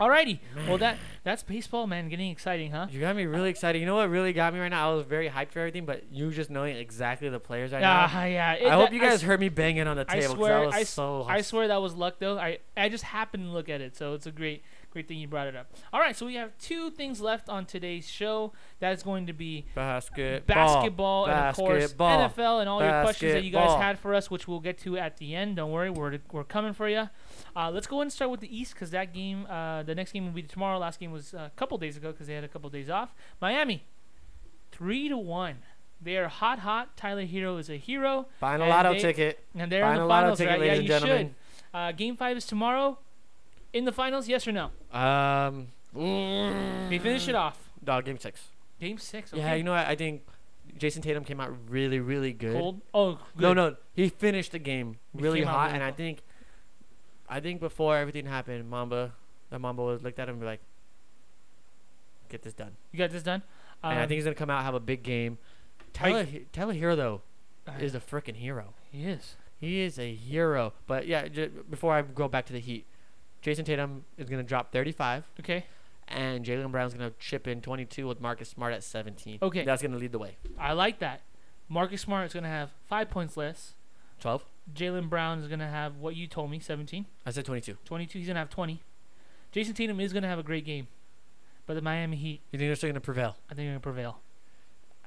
[SPEAKER 2] Alrighty. Well that that's baseball, man. Getting exciting, huh?
[SPEAKER 5] You got me really excited. You know what really got me right now? I was very hyped for everything, but you just knowing exactly the players right now.
[SPEAKER 2] Ah, yeah. It-
[SPEAKER 5] I hope
[SPEAKER 2] that-
[SPEAKER 5] you guys
[SPEAKER 2] s-
[SPEAKER 5] heard me banging on the
[SPEAKER 2] I
[SPEAKER 5] table because
[SPEAKER 2] swear-
[SPEAKER 5] was
[SPEAKER 2] I s-
[SPEAKER 5] so
[SPEAKER 2] I swear that was luck though. I I just happened to look at it, so it's a great great thing you brought it up. All right, so we have two things left on today's show. That is going to be
[SPEAKER 5] basketball,
[SPEAKER 2] basketball, and of course
[SPEAKER 5] basketball.
[SPEAKER 2] NFL and all your questions that you guys
[SPEAKER 5] Basketball.
[SPEAKER 2] had for us, which we'll get to at the end. Don't worry, we're we're coming for you. Uh, let's go ahead and start with the East because that game, uh, the next game will be tomorrow. Last game was uh, a couple days ago because they had a couple days off. Miami, three to one. They are hot, hot. Tyler Hero is a hero.
[SPEAKER 5] Buying a
[SPEAKER 2] and
[SPEAKER 5] lotto
[SPEAKER 2] they-
[SPEAKER 5] ticket.
[SPEAKER 2] And they're
[SPEAKER 5] Buying
[SPEAKER 2] in
[SPEAKER 5] a
[SPEAKER 2] the
[SPEAKER 5] lotto
[SPEAKER 2] finals,
[SPEAKER 5] ticket,
[SPEAKER 2] right?
[SPEAKER 5] ladies
[SPEAKER 2] yeah,
[SPEAKER 5] and
[SPEAKER 2] you
[SPEAKER 5] gentlemen.
[SPEAKER 2] should. Uh, game five is tomorrow. In the finals, yes or no?
[SPEAKER 5] Um,
[SPEAKER 2] They finish it off.
[SPEAKER 5] Dog game six.
[SPEAKER 2] Game six. Okay.
[SPEAKER 5] Yeah, you know what? I think Jason Tatum came out really, really good.
[SPEAKER 2] Cold. Oh, good.
[SPEAKER 5] No, no, he finished the game
[SPEAKER 2] He
[SPEAKER 5] really
[SPEAKER 2] came out
[SPEAKER 5] hot,
[SPEAKER 2] really
[SPEAKER 5] and I
[SPEAKER 2] hot.
[SPEAKER 5] think, I think before everything happened, Mamba, the Mamba was looked at him and be like, "Get this done."
[SPEAKER 2] You got this done.
[SPEAKER 5] and I
[SPEAKER 2] Um,
[SPEAKER 5] think he's gonna come out have a big game.
[SPEAKER 2] I-
[SPEAKER 5] Tyler, He- Tyler Hero though
[SPEAKER 2] uh,
[SPEAKER 5] is a freaking hero.
[SPEAKER 2] he is.
[SPEAKER 5] He is a hero. But yeah, j- before I go back to the Heat, Jason Tatum is gonna drop 35,
[SPEAKER 2] Okay.
[SPEAKER 5] and Jalen Brown's gonna chip in 22 with Marcus Smart at 17.
[SPEAKER 2] Okay.
[SPEAKER 5] that's gonna lead the way.
[SPEAKER 2] I like that. Marcus Smart is going to have five points less.
[SPEAKER 5] 12.
[SPEAKER 2] Jalen Brown is going to have what you told me 17,
[SPEAKER 5] I said 22.
[SPEAKER 2] 22. He's going to have 20. Jason Tatum is going to have a great game. But the Miami Heat,
[SPEAKER 5] You think they're still gonna prevail?
[SPEAKER 2] I think, are going to prevail.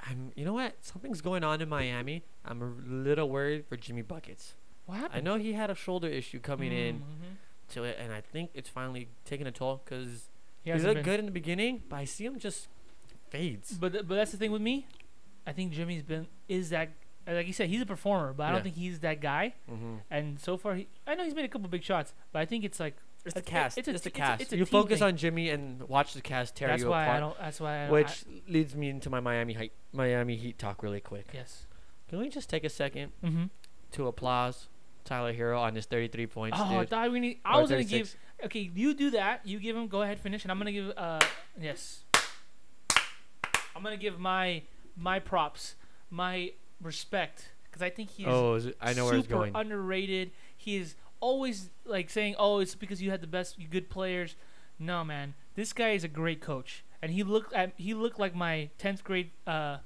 [SPEAKER 5] I'm, you know what? Something's going on in Miami. I'm a little worried for Jimmy Buckets.
[SPEAKER 2] What
[SPEAKER 5] I
[SPEAKER 2] happened?
[SPEAKER 5] know he had a shoulder issue coming in
[SPEAKER 2] Mhm.
[SPEAKER 5] to it, and I think it's finally taking a toll because
[SPEAKER 2] He
[SPEAKER 5] he,
[SPEAKER 2] hasn't
[SPEAKER 5] looked
[SPEAKER 2] been-
[SPEAKER 5] good in the beginning, but I see him just fades.
[SPEAKER 2] But th- but that's the thing with me. I think Jimmy's been is that uh, like you said he's a performer, but I don't
[SPEAKER 5] Yeah.
[SPEAKER 2] think he's that guy.
[SPEAKER 5] Mm-hmm.
[SPEAKER 2] And so far, he, I know he's made a couple big shots, but I think it's like
[SPEAKER 5] It's the
[SPEAKER 2] It's a-
[SPEAKER 5] cast.
[SPEAKER 2] it's
[SPEAKER 5] It's,
[SPEAKER 2] a te-
[SPEAKER 5] the
[SPEAKER 2] it's a-
[SPEAKER 5] cast.
[SPEAKER 2] it's a
[SPEAKER 5] you
[SPEAKER 2] team
[SPEAKER 5] focus
[SPEAKER 2] thing.
[SPEAKER 5] on Jimmy and watch the cast tear
[SPEAKER 2] that's
[SPEAKER 5] you
[SPEAKER 2] why I
[SPEAKER 5] apart.
[SPEAKER 2] don't. That's why I don't.
[SPEAKER 5] Which leads me into my Miami Heat, Miami Heat talk really
[SPEAKER 2] I,
[SPEAKER 5] quick.
[SPEAKER 2] yes.
[SPEAKER 5] Can we just take a second
[SPEAKER 2] Mm-hmm.
[SPEAKER 5] to applause Tyler Hero on his 33 points,
[SPEAKER 2] Oh, I
[SPEAKER 5] dude?
[SPEAKER 2] thought we need. I
[SPEAKER 5] Or
[SPEAKER 2] was gonna give.
[SPEAKER 5] 36.
[SPEAKER 2] Okay, you do that. You give him. Go ahead, finish, and I'm gonna give. Uh, yes. I'm gonna give my my props, my respect, because I think he's.
[SPEAKER 5] Oh, is it- I know where it's
[SPEAKER 2] super
[SPEAKER 5] going.
[SPEAKER 2] underrated. He is always like saying, "Oh, it's because you had the best good players." No, man, this guy is a great coach, and he looked at he looked like my tenth grade, uh,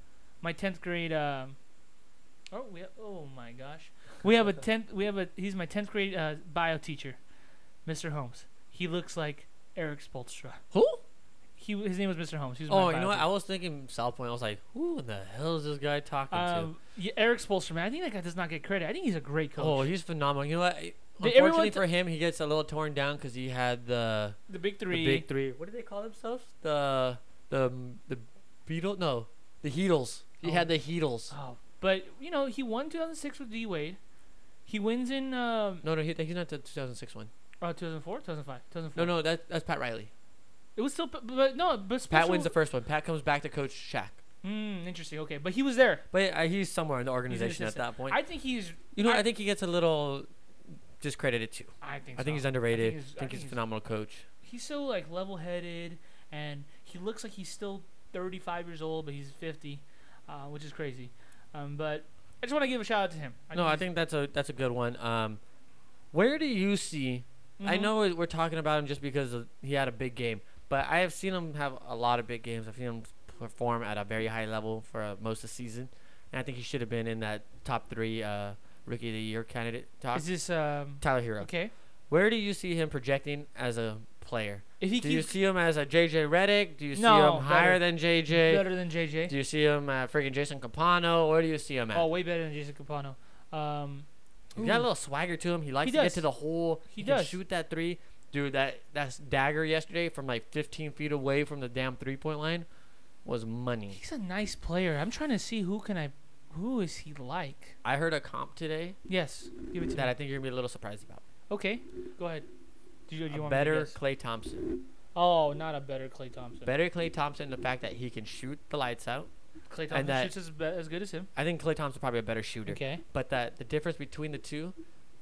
[SPEAKER 2] my tenth grade. Um, oh, we oh my gosh, we have a tenth. We have a he's my tenth grade uh, bio teacher, Mr. Holmes. He looks like Eric Spolstra.
[SPEAKER 5] Who?
[SPEAKER 2] He his name was Mr. Holmes. He was my
[SPEAKER 5] Oh, you
[SPEAKER 2] bio
[SPEAKER 5] know what?
[SPEAKER 2] teacher.
[SPEAKER 5] I was thinking South Point. I was like, who in the hell is this guy talking
[SPEAKER 2] Um, yeah, Eric Spolstra, man. I think that guy does not get credit. I think he's a great
[SPEAKER 5] to?
[SPEAKER 2] coach.
[SPEAKER 5] Oh, he's phenomenal. You know what? I-
[SPEAKER 2] Did
[SPEAKER 5] Unfortunately
[SPEAKER 2] everyone t-
[SPEAKER 5] for him, he gets a little torn down because he had the,
[SPEAKER 2] the big
[SPEAKER 5] the
[SPEAKER 2] three.
[SPEAKER 5] big three. What do they call themselves? The the the Beatles? No, the Heatles. He had the Heatles.
[SPEAKER 2] Oh, but you know he won 2006 with D Wade. He wins in um,
[SPEAKER 5] No, no, he, he's not the 2006 one.
[SPEAKER 2] uh, 2004, 2005, 2004.
[SPEAKER 5] No, no, that, that's Pat Riley.
[SPEAKER 2] it was still, but, but no, but
[SPEAKER 5] Pat
[SPEAKER 2] Spencer
[SPEAKER 5] wins the
[SPEAKER 2] was-
[SPEAKER 5] first one. Pat comes back to coach Shaq.
[SPEAKER 2] Hmm, interesting. Okay, but he was there.
[SPEAKER 5] But uh, he's somewhere in the
[SPEAKER 2] He's an
[SPEAKER 5] organization at
[SPEAKER 2] assistant.
[SPEAKER 5] that point.
[SPEAKER 2] I think he's.
[SPEAKER 5] you know,
[SPEAKER 2] I,
[SPEAKER 5] I, think he gets a little discredited too.
[SPEAKER 2] I think.
[SPEAKER 5] I think
[SPEAKER 2] so.
[SPEAKER 5] he's underrated. I think he's,
[SPEAKER 2] I think
[SPEAKER 5] a phenomenal coach.
[SPEAKER 2] He's so like level-headed, and he looks like he's still 35 years old, but he's 50, uh, which is crazy. Um, but I just want to give a shout out to him.
[SPEAKER 5] no, I
[SPEAKER 2] he's-
[SPEAKER 5] think that's a that's a good one. Um, where do you see? I
[SPEAKER 2] Mhm.
[SPEAKER 5] know we- we're talking about him just because of, he had a big game, but I have seen him have a lot of big games. I've seen him perform at a very high level for uh, most of the season, and I think he should have been in that top three uh, rookie of the year candidate. Top,
[SPEAKER 2] Is this um
[SPEAKER 5] Tyler Hero.
[SPEAKER 2] okay?
[SPEAKER 5] Where do you see him projecting as a player?
[SPEAKER 2] If he
[SPEAKER 5] Do you
[SPEAKER 2] keeps
[SPEAKER 5] see him as a JJ Redick? Do you see
[SPEAKER 2] No,
[SPEAKER 5] him
[SPEAKER 2] better.
[SPEAKER 5] higher than JJ?
[SPEAKER 2] better than JJ,
[SPEAKER 5] uh, Do you see him at freaking Jason Capano? Where do you see him at?
[SPEAKER 2] Oh, way better than Jason Capano. Um,
[SPEAKER 5] He's got a little swagger to him. He likes to get
[SPEAKER 2] does.
[SPEAKER 5] to the hole.
[SPEAKER 2] He
[SPEAKER 5] can
[SPEAKER 2] does.
[SPEAKER 5] shoot that three. Dude, that that dagger yesterday from like 15 feet away from the damn three point line was money.
[SPEAKER 2] He's a nice player. I'm trying to see who can I, who is he like?
[SPEAKER 5] I heard a comp today
[SPEAKER 2] Yes, give it to
[SPEAKER 5] that
[SPEAKER 2] me.
[SPEAKER 5] I think you're gonna be a little surprised about.
[SPEAKER 2] Okay, go ahead. Do you, do you
[SPEAKER 5] A
[SPEAKER 2] want me
[SPEAKER 5] better
[SPEAKER 2] to guess?
[SPEAKER 5] Clay Thompson.
[SPEAKER 2] Oh, not a better Clay Thompson.
[SPEAKER 5] Better Clay Thompson. The fact that he can shoot the lights out.
[SPEAKER 2] Clay Thompson
[SPEAKER 5] that-
[SPEAKER 2] shoots as, be- as good as him.
[SPEAKER 5] I think Clay Thompson's probably a better shooter.
[SPEAKER 2] Okay.
[SPEAKER 5] But that the difference between the two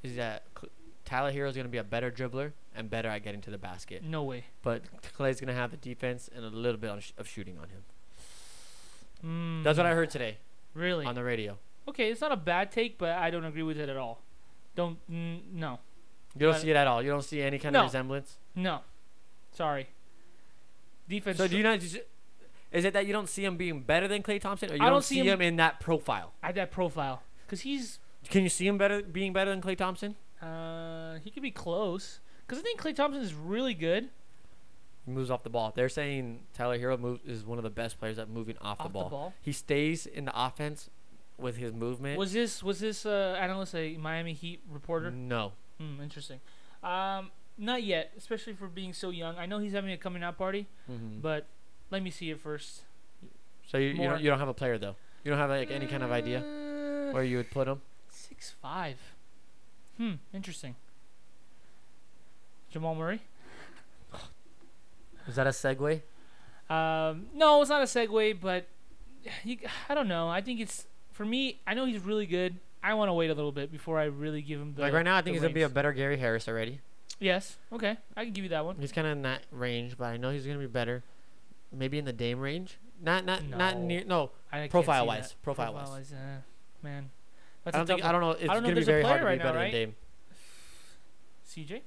[SPEAKER 5] is that Cl- Tyler Hero's gonna be a better dribbler and better at getting to the basket.
[SPEAKER 2] No way.
[SPEAKER 5] But Clay's gonna have the defense and a little bit on sh- of shooting on him. That's what I heard today
[SPEAKER 2] Mm, Really?
[SPEAKER 5] on the radio.
[SPEAKER 2] okay, it's not a bad take, but I don't agree with it at all. Don't. N- no.
[SPEAKER 5] You don't
[SPEAKER 2] But-
[SPEAKER 5] see it at all. You don't see any kind
[SPEAKER 2] No.
[SPEAKER 5] of resemblance.
[SPEAKER 2] No. Sorry. Defense.
[SPEAKER 5] So do you not? Just, is it that you don't see him being better than Clay Thompson, or you
[SPEAKER 2] I
[SPEAKER 5] don't,
[SPEAKER 2] don't see
[SPEAKER 5] see
[SPEAKER 2] him-
[SPEAKER 5] him in that profile?
[SPEAKER 2] at that profile, because he's
[SPEAKER 5] Can you see him better being better than Clay Thompson?
[SPEAKER 2] uh he could be close. Because I think Clay Thompson is really good
[SPEAKER 5] He moves off the ball. They're saying Tyler Hero moves, is one of the best players at moving off,
[SPEAKER 2] off
[SPEAKER 5] the, ball.
[SPEAKER 2] the ball.
[SPEAKER 5] He stays in the offense with his movement.
[SPEAKER 2] Was this was this uh, analyst a Miami Heat reporter?
[SPEAKER 5] no,
[SPEAKER 2] Hmm, interesting. Um, not yet, especially for being so young. I know he's having a coming out party,
[SPEAKER 5] Mm-hmm. Mm.
[SPEAKER 2] but let me see it first.
[SPEAKER 5] so you, you
[SPEAKER 2] more-
[SPEAKER 5] don't you don't have a player though. You don't have like any kind of idea
[SPEAKER 2] Uh,
[SPEAKER 5] where you would put him.
[SPEAKER 2] Six five. Hmm. Interesting. Jamal Murray.
[SPEAKER 5] Is that a segue?
[SPEAKER 2] Um, no, it's not a segue, but he, I don't know. I think it's for me. I know he's really good. I want to wait a little bit before I really give him the.
[SPEAKER 5] like right now, I think
[SPEAKER 2] the
[SPEAKER 5] he's gonna be a
[SPEAKER 2] reins.
[SPEAKER 5] better Gary Harris already.
[SPEAKER 2] Yes. Okay. I can give you that one.
[SPEAKER 5] He's kind of in that range, but I know he's gonna be better. Maybe in the Dame range. Not not not
[SPEAKER 2] No.
[SPEAKER 5] near. No,
[SPEAKER 2] I can't see
[SPEAKER 5] Profile
[SPEAKER 2] that.
[SPEAKER 5] wise, profile wise.
[SPEAKER 2] Profile-wise, uh, man. That's
[SPEAKER 5] I don't
[SPEAKER 2] a tough
[SPEAKER 5] think I don't know. It's
[SPEAKER 2] I don't know if
[SPEAKER 5] gonna be
[SPEAKER 2] there's a
[SPEAKER 5] very hard to
[SPEAKER 2] player right
[SPEAKER 5] be
[SPEAKER 2] now,
[SPEAKER 5] better
[SPEAKER 2] right?
[SPEAKER 5] than Dame.
[SPEAKER 2] CJ.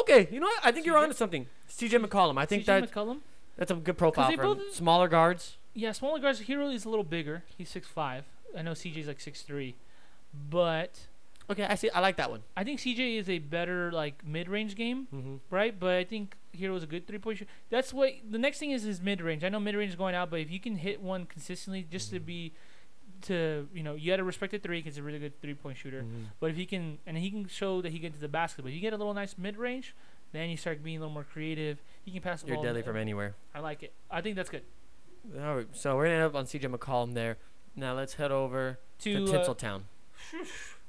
[SPEAKER 5] Okay, you know what? I think you're
[SPEAKER 2] CJ?
[SPEAKER 5] onto something. CJ McCollum. I think
[SPEAKER 2] CJ
[SPEAKER 5] that
[SPEAKER 2] McCollum.
[SPEAKER 5] that's a good profile
[SPEAKER 2] they
[SPEAKER 5] for him.
[SPEAKER 2] both-
[SPEAKER 5] smaller guards.
[SPEAKER 2] Yeah, smaller guards. Hero is a little bigger. He's six five. I know CJ's like six three, but
[SPEAKER 5] Okay, I see. I like that one.
[SPEAKER 2] I think CJ is a better like mid range game.
[SPEAKER 5] Mm-hmm.
[SPEAKER 2] right? But I think Hero is a good three point shooter. That's what the next thing is his mid range. I know mid range is going out, but if you can hit one consistently, just
[SPEAKER 5] Mm.
[SPEAKER 2] to be, to you know, you got to respect the three because he's a really good three point shooter.
[SPEAKER 5] Mm-hmm.
[SPEAKER 2] But if he can, and he can show that he can get to the basket, but if you get a little nice mid range, then you start being a little more creative. You can pass the
[SPEAKER 5] You're
[SPEAKER 2] ball.
[SPEAKER 5] deadly from anywhere.
[SPEAKER 2] I like it. I think that's good.
[SPEAKER 5] All right, so we're gonna end up on CJ McCollum there. Now let's head over to,
[SPEAKER 2] To uh,
[SPEAKER 5] Tinseltown.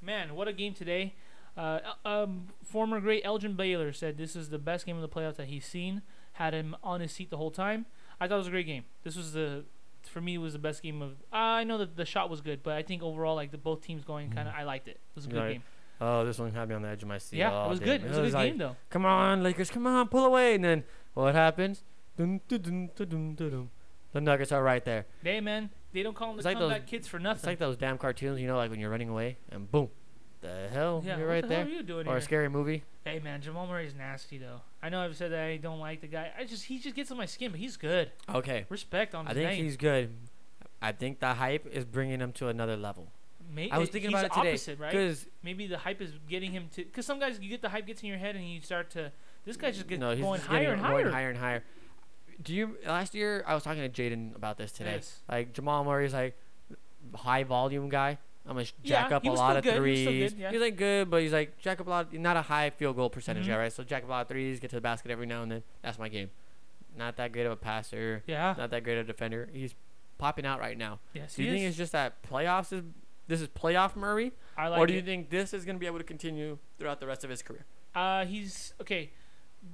[SPEAKER 2] man, what a game today! Uh, uh, um, former great Elgin Baylor said this is the best game of the playoffs that he's seen. Had him on his seat the whole time. I thought it was a great game. This was the, for me, it was the best game of. I know that the shot was good, but I think overall, like the both teams going, kind of, I liked it. It was a good
[SPEAKER 5] Mm. Right.
[SPEAKER 2] game.
[SPEAKER 5] Oh, this one had me on the edge of my seat. Oh,
[SPEAKER 2] Yeah,
[SPEAKER 5] all
[SPEAKER 2] it was
[SPEAKER 5] day.
[SPEAKER 2] good. It was a good
[SPEAKER 5] like,
[SPEAKER 2] game though.
[SPEAKER 5] Come on, Lakers, come on, pull away. And then what happens? Dun, dun, dun, dun, dun, dun, dun. The Nuggets are right there.
[SPEAKER 2] Hey man, they don't call them
[SPEAKER 5] It's
[SPEAKER 2] the
[SPEAKER 5] like those-
[SPEAKER 2] comeback kids for
[SPEAKER 5] It's
[SPEAKER 2] nothing.
[SPEAKER 5] like those damn cartoons, you know, like when you're running away and boom, the hell,
[SPEAKER 2] yeah,
[SPEAKER 5] you're
[SPEAKER 2] what
[SPEAKER 5] right
[SPEAKER 2] the
[SPEAKER 5] there.
[SPEAKER 2] Hell are you doing
[SPEAKER 5] or
[SPEAKER 2] here?
[SPEAKER 5] a scary movie.
[SPEAKER 2] hey man, Jamal Murray's nasty though. I know I've said that I don't like the guy. I just he just gets on my skin, but he's good.
[SPEAKER 5] Okay,
[SPEAKER 2] Respect on
[SPEAKER 5] I
[SPEAKER 2] his
[SPEAKER 5] think
[SPEAKER 2] name.
[SPEAKER 5] he's good. I think the hype is bringing him to another level.
[SPEAKER 2] May-
[SPEAKER 5] I was thinking
[SPEAKER 2] he's
[SPEAKER 5] about it today
[SPEAKER 2] Opposite, right?
[SPEAKER 5] because
[SPEAKER 2] maybe the hype is getting him to because some guys you get the hype gets in your head and you start to this guy just gets
[SPEAKER 5] no, he's
[SPEAKER 2] going
[SPEAKER 5] just
[SPEAKER 2] higher
[SPEAKER 5] getting
[SPEAKER 2] and
[SPEAKER 5] going
[SPEAKER 2] higher.
[SPEAKER 5] higher and higher. Do you last year? I was talking to Jaden about this today.
[SPEAKER 2] Yes.
[SPEAKER 5] Like Jamal Murray's like high volume guy. I'm gonna jack
[SPEAKER 2] Yeah,
[SPEAKER 5] up
[SPEAKER 2] he
[SPEAKER 5] a
[SPEAKER 2] was
[SPEAKER 5] lot
[SPEAKER 2] still
[SPEAKER 5] of
[SPEAKER 2] good, he was
[SPEAKER 5] threes.
[SPEAKER 2] still good, yeah.
[SPEAKER 5] He's like good, but he's like jack up a lot. Not a high field goal percentage
[SPEAKER 2] Mhm.
[SPEAKER 5] guy, right? So jack up a lot of threes, get to the basket every now and then. That's my game. Not that great of a passer.
[SPEAKER 2] Yeah.
[SPEAKER 5] Not that great of a defender. He's popping out right now.
[SPEAKER 2] yes.
[SPEAKER 5] Do you
[SPEAKER 2] he
[SPEAKER 5] think
[SPEAKER 2] is.
[SPEAKER 5] it's just that playoffs is this is playoff Murray,
[SPEAKER 2] I like
[SPEAKER 5] or do you
[SPEAKER 2] it.
[SPEAKER 5] think this is gonna be able to continue throughout the rest of his career?
[SPEAKER 2] Uh, he's okay.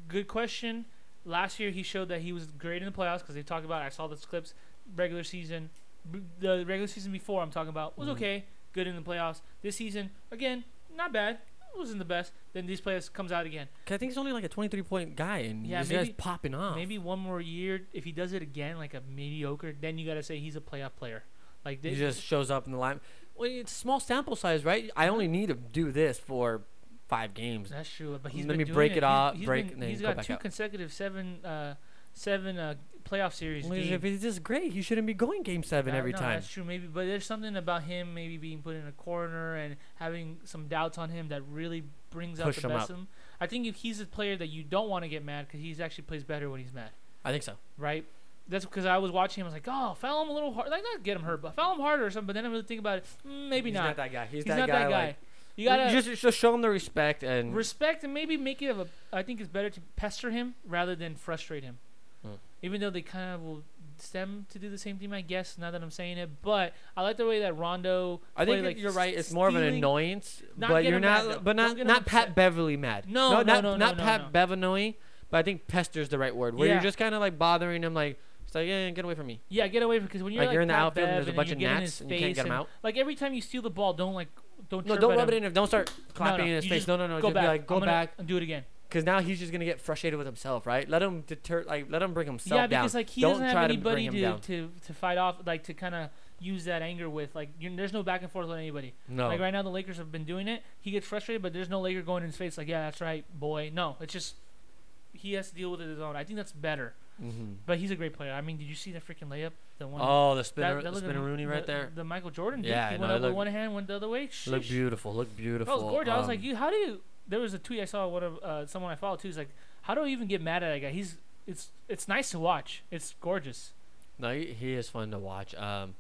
[SPEAKER 2] Good question. Last year he showed that he was great in the playoffs because they talked about. I saw those clips. Regular season, b- the regular season before I'm talking about was
[SPEAKER 5] Mhm.
[SPEAKER 2] okay. Good in the playoffs. This season again, not bad. Wasn't the best. Then these playoffs comes out again.
[SPEAKER 5] Cause I think he's only like a 23 point guy, and
[SPEAKER 2] Yeah,
[SPEAKER 5] this
[SPEAKER 2] maybe-
[SPEAKER 5] guy's popping off.
[SPEAKER 2] Maybe one more year. If he does it again, like a mediocre, then you gotta say he's a playoff player. Like
[SPEAKER 5] he
[SPEAKER 2] this,
[SPEAKER 5] just shows up in the line. Well, it's small sample size, right? I only need to do this for five games.
[SPEAKER 2] That's true, but he's
[SPEAKER 5] Let
[SPEAKER 2] been
[SPEAKER 5] me
[SPEAKER 2] doing
[SPEAKER 5] break
[SPEAKER 2] it,
[SPEAKER 5] it off,
[SPEAKER 2] He's, he's
[SPEAKER 5] break,
[SPEAKER 2] been-
[SPEAKER 5] and then
[SPEAKER 2] he's
[SPEAKER 5] go
[SPEAKER 2] got
[SPEAKER 5] back
[SPEAKER 2] two
[SPEAKER 5] up.
[SPEAKER 2] consecutive seven, uh, seven uh, playoff series.
[SPEAKER 5] Well, If
[SPEAKER 2] games.
[SPEAKER 5] he's this great, he shouldn't be going game seven
[SPEAKER 2] Uh,
[SPEAKER 5] every
[SPEAKER 2] no,
[SPEAKER 5] time.
[SPEAKER 2] That's true, maybe, but there's something about him maybe being put in a corner and having some doubts on him that really brings out
[SPEAKER 5] Push
[SPEAKER 2] the
[SPEAKER 5] him
[SPEAKER 2] best of him. I think if he's a player that you don't want to get mad because he actually plays better when he's mad,
[SPEAKER 5] I think so.
[SPEAKER 2] right? That's because I was watching him. I was like, oh, foul him a little hard, like not get him hurt, but foul him harder or something. But then I really think about it, mm, maybe
[SPEAKER 5] he's
[SPEAKER 2] not.
[SPEAKER 5] that guy. He's,
[SPEAKER 2] he's not that guy.
[SPEAKER 5] like,
[SPEAKER 2] You gotta
[SPEAKER 5] just just show him the respect and
[SPEAKER 2] respect and maybe make it of a. I think it's better to pester him rather than frustrate him.
[SPEAKER 5] Mm.
[SPEAKER 2] Even though they kind of will stem to do the same thing, I guess. Now that I'm saying it, but I like the way that Rondo.
[SPEAKER 5] I think
[SPEAKER 2] played, like,
[SPEAKER 5] you're right. It's more of an
[SPEAKER 2] stealing-
[SPEAKER 5] annoyance,
[SPEAKER 2] Not
[SPEAKER 5] but
[SPEAKER 2] get
[SPEAKER 5] you're
[SPEAKER 2] him mad,
[SPEAKER 5] not,
[SPEAKER 2] though.
[SPEAKER 5] but
[SPEAKER 2] Don't
[SPEAKER 5] not
[SPEAKER 2] get him
[SPEAKER 5] not Pat
[SPEAKER 2] upset.
[SPEAKER 5] Beverly mad.
[SPEAKER 2] No, no,
[SPEAKER 5] not,
[SPEAKER 2] no, no,
[SPEAKER 5] not
[SPEAKER 2] no,
[SPEAKER 5] Pat
[SPEAKER 2] no.
[SPEAKER 5] Beverly, but I think pester's the right word. Where
[SPEAKER 2] Yeah.
[SPEAKER 5] you're just kind of like bothering him, like it's like, yeah, get away from me.
[SPEAKER 2] Yeah, get away because when you're
[SPEAKER 5] Like,
[SPEAKER 2] like,
[SPEAKER 5] you're in the
[SPEAKER 2] Pat
[SPEAKER 5] outfield and
[SPEAKER 2] Bev
[SPEAKER 5] there's a bunch
[SPEAKER 2] you
[SPEAKER 5] of
[SPEAKER 2] get in
[SPEAKER 5] gnats
[SPEAKER 2] his
[SPEAKER 5] and you can't
[SPEAKER 2] face
[SPEAKER 5] get 'em
[SPEAKER 2] and-
[SPEAKER 5] out.
[SPEAKER 2] Like every time you steal the ball, don't like don't
[SPEAKER 5] No,
[SPEAKER 2] chirp
[SPEAKER 5] don't
[SPEAKER 2] at
[SPEAKER 5] rub it
[SPEAKER 2] him.
[SPEAKER 5] in. him. Don't start clapping in his
[SPEAKER 2] you
[SPEAKER 5] face.
[SPEAKER 2] just
[SPEAKER 5] no, no, no.
[SPEAKER 2] Go
[SPEAKER 5] just
[SPEAKER 2] back.
[SPEAKER 5] be like, go
[SPEAKER 2] I'm gonna-
[SPEAKER 5] back,
[SPEAKER 2] and do it again.
[SPEAKER 5] because now he's just gonna get frustrated with himself, right? Let him deter, like let him bring himself
[SPEAKER 2] yeah,
[SPEAKER 5] down.
[SPEAKER 2] because like he
[SPEAKER 5] don't
[SPEAKER 2] doesn't
[SPEAKER 5] try
[SPEAKER 2] have
[SPEAKER 5] to bring
[SPEAKER 2] anybody
[SPEAKER 5] him
[SPEAKER 2] to,
[SPEAKER 5] down.
[SPEAKER 2] to to fight off, like to kind of use that anger with. Like you there's no back and forth with anybody.
[SPEAKER 5] no,
[SPEAKER 2] Like right now, the Lakers have been doing it. He gets frustrated, but there's no Laker going in his face. Like, yeah, that's right, boy. No, it's just he has to deal with it his own. I think that's better.
[SPEAKER 5] hmm
[SPEAKER 2] But he's a great player. I mean, did you see that freaking layup? The one.
[SPEAKER 5] Oh, the spinner,
[SPEAKER 2] that
[SPEAKER 5] the
[SPEAKER 2] looked
[SPEAKER 5] spinner
[SPEAKER 2] am-
[SPEAKER 5] Rooney right
[SPEAKER 2] the-
[SPEAKER 5] there.
[SPEAKER 2] The Michael Jordan. did.
[SPEAKER 5] Yeah,
[SPEAKER 2] he
[SPEAKER 5] no,
[SPEAKER 2] went
[SPEAKER 5] it
[SPEAKER 2] up with
[SPEAKER 5] looked-
[SPEAKER 2] one hand, went the other way. Sheesh.
[SPEAKER 5] Look beautiful. Look beautiful.
[SPEAKER 2] That was gorgeous. I was
[SPEAKER 5] um,
[SPEAKER 2] like, you, how do you? There was a tweet I saw one of uh, someone I follow too. He's like, how do I even get mad at that guy? He's it's it's nice to watch. It's gorgeous.
[SPEAKER 5] No, he, he is fun to watch. Um,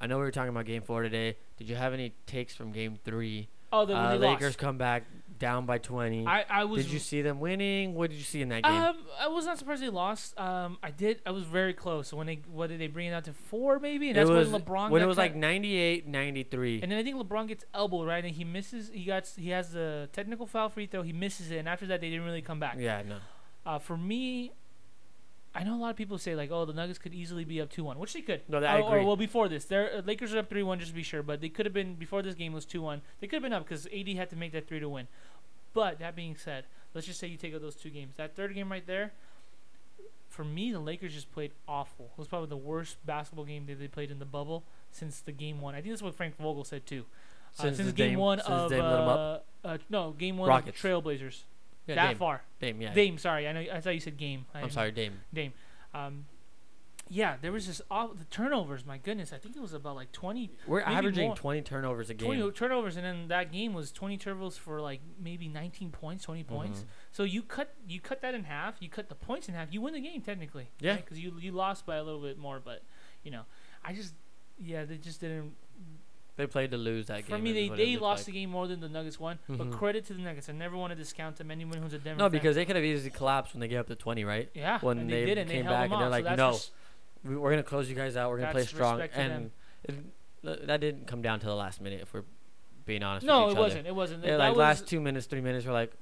[SPEAKER 5] I know we were talking about Game Four today. Did you have any takes from Game Three?
[SPEAKER 2] Oh, the when
[SPEAKER 5] Uh,
[SPEAKER 2] they
[SPEAKER 5] Lakers
[SPEAKER 2] lost.
[SPEAKER 5] come back down by twenty.
[SPEAKER 2] I I was
[SPEAKER 5] did you see them winning? What did you see in that game?
[SPEAKER 2] um I was not surprised they lost. Um, I did. I was very close. When they what did they bring it down to four maybe? And
[SPEAKER 5] it
[SPEAKER 2] that's
[SPEAKER 5] was
[SPEAKER 2] when LeBron
[SPEAKER 5] when
[SPEAKER 2] got
[SPEAKER 5] it was
[SPEAKER 2] cut.
[SPEAKER 5] like 98, 93.
[SPEAKER 2] And then I think LeBron gets elbowed right, and he misses. He got he has the technical foul free throw. He misses it, and after that they didn't really come back.
[SPEAKER 5] yeah, no.
[SPEAKER 2] Uh, for me, I know a lot of people say like, "Oh, the Nuggets could easily be up two one," which they could.
[SPEAKER 5] No, that- I
[SPEAKER 2] Or- Or,
[SPEAKER 5] agree.
[SPEAKER 2] well, before this, their uh, Lakers are up three one just to be sure, but they could have been before this game was two one. They could have been up because AD had to make that three to win. But that being said, let's just say you take out those two games. That third game right there, for me, the Lakers just played awful. It was probably the worst basketball game that they played in the bubble since the game one. I think that's what Frank Vogel said too. Uh,
[SPEAKER 5] Since
[SPEAKER 2] since,
[SPEAKER 5] the
[SPEAKER 2] game
[SPEAKER 5] Dame-
[SPEAKER 2] one
[SPEAKER 5] since
[SPEAKER 2] of
[SPEAKER 5] Dame lit 'em
[SPEAKER 2] uh, uh, no game one of the
[SPEAKER 5] Rockets.
[SPEAKER 2] Trailblazers
[SPEAKER 5] Yeah,
[SPEAKER 2] that
[SPEAKER 5] Dame.
[SPEAKER 2] far.
[SPEAKER 5] Dame, yeah.
[SPEAKER 2] Dame, sorry, I know I thought you said game. I
[SPEAKER 5] I'm sorry, Dame.
[SPEAKER 2] Dame. Um, yeah, there was just all the turnovers. My goodness, I think it was about like 20,
[SPEAKER 5] We're
[SPEAKER 2] Maybe
[SPEAKER 5] averaging
[SPEAKER 2] more.
[SPEAKER 5] 20 turnovers a game.
[SPEAKER 2] 20 turnovers, and then that game was twenty turnovers for like maybe nineteen points, twenty points.
[SPEAKER 5] Mhm.
[SPEAKER 2] So you cut you cut that in half. You cut the points in half. You win the game technically.
[SPEAKER 5] Yeah.
[SPEAKER 2] because you you lost by a little bit more, but you know, I just yeah they just didn't.
[SPEAKER 5] They played to lose that
[SPEAKER 2] For
[SPEAKER 5] game.
[SPEAKER 2] me,
[SPEAKER 5] is
[SPEAKER 2] they,
[SPEAKER 5] what it
[SPEAKER 2] they
[SPEAKER 5] looked
[SPEAKER 2] lost the
[SPEAKER 5] like.
[SPEAKER 2] game more than the Nuggets won.
[SPEAKER 5] Mhm.
[SPEAKER 2] But credit to the Nuggets. I never want to discount them. Anyone who's a Denver
[SPEAKER 5] No,
[SPEAKER 2] fan-
[SPEAKER 5] because they could have easily collapsed when they get up to 20, right?
[SPEAKER 2] yeah,
[SPEAKER 5] when
[SPEAKER 2] and
[SPEAKER 5] they
[SPEAKER 2] did, and they
[SPEAKER 5] came
[SPEAKER 2] held
[SPEAKER 5] back
[SPEAKER 2] them
[SPEAKER 5] and they're
[SPEAKER 2] off,
[SPEAKER 5] like,
[SPEAKER 2] so that's
[SPEAKER 5] no,
[SPEAKER 2] res-
[SPEAKER 5] We- We're going to close you guys out. We're going to play
[SPEAKER 2] That's
[SPEAKER 5] strong.
[SPEAKER 2] respect to
[SPEAKER 5] And it- that didn't come down to the last minute, if we're being honest
[SPEAKER 2] No, it
[SPEAKER 5] with each other.
[SPEAKER 2] wasn't. It wasn't.
[SPEAKER 5] Yeah,
[SPEAKER 2] That
[SPEAKER 5] like
[SPEAKER 2] was-
[SPEAKER 5] last two minutes, three minutes, we're like,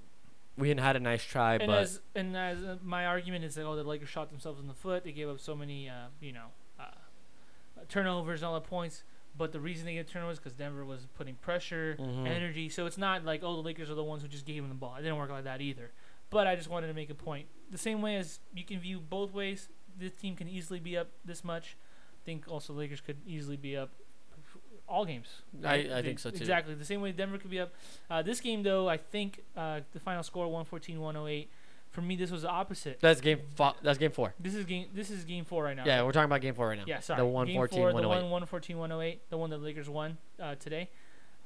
[SPEAKER 5] we hadn't had a nice try,
[SPEAKER 2] and
[SPEAKER 5] but
[SPEAKER 2] as and as uh, my argument is that oh the Lakers shot themselves in the foot. They gave up so many uh, you know uh, turnovers and all the points. But the reason they get turnovers because Denver was putting pressure,
[SPEAKER 5] Mhm.
[SPEAKER 2] energy. So it's not like oh the Lakers are the ones who just gave them the ball. It didn't work like that either. But I just wanted to make a point. The same way as you can view both ways. This team can easily be up this much. I think also Lakers could easily be up all games.
[SPEAKER 5] I,
[SPEAKER 2] Right?
[SPEAKER 5] I
[SPEAKER 2] The-
[SPEAKER 5] think so too.
[SPEAKER 2] Exactly. The same way Denver could be up. Uh, this game, though, I think uh, the final score 114 108. For me, this was the opposite.
[SPEAKER 5] That's game. Fo- that's game four.
[SPEAKER 2] This is game. This is game four right now.
[SPEAKER 5] Yeah, we're talking about game four right now.
[SPEAKER 2] Yeah. Sorry.
[SPEAKER 5] The
[SPEAKER 2] Game
[SPEAKER 5] 114,
[SPEAKER 2] four, The
[SPEAKER 5] 108.
[SPEAKER 2] one 114 108. The one that the Lakers won uh, today.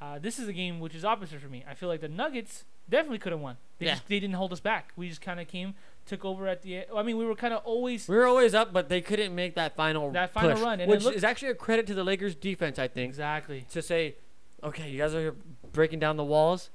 [SPEAKER 2] Uh, this is a game which is opposite for me. I feel like the Nuggets definitely could have won. They
[SPEAKER 5] Yeah.
[SPEAKER 2] just they didn't hold us back. We just kind of came, took over at the. e- I mean, we were kind of always.
[SPEAKER 5] We were always up, but they couldn't make that final
[SPEAKER 2] That final
[SPEAKER 5] push,
[SPEAKER 2] run, and it
[SPEAKER 5] which
[SPEAKER 2] looked-
[SPEAKER 5] is actually a credit to the Lakers defense, I think,
[SPEAKER 2] Exactly.
[SPEAKER 5] to say, okay, you guys are breaking down the walls.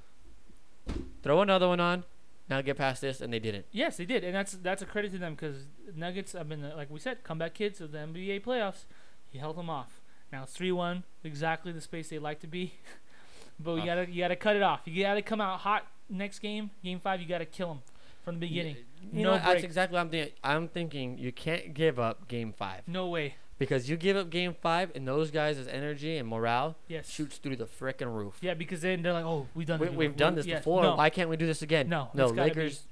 [SPEAKER 5] Throw another one on. Now get past this, and they didn't.
[SPEAKER 2] Yes, they did, and that's that's a credit to them because Nuggets have been uh, like we said, comeback kids of the NBA playoffs. He held them off. Now it's three one, exactly the space they like to be. but you
[SPEAKER 5] Ah.
[SPEAKER 2] gotta you gotta cut it off. You gotta come out hot next game, game five. You gotta kill them from the beginning.
[SPEAKER 5] You
[SPEAKER 2] No
[SPEAKER 5] know, that's
[SPEAKER 2] break.
[SPEAKER 5] exactly what I'm thinking. I'm thinking you can't give up game five
[SPEAKER 2] No way.
[SPEAKER 5] because you give up game five, and those guys' energy and morale
[SPEAKER 2] Yes.
[SPEAKER 5] shoots through the frickin' roof.
[SPEAKER 2] Yeah, because then they're like, oh, we've done
[SPEAKER 5] We,
[SPEAKER 2] this.
[SPEAKER 5] we've done this
[SPEAKER 2] Yeah,
[SPEAKER 5] before.
[SPEAKER 2] No.
[SPEAKER 5] Why can't we do this again?
[SPEAKER 2] No,
[SPEAKER 5] no,
[SPEAKER 2] it's gotta be-
[SPEAKER 5] Lakers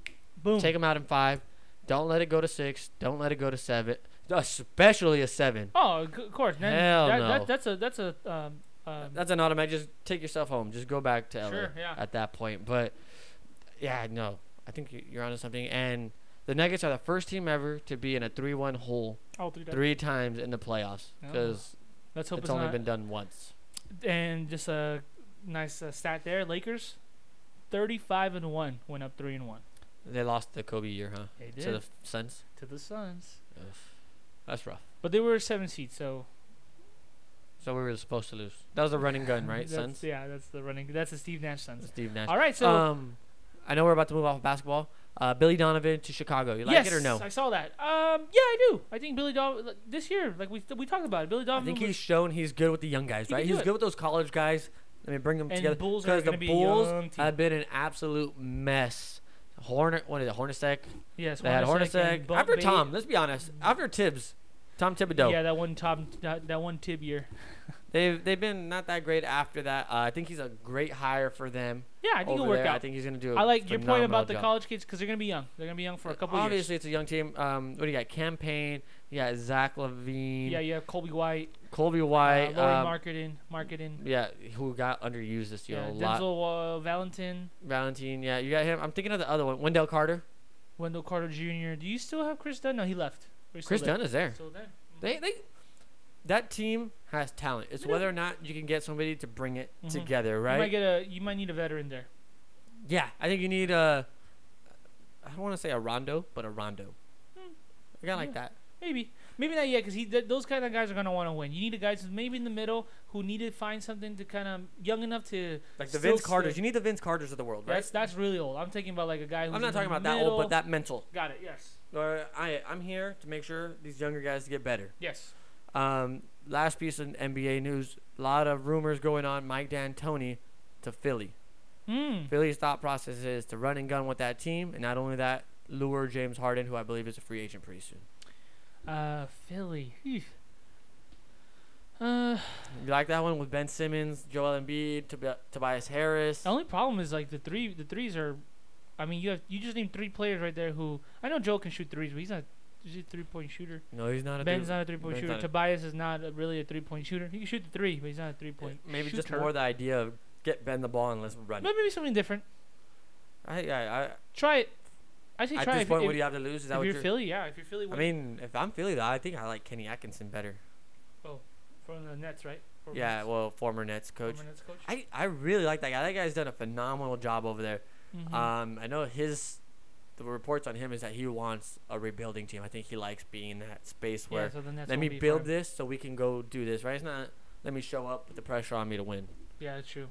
[SPEAKER 2] Boom.
[SPEAKER 5] Take them out in five. Don't let it go to six. Don't let it go to seven. Especially a seven.
[SPEAKER 2] oh, c- of course. Then
[SPEAKER 5] Hell
[SPEAKER 2] that,
[SPEAKER 5] no.
[SPEAKER 2] that, that's a that's a um, um,
[SPEAKER 5] That's an automatic. Just take yourself home. Just go back to LA
[SPEAKER 2] Sure, yeah.
[SPEAKER 5] at that point. But yeah, no, I think you- you're onto something. And the Nuggets are the first team ever to be in a three-one hole
[SPEAKER 2] all three.
[SPEAKER 5] three times in the playoffs
[SPEAKER 2] Oh.
[SPEAKER 5] because
[SPEAKER 2] Let's hope
[SPEAKER 5] it's
[SPEAKER 2] it's,
[SPEAKER 5] only
[SPEAKER 2] not.
[SPEAKER 5] been done once.
[SPEAKER 2] And just a nice uh, stat there. Lakers, thirty-five and one, went up three and one.
[SPEAKER 5] They lost the Kobe year, huh?
[SPEAKER 2] They
[SPEAKER 5] To
[SPEAKER 2] did
[SPEAKER 5] the F- Suns.
[SPEAKER 2] to the Suns,
[SPEAKER 5] Oof. That's rough.
[SPEAKER 2] but they were a seven seed, so
[SPEAKER 5] So we were supposed to lose. That was a running gun, right,
[SPEAKER 2] That's-
[SPEAKER 5] Suns?
[SPEAKER 2] Yeah, that's the running. That's the Steve Nash Suns.
[SPEAKER 5] Steve Nash.
[SPEAKER 2] All right, so
[SPEAKER 5] um, I know we're about to move off of basketball. Uh, Billy Donovan to Chicago. You like
[SPEAKER 2] yes,
[SPEAKER 5] it or no?
[SPEAKER 2] I saw that. Um, yeah, I do. I think Billy Donovan like, this year, like we we talked about it. Billy
[SPEAKER 5] I
[SPEAKER 2] Donovan.
[SPEAKER 5] think
[SPEAKER 2] was-
[SPEAKER 5] he's shown he's good with the young guys,
[SPEAKER 2] He
[SPEAKER 5] right?
[SPEAKER 2] can
[SPEAKER 5] He's
[SPEAKER 2] do it.
[SPEAKER 5] good with those college guys. I mean, bring them
[SPEAKER 2] And
[SPEAKER 5] together
[SPEAKER 2] Bulls are
[SPEAKER 5] the
[SPEAKER 2] gonna be a young
[SPEAKER 5] Bulls
[SPEAKER 2] team.
[SPEAKER 5] have been an absolute mess. Hornet, what is it? Hornacek.
[SPEAKER 2] yes,
[SPEAKER 5] They had
[SPEAKER 2] and
[SPEAKER 5] Hornacek
[SPEAKER 2] Bump
[SPEAKER 5] after
[SPEAKER 2] Bay-
[SPEAKER 5] Tom. Let's be honest. After Tibbs, Tom Thibodeau.
[SPEAKER 2] Yeah, that one Tom, that, that one Tib year.
[SPEAKER 5] They've they've been not that great after that. Uh, I think he's a great hire for them.
[SPEAKER 2] Yeah, I think
[SPEAKER 5] over
[SPEAKER 2] it'll work
[SPEAKER 5] there.
[SPEAKER 2] out.
[SPEAKER 5] I think he's gonna do. I
[SPEAKER 2] I like your point about the college kids because they're gonna be young. They're gonna be young for a couple of years.
[SPEAKER 5] Obviously, it's a young team. Um, what do you got? Campaign. You got Zach Levine.
[SPEAKER 2] Yeah, you have Colby White,
[SPEAKER 5] Colby
[SPEAKER 2] uh,
[SPEAKER 5] White.
[SPEAKER 2] Laurie
[SPEAKER 5] um,
[SPEAKER 2] Marketing, Marketing.
[SPEAKER 5] yeah, who got underused this year
[SPEAKER 2] Yeah,
[SPEAKER 5] a lot.
[SPEAKER 2] Denzel uh, Valentin,
[SPEAKER 5] Valentine. Yeah, you got him. I'm thinking of the other one, Wendell Carter.
[SPEAKER 2] Wendell Carter Jr. Do you still have Chris Dunn? No, he left. Or he's still
[SPEAKER 5] Chris
[SPEAKER 2] there?
[SPEAKER 5] Dunn is there.
[SPEAKER 2] Still there.
[SPEAKER 5] They they that team has talent. It's
[SPEAKER 2] Yeah.
[SPEAKER 5] whether or not you can get somebody to bring it
[SPEAKER 2] Mhm.
[SPEAKER 5] together,
[SPEAKER 2] You might
[SPEAKER 5] right?
[SPEAKER 2] get a. You might need a veteran there.
[SPEAKER 5] yeah, I think you need a. I don't want to say a rondo, but a rondo. I got like
[SPEAKER 2] Hmm. Yeah.
[SPEAKER 5] that.
[SPEAKER 2] Maybe, maybe not yet, because he th- those kind of guys are gonna want to win. You need a guy who's maybe in the middle who need to find something to kind of young enough to
[SPEAKER 5] Like the
[SPEAKER 2] still
[SPEAKER 5] Vince Carters.
[SPEAKER 2] stay-
[SPEAKER 5] You need the Vince Carters of the world, right?
[SPEAKER 2] That's that's really old. I'm thinking about like a guy who's.
[SPEAKER 5] I'm not
[SPEAKER 2] in
[SPEAKER 5] talking
[SPEAKER 2] the
[SPEAKER 5] about that old,
[SPEAKER 2] middle.
[SPEAKER 5] but that mental.
[SPEAKER 2] Got it. Yes.
[SPEAKER 5] Or I I'm here to make sure these younger guys get better.
[SPEAKER 2] Yes.
[SPEAKER 5] Um, last piece in NBA news. A lot of rumors going on. Mike D'Antoni to Philly.
[SPEAKER 2] Hmm.
[SPEAKER 5] Philly's thought process is to run and gun with that team, and not only that, lure James Harden, who I believe is a free agent pretty soon.
[SPEAKER 2] Uh, Philly. Eesh. Uh,
[SPEAKER 5] You like that one with Ben Simmons, Joel Embiid, Tob- Tobias Harris?
[SPEAKER 2] the only problem is like the three. The threes are. I mean, you have you just named three players right there who I know Joe can shoot threes, but he's not. He's a three point shooter.
[SPEAKER 5] No, he's not a
[SPEAKER 2] Ben's
[SPEAKER 5] three-
[SPEAKER 2] not a three point
[SPEAKER 5] Ben's
[SPEAKER 2] shooter.
[SPEAKER 5] not a-
[SPEAKER 2] Tobias is not a, really a three point shooter. He can shoot the three, but he's not a three point.
[SPEAKER 5] Maybe
[SPEAKER 2] shooter.
[SPEAKER 5] just more the idea of get Ben the ball and let's run.
[SPEAKER 2] But maybe something different.
[SPEAKER 5] I, I, I,
[SPEAKER 2] Try it. I say
[SPEAKER 5] at
[SPEAKER 2] try
[SPEAKER 5] this
[SPEAKER 2] it.
[SPEAKER 5] point,
[SPEAKER 2] if,
[SPEAKER 5] what do you have to lose? Is
[SPEAKER 2] if
[SPEAKER 5] that what
[SPEAKER 2] you're
[SPEAKER 5] you're?
[SPEAKER 2] Philly, yeah. If you're Philly,
[SPEAKER 5] I
[SPEAKER 2] what-
[SPEAKER 5] mean, if I'm Philly, though, I think I like Kenny Atkinson better.
[SPEAKER 2] from the Nets, right? Former
[SPEAKER 5] Yeah,
[SPEAKER 2] Nets-
[SPEAKER 5] well, former Nets coach.
[SPEAKER 2] former Nets coach.
[SPEAKER 5] I, I really like that guy. That guy's done a phenomenal job over there.
[SPEAKER 2] Mhm.
[SPEAKER 5] Um, I know his the reports on him is that he wants a rebuilding team. I think he likes being in that space
[SPEAKER 2] yeah,
[SPEAKER 5] where
[SPEAKER 2] so the Nets
[SPEAKER 5] let
[SPEAKER 2] won't
[SPEAKER 5] me
[SPEAKER 2] be for
[SPEAKER 5] build
[SPEAKER 2] him.
[SPEAKER 5] this so we can go do this. Right? It's not let me show up with the pressure on me to win.
[SPEAKER 2] Yeah, that's true.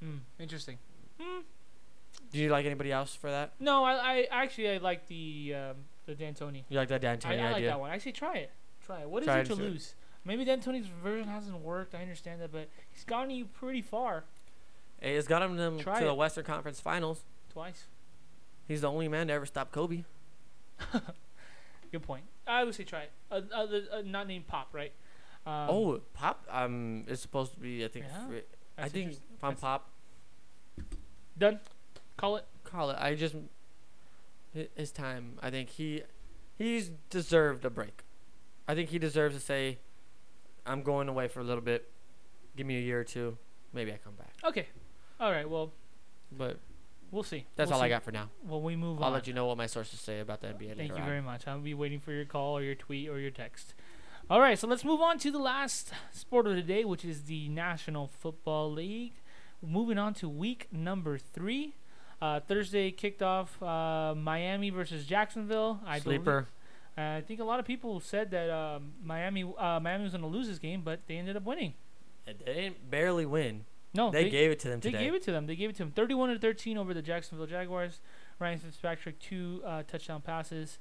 [SPEAKER 2] Hmm. Interesting.
[SPEAKER 5] Do you like anybody else for that?
[SPEAKER 2] No, I, I actually I like the um, the D'Antoni.
[SPEAKER 5] You like that
[SPEAKER 2] I,
[SPEAKER 5] D'Antoni
[SPEAKER 2] I like
[SPEAKER 5] idea?
[SPEAKER 2] that one. I say try it. Try it. What is
[SPEAKER 5] Try
[SPEAKER 2] there
[SPEAKER 5] it
[SPEAKER 2] to
[SPEAKER 5] and see it.
[SPEAKER 2] lose? Maybe D'Antoni's version hasn't worked. I understand that, but he's gotten you pretty far
[SPEAKER 5] Hey, It's got him them
[SPEAKER 2] Try
[SPEAKER 5] to the
[SPEAKER 2] it.
[SPEAKER 5] Western Conference Finals.
[SPEAKER 2] twice.
[SPEAKER 5] He's the only man to ever stop Kobe.
[SPEAKER 2] Good point. I would say try it. Uh, uh, the, uh, not named Pop, right? Um,
[SPEAKER 5] oh, Pop. Um, it's supposed to be. I think.
[SPEAKER 2] Yeah,
[SPEAKER 5] fri- I
[SPEAKER 2] that's
[SPEAKER 5] think
[SPEAKER 2] interest-
[SPEAKER 5] if I'm
[SPEAKER 2] that's-
[SPEAKER 5] Pop,
[SPEAKER 2] done. Call it.
[SPEAKER 5] call it. I just hi- his time. I think he he's deserved a break. I think he deserves to say, "I'm going away for a little bit. Give me a year or two. Maybe I come back."
[SPEAKER 2] Okay. All right. Well,
[SPEAKER 5] But
[SPEAKER 2] we'll see.
[SPEAKER 5] that's
[SPEAKER 2] We'll
[SPEAKER 5] all I
[SPEAKER 2] see.
[SPEAKER 5] got for now.
[SPEAKER 2] When we move
[SPEAKER 5] I'll
[SPEAKER 2] on.
[SPEAKER 5] let you know what my sources say about the NBA.
[SPEAKER 2] Thank
[SPEAKER 5] later
[SPEAKER 2] you
[SPEAKER 5] on.
[SPEAKER 2] very much. I'll be waiting for your call or your tweet or your text. All right, so let's move on to the last sport of the day, which is the National Football League. Moving on to week number three. Uh, Thursday kicked off uh, Miami versus Jacksonville. I believe-
[SPEAKER 5] Sleeper.
[SPEAKER 2] uh, I think a lot of people said that um, Miami uh, Miami was going to lose this game, but they ended up winning.
[SPEAKER 5] They didn't barely win.
[SPEAKER 2] No,
[SPEAKER 5] They, gave it to them
[SPEAKER 2] Oh, they
[SPEAKER 5] today.
[SPEAKER 2] gave it to them. They gave it to them. 31 to 13 over the Jacksonville Jaguars. Ryan Fitzpatrick, two uh, touchdown passes.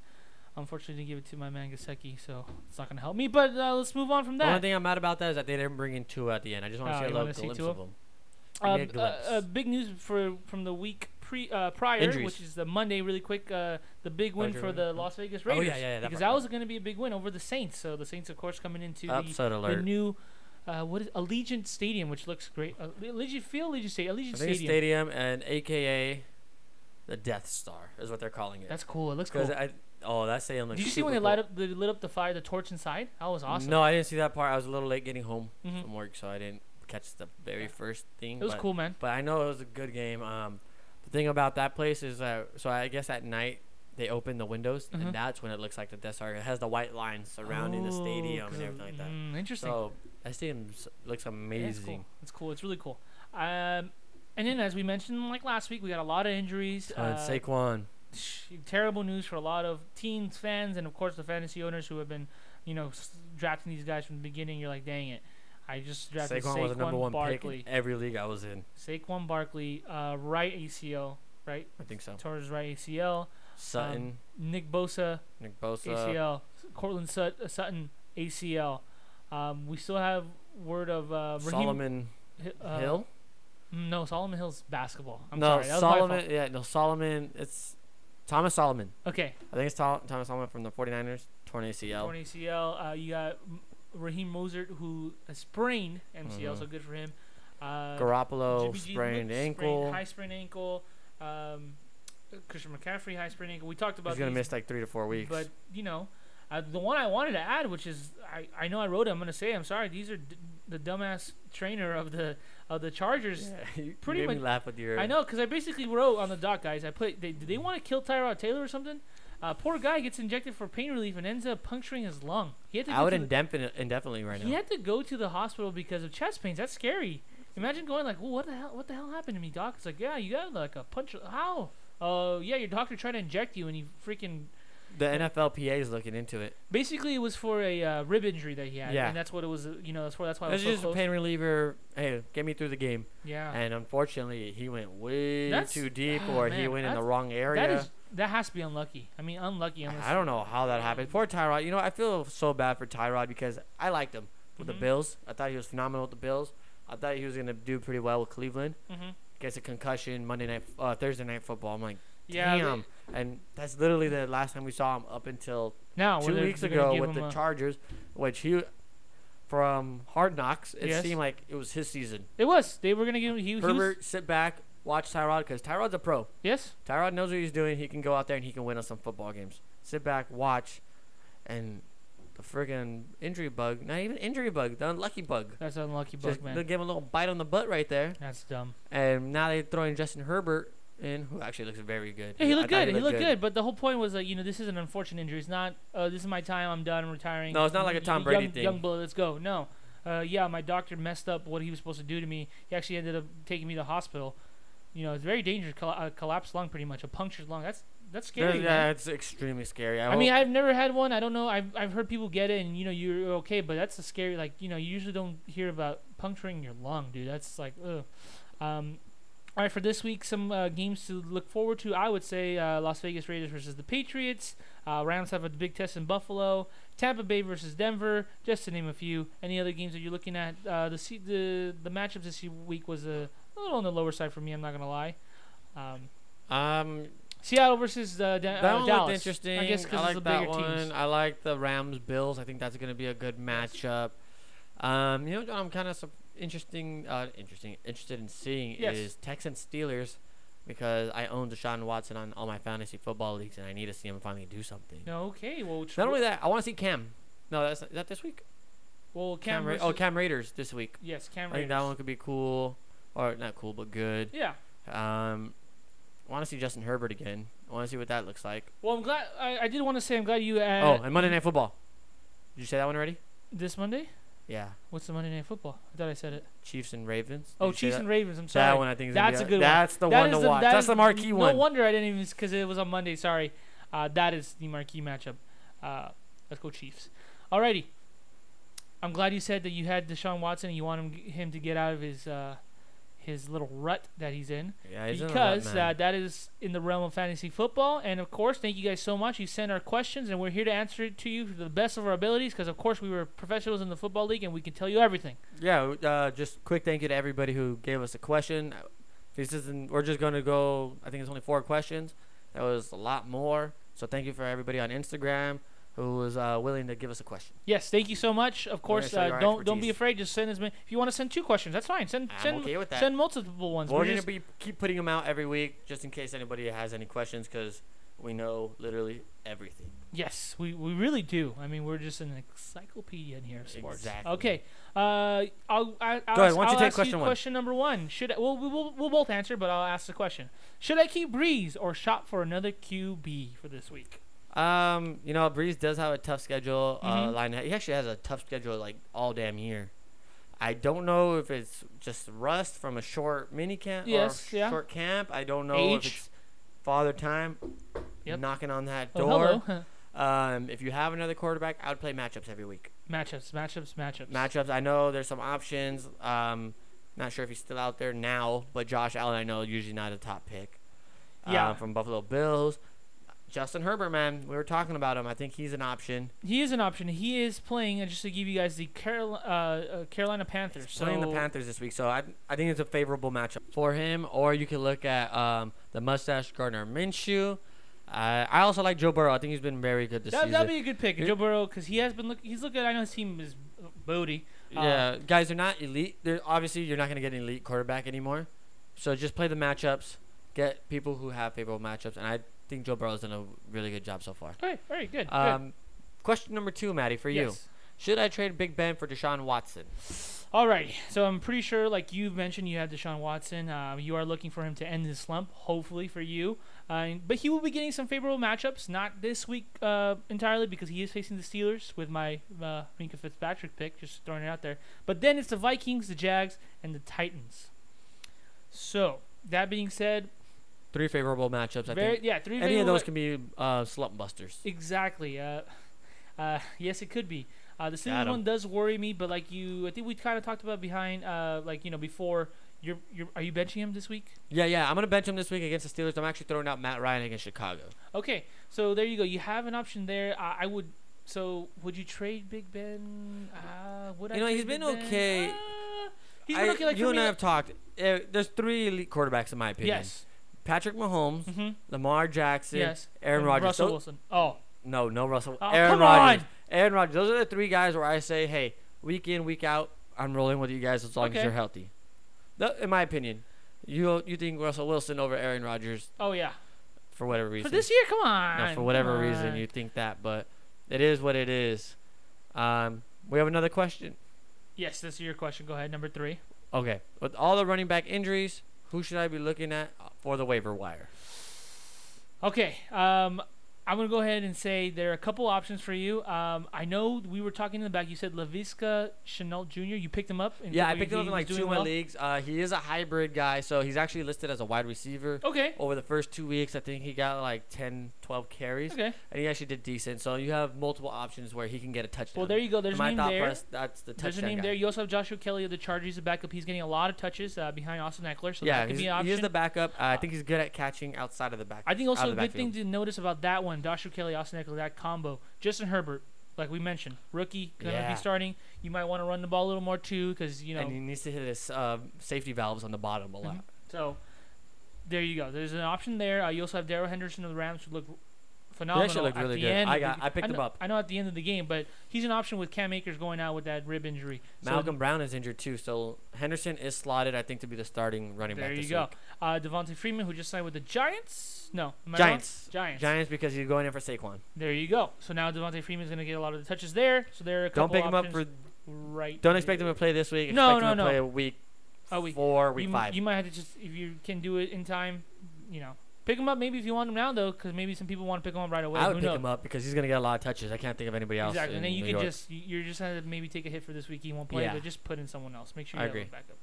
[SPEAKER 2] Unfortunately, didn't give it to my man Gasecki, so it's not going to help me. But uh, let's move on from
[SPEAKER 5] the only
[SPEAKER 2] that.
[SPEAKER 5] thing I'm mad about that is that they didn't bring in two at the end. I just want
[SPEAKER 2] Oh,
[SPEAKER 5] to see a
[SPEAKER 2] you
[SPEAKER 5] little
[SPEAKER 2] wanna see
[SPEAKER 5] glimpse
[SPEAKER 2] Tua?
[SPEAKER 5] of them.
[SPEAKER 2] Uh,
[SPEAKER 5] Give me a
[SPEAKER 2] b- uh,
[SPEAKER 5] glimpse.
[SPEAKER 2] uh, big news for from the week pre uh, prior,
[SPEAKER 5] Injuries.
[SPEAKER 2] which is the Monday, really quick. Uh, the big win
[SPEAKER 5] Roger,
[SPEAKER 2] for
[SPEAKER 5] Roger.
[SPEAKER 2] the Las Vegas
[SPEAKER 5] Oh, yeah,
[SPEAKER 2] Raiders.
[SPEAKER 5] yeah, yeah, that
[SPEAKER 2] because
[SPEAKER 5] part,
[SPEAKER 2] that
[SPEAKER 5] yeah.
[SPEAKER 2] was going to be a big win over the Saints. So the Saints, of course, coming into the
[SPEAKER 5] Upset
[SPEAKER 2] the
[SPEAKER 5] alert.
[SPEAKER 2] new. Uh, what is Allegiant Stadium, which looks great? Uh, Allegiant Field, Allegiant Stadium,
[SPEAKER 5] I
[SPEAKER 2] Allegiant
[SPEAKER 5] think it's
[SPEAKER 2] Stadium.
[SPEAKER 5] stadium and AKA the Death Star is what they're calling it.
[SPEAKER 2] That's cool. It looks cool.
[SPEAKER 5] Because I oh that stadium. Looks
[SPEAKER 2] Did you see when they light up they lit up the fire the torch inside? That was awesome.
[SPEAKER 5] No, I didn't see that part. I was a little late getting home
[SPEAKER 2] Mhm.
[SPEAKER 5] from work, so I didn't catch the very first thing.
[SPEAKER 2] It was
[SPEAKER 5] but,
[SPEAKER 2] cool, man.
[SPEAKER 5] But I know it was a good game. Um, the thing about that place is that so I guess at night they open the windows
[SPEAKER 2] Mhm.
[SPEAKER 5] and that's when it looks like the Death Star. It has the white lines surrounding the
[SPEAKER 2] Oh,
[SPEAKER 5] stadium
[SPEAKER 2] 'cause
[SPEAKER 5] and
[SPEAKER 2] of-
[SPEAKER 5] everything like that.
[SPEAKER 2] mm, interesting.
[SPEAKER 5] So that stadium s- looks
[SPEAKER 2] Yeah,
[SPEAKER 5] amazing.
[SPEAKER 2] it's cool. It's cool. It's really cool. Um, and then as we mentioned like last week, we got a lot of injuries.
[SPEAKER 5] Uh,
[SPEAKER 2] uh,
[SPEAKER 5] Saquon.
[SPEAKER 2] sh- terrible news for a lot of teams, fans, and of course the fantasy owners who have been, you know, s- drafting these guys from the beginning. You're like, dang it. I just drafted
[SPEAKER 5] Saquon was the number one
[SPEAKER 2] Barkley.
[SPEAKER 5] pick in every league I was in.
[SPEAKER 2] Saquon Barkley, uh, right ACL, right?
[SPEAKER 5] I think so.
[SPEAKER 2] Torres right ACL.
[SPEAKER 5] Sutton,
[SPEAKER 2] Nick Bosa
[SPEAKER 5] Nick Bosa.
[SPEAKER 2] ACL. Cortland Sut- uh, Sutton ACL. Um, we still have word of uh, Raheem,
[SPEAKER 5] Solomon
[SPEAKER 2] Hi- uh,
[SPEAKER 5] Hill.
[SPEAKER 2] mm, No, Solomon Hill's basketball. I'm
[SPEAKER 5] no,
[SPEAKER 2] sorry, that was my fault.
[SPEAKER 5] Solomon. Yeah, no, Solomon. It's Thomas Solomon.
[SPEAKER 2] Okay,
[SPEAKER 5] I think it's Tho- Thomas Solomon from the 49ers. Torn ACL.
[SPEAKER 2] torn ACL. Uh, you got M- Raheem Mozart who uh, sprained MCL, so good for him. Uh,
[SPEAKER 5] Mm-hmm. Garoppolo
[SPEAKER 2] GBG
[SPEAKER 5] sprained
[SPEAKER 2] looked
[SPEAKER 5] ankle.
[SPEAKER 2] high sprained ankle. Um, Christian McCaffrey high sprained ankle. We talked about
[SPEAKER 5] He's gonna
[SPEAKER 2] these,
[SPEAKER 5] miss like three to four weeks.
[SPEAKER 2] but you know, uh, the one I wanted to add, which is I, I know I wrote it. I'm gonna say it, I'm sorry. These are d- the dumbass trainer of the of the Chargers.
[SPEAKER 5] Yeah, you
[SPEAKER 2] pretty
[SPEAKER 5] made me
[SPEAKER 2] much-
[SPEAKER 5] laugh with your.
[SPEAKER 2] I know, cause I basically wrote on the doc, guys. I put they, did they want to kill Tyrod Taylor or something? Uh, poor guy gets injected for pain relief and ends up puncturing his lung. He had to
[SPEAKER 5] Out
[SPEAKER 2] go to the-
[SPEAKER 5] indefinite, indefinitely right now.
[SPEAKER 2] he had to go to the hospital because of chest pains. That's scary. Imagine going like, well, what the hell? What the hell happened to me, doc? It's like, yeah, you got like a punch. How? Oh, yeah, your doctor tried to inject you, and he freaking.
[SPEAKER 5] The NFLPA is looking into it.
[SPEAKER 2] Basically, it was for a uh, rib injury that he had,
[SPEAKER 5] Yeah.
[SPEAKER 2] and that's what it was. uh, You know, that's why that's why it was
[SPEAKER 5] It's
[SPEAKER 2] so
[SPEAKER 5] just a
[SPEAKER 2] close.
[SPEAKER 5] pain reliever. Hey, get me through the game.
[SPEAKER 2] Yeah,
[SPEAKER 5] And unfortunately, he went way
[SPEAKER 2] That's-
[SPEAKER 5] too deep,
[SPEAKER 2] ah,
[SPEAKER 5] or he
[SPEAKER 2] man,
[SPEAKER 5] went in the
[SPEAKER 2] that's-
[SPEAKER 5] wrong area.
[SPEAKER 2] that is that has to be unlucky. I mean, unlucky. Unless,
[SPEAKER 5] I don't know how that happened. Poor Tyrod. You know, I feel so bad for Tyrod because I liked him with
[SPEAKER 2] Mhm.
[SPEAKER 5] the Bills. I thought he was phenomenal with the Bills. I thought he was gonna do pretty well with Cleveland.
[SPEAKER 2] Mhm.
[SPEAKER 5] Gets a concussion Monday night, uh, Thursday night football. I'm like,
[SPEAKER 2] Yeah, they-
[SPEAKER 5] damn. and that's literally the last time we saw him up until
[SPEAKER 2] Now
[SPEAKER 5] two weeks ago with the
[SPEAKER 2] chart,
[SPEAKER 5] Chargers, which he from Hard Knocks. It
[SPEAKER 2] Yes.
[SPEAKER 5] seemed like it was his season.
[SPEAKER 2] it was they were gonna give him. He, he was-
[SPEAKER 5] Herbert, sit back, watch Tyrod because Tyrod's a pro.
[SPEAKER 2] yes,
[SPEAKER 5] Tyrod knows what he's doing. He can go out there and he can win us some football games. Sit back, watch, and the friggin' injury bug, not even injury bug, the unlucky bug.
[SPEAKER 2] that's an unlucky book,
[SPEAKER 5] Just
[SPEAKER 2] man.
[SPEAKER 5] gave him a little bite on the butt right there.
[SPEAKER 2] That's dumb.
[SPEAKER 5] And now they're throwing Justin Herbert in, who actually looks very good.
[SPEAKER 2] Yeah, he looked
[SPEAKER 5] I thought
[SPEAKER 2] good. He looked, good. but the whole point was that you know this is an unfortunate injury. It's not. Uh, this is my time. I'm done. I'm retiring.
[SPEAKER 5] No, it's not like a
[SPEAKER 2] Y-
[SPEAKER 5] Tom
[SPEAKER 2] young-
[SPEAKER 5] Brady thing.
[SPEAKER 2] Young blood. Let's go. No. Uh, yeah, my doctor messed up what he was supposed to do to me. He actually ended up taking me to the hospital. You know, it's very dangerous. Colla uh, collapsed lung, pretty much a punctured lung. That's that's
[SPEAKER 5] There's-
[SPEAKER 2] scary. man.
[SPEAKER 5] yeah, it's extremely scary. I,
[SPEAKER 2] I mean, I've never had one. I don't know. I've I've heard people get it, and you know, you're okay, but that's a scary. Like, you know, you usually don't hear about puncturing your lung, dude. That's like, ugh. Um, all right, for this week, some uh, games to look forward to. I would say uh, Las Vegas Raiders versus the Patriots. Uh, Rams have a big test in Buffalo. Tampa Bay versus Denver, just to name a few. Any other games that you're looking at? Uh, the se- the the matchups this week was a little on the lower side for me. I'm not gonna lie. Um,
[SPEAKER 5] um,
[SPEAKER 2] Seattle versus uh, Da-
[SPEAKER 5] that
[SPEAKER 2] uh,
[SPEAKER 5] one
[SPEAKER 2] Dallas.
[SPEAKER 5] looked interesting.
[SPEAKER 2] I guess because
[SPEAKER 5] like
[SPEAKER 2] it's the
[SPEAKER 5] that
[SPEAKER 2] bigger
[SPEAKER 5] one.
[SPEAKER 2] teams.
[SPEAKER 5] I like the Rams Bills. I think that's going to be a good matchup. Um, you know, what I'm kind of sup- interesting, uh, interesting, interested in seeing
[SPEAKER 2] Yes.
[SPEAKER 5] is Texans Steelers because I own Deshaun Watson on all my fantasy football leagues, and I need to see him finally do something.
[SPEAKER 2] No, okay. Well, tr-
[SPEAKER 5] Not only that, I want to see Cam. No, that's is that this week.
[SPEAKER 2] well, Cam.
[SPEAKER 5] Cam. Ra-
[SPEAKER 2] versus,
[SPEAKER 5] oh, Cam Raiders this week.
[SPEAKER 2] Yes, Cam.
[SPEAKER 5] I think that
[SPEAKER 2] Raiders.
[SPEAKER 5] one could be cool, or not cool, but good.
[SPEAKER 2] Yeah.
[SPEAKER 5] Um, I want to see Justin Herbert again. I want to see what that looks like.
[SPEAKER 2] Well, I'm glad. I, I did want to say I'm glad you. Uh,
[SPEAKER 5] oh, and Monday Night Football. Did you say that one already?
[SPEAKER 2] this Monday.
[SPEAKER 5] Yeah.
[SPEAKER 2] What's the Monday Night Football? I thought I said it.
[SPEAKER 5] Chiefs and Ravens. Did
[SPEAKER 2] Oh,
[SPEAKER 5] you say
[SPEAKER 2] Chiefs
[SPEAKER 5] that?
[SPEAKER 2] and Ravens. I'm sorry.
[SPEAKER 5] That one I think is gonna
[SPEAKER 2] That's
[SPEAKER 5] be
[SPEAKER 2] a good one.
[SPEAKER 5] That's the
[SPEAKER 2] That
[SPEAKER 5] one
[SPEAKER 2] is
[SPEAKER 5] to watch.
[SPEAKER 2] that
[SPEAKER 5] That's
[SPEAKER 2] is-
[SPEAKER 5] the marquee
[SPEAKER 2] no
[SPEAKER 5] one.
[SPEAKER 2] wonder I didn't even because it was on Monday. Sorry. Uh, that is the marquee matchup. Uh, let's go Chiefs. Alrighty. I'm glad you said that you had Deshaun Watson and you want him, him to get out of his uh, his little rut that he's in.
[SPEAKER 5] Yeah, he's in the right,
[SPEAKER 2] because uh,
[SPEAKER 5] man.
[SPEAKER 2] that is in the realm of fantasy football. And of course, thank you guys so much. You sent our questions, and we're here to answer it to you to the best of our abilities. Because of course, we were professionals in the football league, and we can tell you everything.
[SPEAKER 5] yeah, uh, just quick thank you to everybody who gave us a question. This isn't. We're just gonna go. I think it's only four questions. That was a lot more. So thank you for everybody on Instagram who was uh, willing to give us a question.
[SPEAKER 2] Yes, thank you so much. Of course,
[SPEAKER 5] show you
[SPEAKER 2] uh,
[SPEAKER 5] our
[SPEAKER 2] don't don't be
[SPEAKER 5] expertise.
[SPEAKER 2] afraid. Just send as many. If you want to send two questions, that's fine. Send
[SPEAKER 5] I'm
[SPEAKER 2] send
[SPEAKER 5] okay with that.
[SPEAKER 2] send multiple ones.
[SPEAKER 5] We're
[SPEAKER 2] We're
[SPEAKER 5] gonna
[SPEAKER 2] just-
[SPEAKER 5] be keep putting them out every week just in case anybody has any questions because we know literally everything.
[SPEAKER 2] yes, we, we really do. I mean, we're just an encyclopedia in here of sports.
[SPEAKER 5] Exactly.
[SPEAKER 2] Okay. Uh, I'll, I, I'll
[SPEAKER 5] Go ahead,
[SPEAKER 2] ask,
[SPEAKER 5] why don't you
[SPEAKER 2] I'll
[SPEAKER 5] take
[SPEAKER 2] ask
[SPEAKER 5] question one?
[SPEAKER 2] question number one. Should I, well, we- we'll, we'll both answer, but I'll ask the question. Should I keep Breeze or shop for another QB for this week?
[SPEAKER 5] Um, you know, Breeze does have a tough schedule. Uh,
[SPEAKER 2] Mhm.
[SPEAKER 5] line he actually has a tough schedule like all damn year. I don't know if it's just rust from a short mini camp
[SPEAKER 2] Yes,
[SPEAKER 5] or
[SPEAKER 2] yeah.
[SPEAKER 5] short camp. I don't know if
[SPEAKER 2] Age.
[SPEAKER 5] it's father time
[SPEAKER 2] Yep.
[SPEAKER 5] knocking on that
[SPEAKER 2] Oh,
[SPEAKER 5] door.
[SPEAKER 2] hello.
[SPEAKER 5] um, if you have another quarterback, I would play matchups every week.
[SPEAKER 2] Matchups, matchups, matchups.
[SPEAKER 5] matchups. I know there's some options. Um, not sure if he's still out there now, but Josh Allen, I know, usually not a top pick. uh,
[SPEAKER 2] Yeah.
[SPEAKER 5] from Buffalo Bills. Justin Herbert, man, we were talking about him. I think he's an option.
[SPEAKER 2] He is an option. He is playing, uh, just to give you guys the Carol- uh, uh, Carolina Panthers.
[SPEAKER 5] He's
[SPEAKER 2] so
[SPEAKER 5] playing the Panthers this week, so I, I think it's a favorable matchup for him. Or you can look at um, the mustache Gardner Minshew. Uh, I also like Joe Burrow. I think he's been very good this
[SPEAKER 2] that,
[SPEAKER 5] season.
[SPEAKER 2] that'd be a good pick,
[SPEAKER 5] Here-
[SPEAKER 2] Joe Burrow, because he has been looking. He's looking. I know his team is booty. Uh,
[SPEAKER 5] yeah, guys, they're not elite. They're obviously you're not going to get an elite quarterback anymore. So just play the matchups, get people who have favorable matchups, and I think Joe Burrow's done a really good job so far.
[SPEAKER 2] All right, all right, good. good.
[SPEAKER 5] Um, question number two, Maddie, for you:
[SPEAKER 2] Yes.
[SPEAKER 5] Should I trade Big Ben for Deshaun Watson?
[SPEAKER 2] All right. So I'm pretty sure, like you mentioned, you have Deshaun Watson. Uh, you are looking for him to end his slump, hopefully for you. Uh, but he will be getting some favorable matchups, not this week uh, entirely because he is facing the Steelers with my uh, Minka Fitzpatrick pick, just throwing it out there. But then it's the Vikings, the Jags, and the Titans. So that being said,
[SPEAKER 5] Three favorable matchups. I
[SPEAKER 2] very,
[SPEAKER 5] think
[SPEAKER 2] yeah, three.
[SPEAKER 5] any of
[SPEAKER 2] favorable-
[SPEAKER 5] those can be uh, slump busters.
[SPEAKER 2] Exactly. Uh, uh, yes, it could be. Uh, the
[SPEAKER 5] Got
[SPEAKER 2] Steelers
[SPEAKER 5] 'em.
[SPEAKER 2] one does worry me, but like you, I think we kind of talked about behind, uh, like you know, before. You're, you're, are you benching him this week?
[SPEAKER 5] Yeah, yeah. I'm gonna bench him this week against the Steelers. I'm actually throwing out Matt Ryan against Chicago.
[SPEAKER 2] Okay, so there you go. You have an option there. Uh, I would. So would you trade Big Ben? Uh, would I
[SPEAKER 5] You know,
[SPEAKER 2] trade
[SPEAKER 5] he's been
[SPEAKER 2] Big Ben?
[SPEAKER 5] okay.
[SPEAKER 2] Uh, he's been
[SPEAKER 5] I-
[SPEAKER 2] okay. Like
[SPEAKER 5] you
[SPEAKER 2] for
[SPEAKER 5] and
[SPEAKER 2] me,
[SPEAKER 5] I have talked. Uh, there's three elite quarterbacks in my opinion.
[SPEAKER 2] yes,
[SPEAKER 5] Patrick Mahomes,
[SPEAKER 2] Mhm.
[SPEAKER 5] Lamar Jackson,
[SPEAKER 2] yes.
[SPEAKER 5] Aaron
[SPEAKER 2] And
[SPEAKER 5] Rodgers.
[SPEAKER 2] Russell
[SPEAKER 5] Those-
[SPEAKER 2] Wilson. Oh,
[SPEAKER 5] No, no Russell.
[SPEAKER 2] Oh,
[SPEAKER 5] Aaron
[SPEAKER 2] come
[SPEAKER 5] Rodgers.
[SPEAKER 2] on.
[SPEAKER 5] Aaron Rodgers. Those are the three guys where I say, hey, week in, week out, I'm rolling with you guys as long
[SPEAKER 2] Okay.
[SPEAKER 5] as you're healthy. Tha- in my opinion, you you think Russell Wilson over Aaron Rodgers
[SPEAKER 2] oh yeah.
[SPEAKER 5] for whatever reason.
[SPEAKER 2] For this year, come on.
[SPEAKER 5] No, for
[SPEAKER 2] come
[SPEAKER 5] whatever reason
[SPEAKER 2] on.
[SPEAKER 5] you think that, but it is what it is. Um, we have another question.
[SPEAKER 2] Yes, this is your question. Go ahead, number three.
[SPEAKER 5] Okay, with all the running back injuries, who should I be looking at for the waiver wire?
[SPEAKER 2] Okay. Um, I'm gonna go ahead and say there are a couple options for you. Um, I know we were talking in the back. You said Lavisca Chenault Jr. You picked him up. And
[SPEAKER 5] Yeah, I
[SPEAKER 2] he-
[SPEAKER 5] picked him up
[SPEAKER 2] he
[SPEAKER 5] in
[SPEAKER 2] was
[SPEAKER 5] like two
[SPEAKER 2] doing
[SPEAKER 5] of my
[SPEAKER 2] well.
[SPEAKER 5] leagues. Uh, he is a hybrid guy, so he's actually listed as a wide receiver.
[SPEAKER 2] Okay.
[SPEAKER 5] over the first two weeks i think he got like 10 12 carries
[SPEAKER 2] Okay.
[SPEAKER 5] and he actually did decent so you have multiple options where he can get a touchdown
[SPEAKER 2] Well, there you go. There's
[SPEAKER 5] In
[SPEAKER 2] a
[SPEAKER 5] my
[SPEAKER 2] name
[SPEAKER 5] thought
[SPEAKER 2] there.
[SPEAKER 5] process, that's the touchdown
[SPEAKER 2] There's a name
[SPEAKER 5] guy.
[SPEAKER 2] there. You also have Joshua Kelly of the Chargers, the backup. He's getting a lot of touches uh, behind Austin Eckler, so
[SPEAKER 5] yeah
[SPEAKER 2] that could
[SPEAKER 5] he's-
[SPEAKER 2] be an option.
[SPEAKER 5] he is the backup uh, i think he's good at catching outside of the back
[SPEAKER 2] I think
[SPEAKER 5] out
[SPEAKER 2] also
[SPEAKER 5] of
[SPEAKER 2] a
[SPEAKER 5] the
[SPEAKER 2] good thing
[SPEAKER 5] backfield.
[SPEAKER 2] to notice about that one, Joshua Kelly, Austin Eckler, that combo. Justin Herbert, like we mentioned, rookie gonna
[SPEAKER 5] Yeah.
[SPEAKER 2] be starting. You might want to run the ball a little more too, because you know. Mm-hmm.
[SPEAKER 5] and he needs to hit his uh, safety valves on the bottom a lot
[SPEAKER 2] So there you go. There's an option there. Uh, you also have Daryl Henderson of the Rams, who looked phenomenal.
[SPEAKER 5] looked
[SPEAKER 2] at
[SPEAKER 5] really
[SPEAKER 2] the
[SPEAKER 5] good.
[SPEAKER 2] End
[SPEAKER 5] I
[SPEAKER 2] of the
[SPEAKER 5] got-
[SPEAKER 2] g-
[SPEAKER 5] I picked him
[SPEAKER 2] know-
[SPEAKER 5] up.
[SPEAKER 2] I know at the end of the game, but he's an option with Cam Akers going out with that rib injury. So
[SPEAKER 5] malcolm brown is injured too so henderson is slotted i think to be the starting running
[SPEAKER 2] there
[SPEAKER 5] back
[SPEAKER 2] you
[SPEAKER 5] this
[SPEAKER 2] go.
[SPEAKER 5] week.
[SPEAKER 2] Uh, Devontae Freeman, who just signed with the Giants. No, am I wrong?
[SPEAKER 5] Giants.
[SPEAKER 2] Giants.
[SPEAKER 5] Giants because he's going in for Saquon.
[SPEAKER 2] There you go. So now Devontae Freeman's gonna get a lot of the touches there. So there are a couple
[SPEAKER 5] Don't pick him up for.
[SPEAKER 2] options right.
[SPEAKER 5] Don't expect him
[SPEAKER 2] there.
[SPEAKER 5] to play this week.
[SPEAKER 2] No,
[SPEAKER 5] expect
[SPEAKER 2] no,
[SPEAKER 5] him to
[SPEAKER 2] no.
[SPEAKER 5] Play week,
[SPEAKER 2] Oh, week-
[SPEAKER 5] four, week
[SPEAKER 2] you, m-
[SPEAKER 5] five.
[SPEAKER 2] You might have to just if you can do it in time, you know. Pick him up maybe if you want him now though, because maybe some people want to pick him up right away.
[SPEAKER 5] I would
[SPEAKER 2] Who
[SPEAKER 5] pick
[SPEAKER 2] knows?
[SPEAKER 5] him up because he's gonna get a lot of touches. I can't think of anybody else.
[SPEAKER 2] Exactly. And then
[SPEAKER 5] in
[SPEAKER 2] you
[SPEAKER 5] New
[SPEAKER 2] can
[SPEAKER 5] York.
[SPEAKER 2] just you- you're just gonna maybe take a hit for this week. He won't play,
[SPEAKER 5] Yeah.
[SPEAKER 2] but just put in someone else. Make sure
[SPEAKER 5] I
[SPEAKER 2] you have a
[SPEAKER 5] agree.
[SPEAKER 2] backup.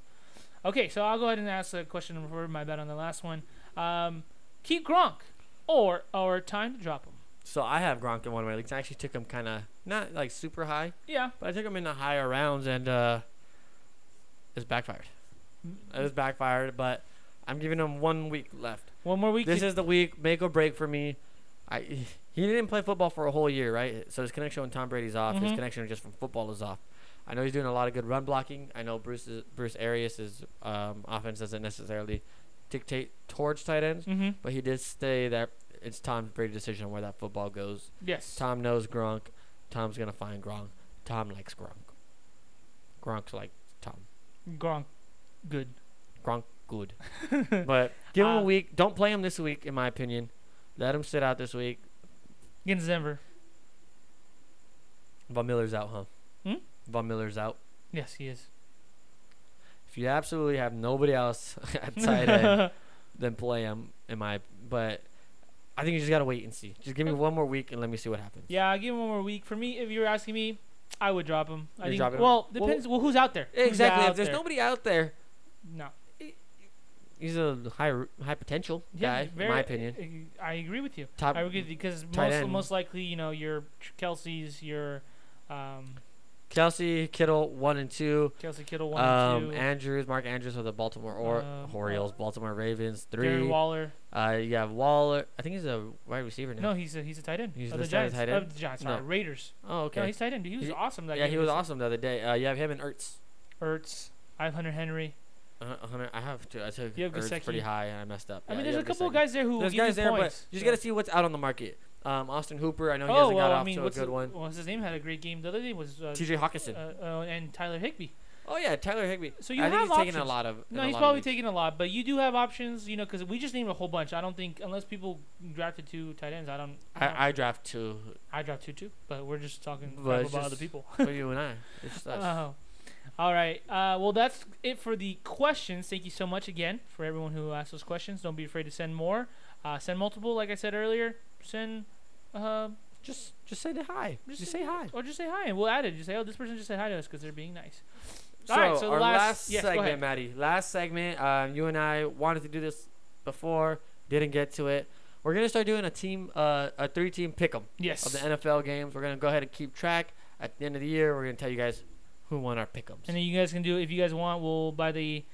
[SPEAKER 2] Okay, so I'll go ahead and ask a question number four. My bet on the last one. Um, keep Gronk, or or time to drop him.
[SPEAKER 5] So I have Gronk in one of my leagues. I actually took him kind of not like super high,
[SPEAKER 2] Yeah.
[SPEAKER 5] but I took him in the higher rounds and uh, it's backfired. It was backfired, but I'm giving him one week left.
[SPEAKER 2] One more week.
[SPEAKER 5] This
[SPEAKER 2] to-
[SPEAKER 5] is the week make or break for me. I he didn't play football for a whole year, right? So his connection with Tom Brady's off. His
[SPEAKER 2] Mhm.
[SPEAKER 5] connection just from football is off. I know he's doing a lot of good run blocking. I know Bruce is, Bruce Arias' um, offense doesn't necessarily dictate towards tight ends.
[SPEAKER 2] Mhm.
[SPEAKER 5] But he did say that it's Tom Brady's decision where that football goes.
[SPEAKER 2] Yes.
[SPEAKER 5] Tom knows Gronk. Tom's gonna find Gronk. Tom likes Gronk. Gronk's like Tom.
[SPEAKER 2] Gronk, good.
[SPEAKER 5] Gronk good. but give him a
[SPEAKER 2] Uh,
[SPEAKER 5] week. Don't play him this week, in my opinion. Let him sit out this week.
[SPEAKER 2] Against Denver.
[SPEAKER 5] Von Miller's out, huh?
[SPEAKER 2] Hmm?
[SPEAKER 5] Von Miller's out.
[SPEAKER 2] Yes, he is.
[SPEAKER 5] If you absolutely have nobody else at tight end, then play him. In my but, I think you just gotta wait and see. Just give me one more week and let me see what happens.
[SPEAKER 2] yeah, I'll give him one more week. For me, if you were asking me, I would drop him. I
[SPEAKER 5] You're
[SPEAKER 2] think.
[SPEAKER 5] dropping him?
[SPEAKER 2] well, depends. Well, who's out there? Who's
[SPEAKER 5] Exactly.
[SPEAKER 2] out
[SPEAKER 5] If there's
[SPEAKER 2] there?
[SPEAKER 5] nobody out there,
[SPEAKER 2] No.
[SPEAKER 5] He's a high high potential guy, in my opinion.
[SPEAKER 2] e-, I agree with you.
[SPEAKER 5] Top
[SPEAKER 2] I would give because
[SPEAKER 5] tight
[SPEAKER 2] most
[SPEAKER 5] end.
[SPEAKER 2] most likely, you know, your Kelsey's, your um,
[SPEAKER 5] Kelsey, Kittle, one and two.
[SPEAKER 2] Kelsey Kittle one
[SPEAKER 5] Um,
[SPEAKER 2] and two.
[SPEAKER 5] Andrews, Mark Andrews of the Baltimore or-
[SPEAKER 2] Um,
[SPEAKER 5] Orioles, Baltimore Ravens,
[SPEAKER 2] Darren
[SPEAKER 5] three.
[SPEAKER 2] Waller.
[SPEAKER 5] Uh, you have Waller. I think he's a wide receiver now.
[SPEAKER 2] No, he's a he's a tight end.
[SPEAKER 5] He's
[SPEAKER 2] of the
[SPEAKER 5] listed as
[SPEAKER 2] Giants.
[SPEAKER 5] tight
[SPEAKER 2] Of
[SPEAKER 5] end?
[SPEAKER 2] the Giants.
[SPEAKER 5] No.
[SPEAKER 2] Sorry, Raiders.
[SPEAKER 5] Oh, okay.
[SPEAKER 2] No, he's tight end. dude. He was
[SPEAKER 5] He-
[SPEAKER 2] awesome. That
[SPEAKER 5] yeah,
[SPEAKER 2] game
[SPEAKER 5] he was
[SPEAKER 2] against
[SPEAKER 5] awesome the other day. Uh, you have him and Ertz.
[SPEAKER 2] Ertz. I have Hunter Henry.
[SPEAKER 5] Uh, Hunter, I have to. I took
[SPEAKER 2] You have
[SPEAKER 5] Ertz pretty
[SPEAKER 2] Gesicki.
[SPEAKER 5] high, and I messed up.
[SPEAKER 2] I mean,
[SPEAKER 5] Yeah, you
[SPEAKER 2] there's a
[SPEAKER 5] have
[SPEAKER 2] couple of
[SPEAKER 5] Gesicki.
[SPEAKER 2] guys there who
[SPEAKER 5] There's
[SPEAKER 2] give you
[SPEAKER 5] guys there, but
[SPEAKER 2] points,
[SPEAKER 5] you just
[SPEAKER 2] so-
[SPEAKER 5] gotta see what's out on the market. Um, Austin Hooper, I know he
[SPEAKER 2] oh,
[SPEAKER 5] hasn't
[SPEAKER 2] well,
[SPEAKER 5] got
[SPEAKER 2] I
[SPEAKER 5] off
[SPEAKER 2] mean,
[SPEAKER 5] to a
[SPEAKER 2] what's
[SPEAKER 5] good
[SPEAKER 2] the-
[SPEAKER 5] one.
[SPEAKER 2] Well, his name had a great game the other day. Was uh,
[SPEAKER 5] T.J. Hawkinson.
[SPEAKER 2] uh, uh, and Tyler Higby.
[SPEAKER 5] oh yeah, Tyler Higby.
[SPEAKER 2] so you
[SPEAKER 5] I think
[SPEAKER 2] have
[SPEAKER 5] he's taking a
[SPEAKER 2] options.
[SPEAKER 5] lot of. in
[SPEAKER 2] No,
[SPEAKER 5] a
[SPEAKER 2] he's
[SPEAKER 5] lot of
[SPEAKER 2] probably
[SPEAKER 5] leagues.
[SPEAKER 2] taking a lot, but you do have options, you know, because we just named a whole bunch. I don't think unless people drafted two tight ends, I don't. don't-
[SPEAKER 5] I, I draft two.
[SPEAKER 2] I dropped two too, but we're just talking
[SPEAKER 5] But
[SPEAKER 2] crap
[SPEAKER 5] it's
[SPEAKER 2] about other
[SPEAKER 5] just-
[SPEAKER 2] people.
[SPEAKER 5] for you and I. It's just us.
[SPEAKER 2] Oh. All right. Uh, well, that's it for the questions. Thank you so much again for everyone who asked those questions. Don't be afraid to send more. Uh, send multiple, like I said earlier. Send, uh,
[SPEAKER 5] just just say hi.
[SPEAKER 2] Just
[SPEAKER 5] Just, say hi.
[SPEAKER 2] or just say hi, and we'll add it. Just say, oh, this person just said hi to us because they're being nice.
[SPEAKER 5] So,
[SPEAKER 2] All right, so the
[SPEAKER 5] our
[SPEAKER 2] last-
[SPEAKER 5] last,
[SPEAKER 2] yes, go ahead.
[SPEAKER 5] segment, Maddie. Last segment. Um, you and I wanted to do this before, didn't get to it. We're gonna start doing a team, uh, a three-team pick'em
[SPEAKER 2] Yes.
[SPEAKER 5] of the NFL games. We're gonna go ahead and keep track. At the end of the year, we're gonna tell you guys who won our pick'ems.
[SPEAKER 2] And then you guys can do if you guys want. We'll by the.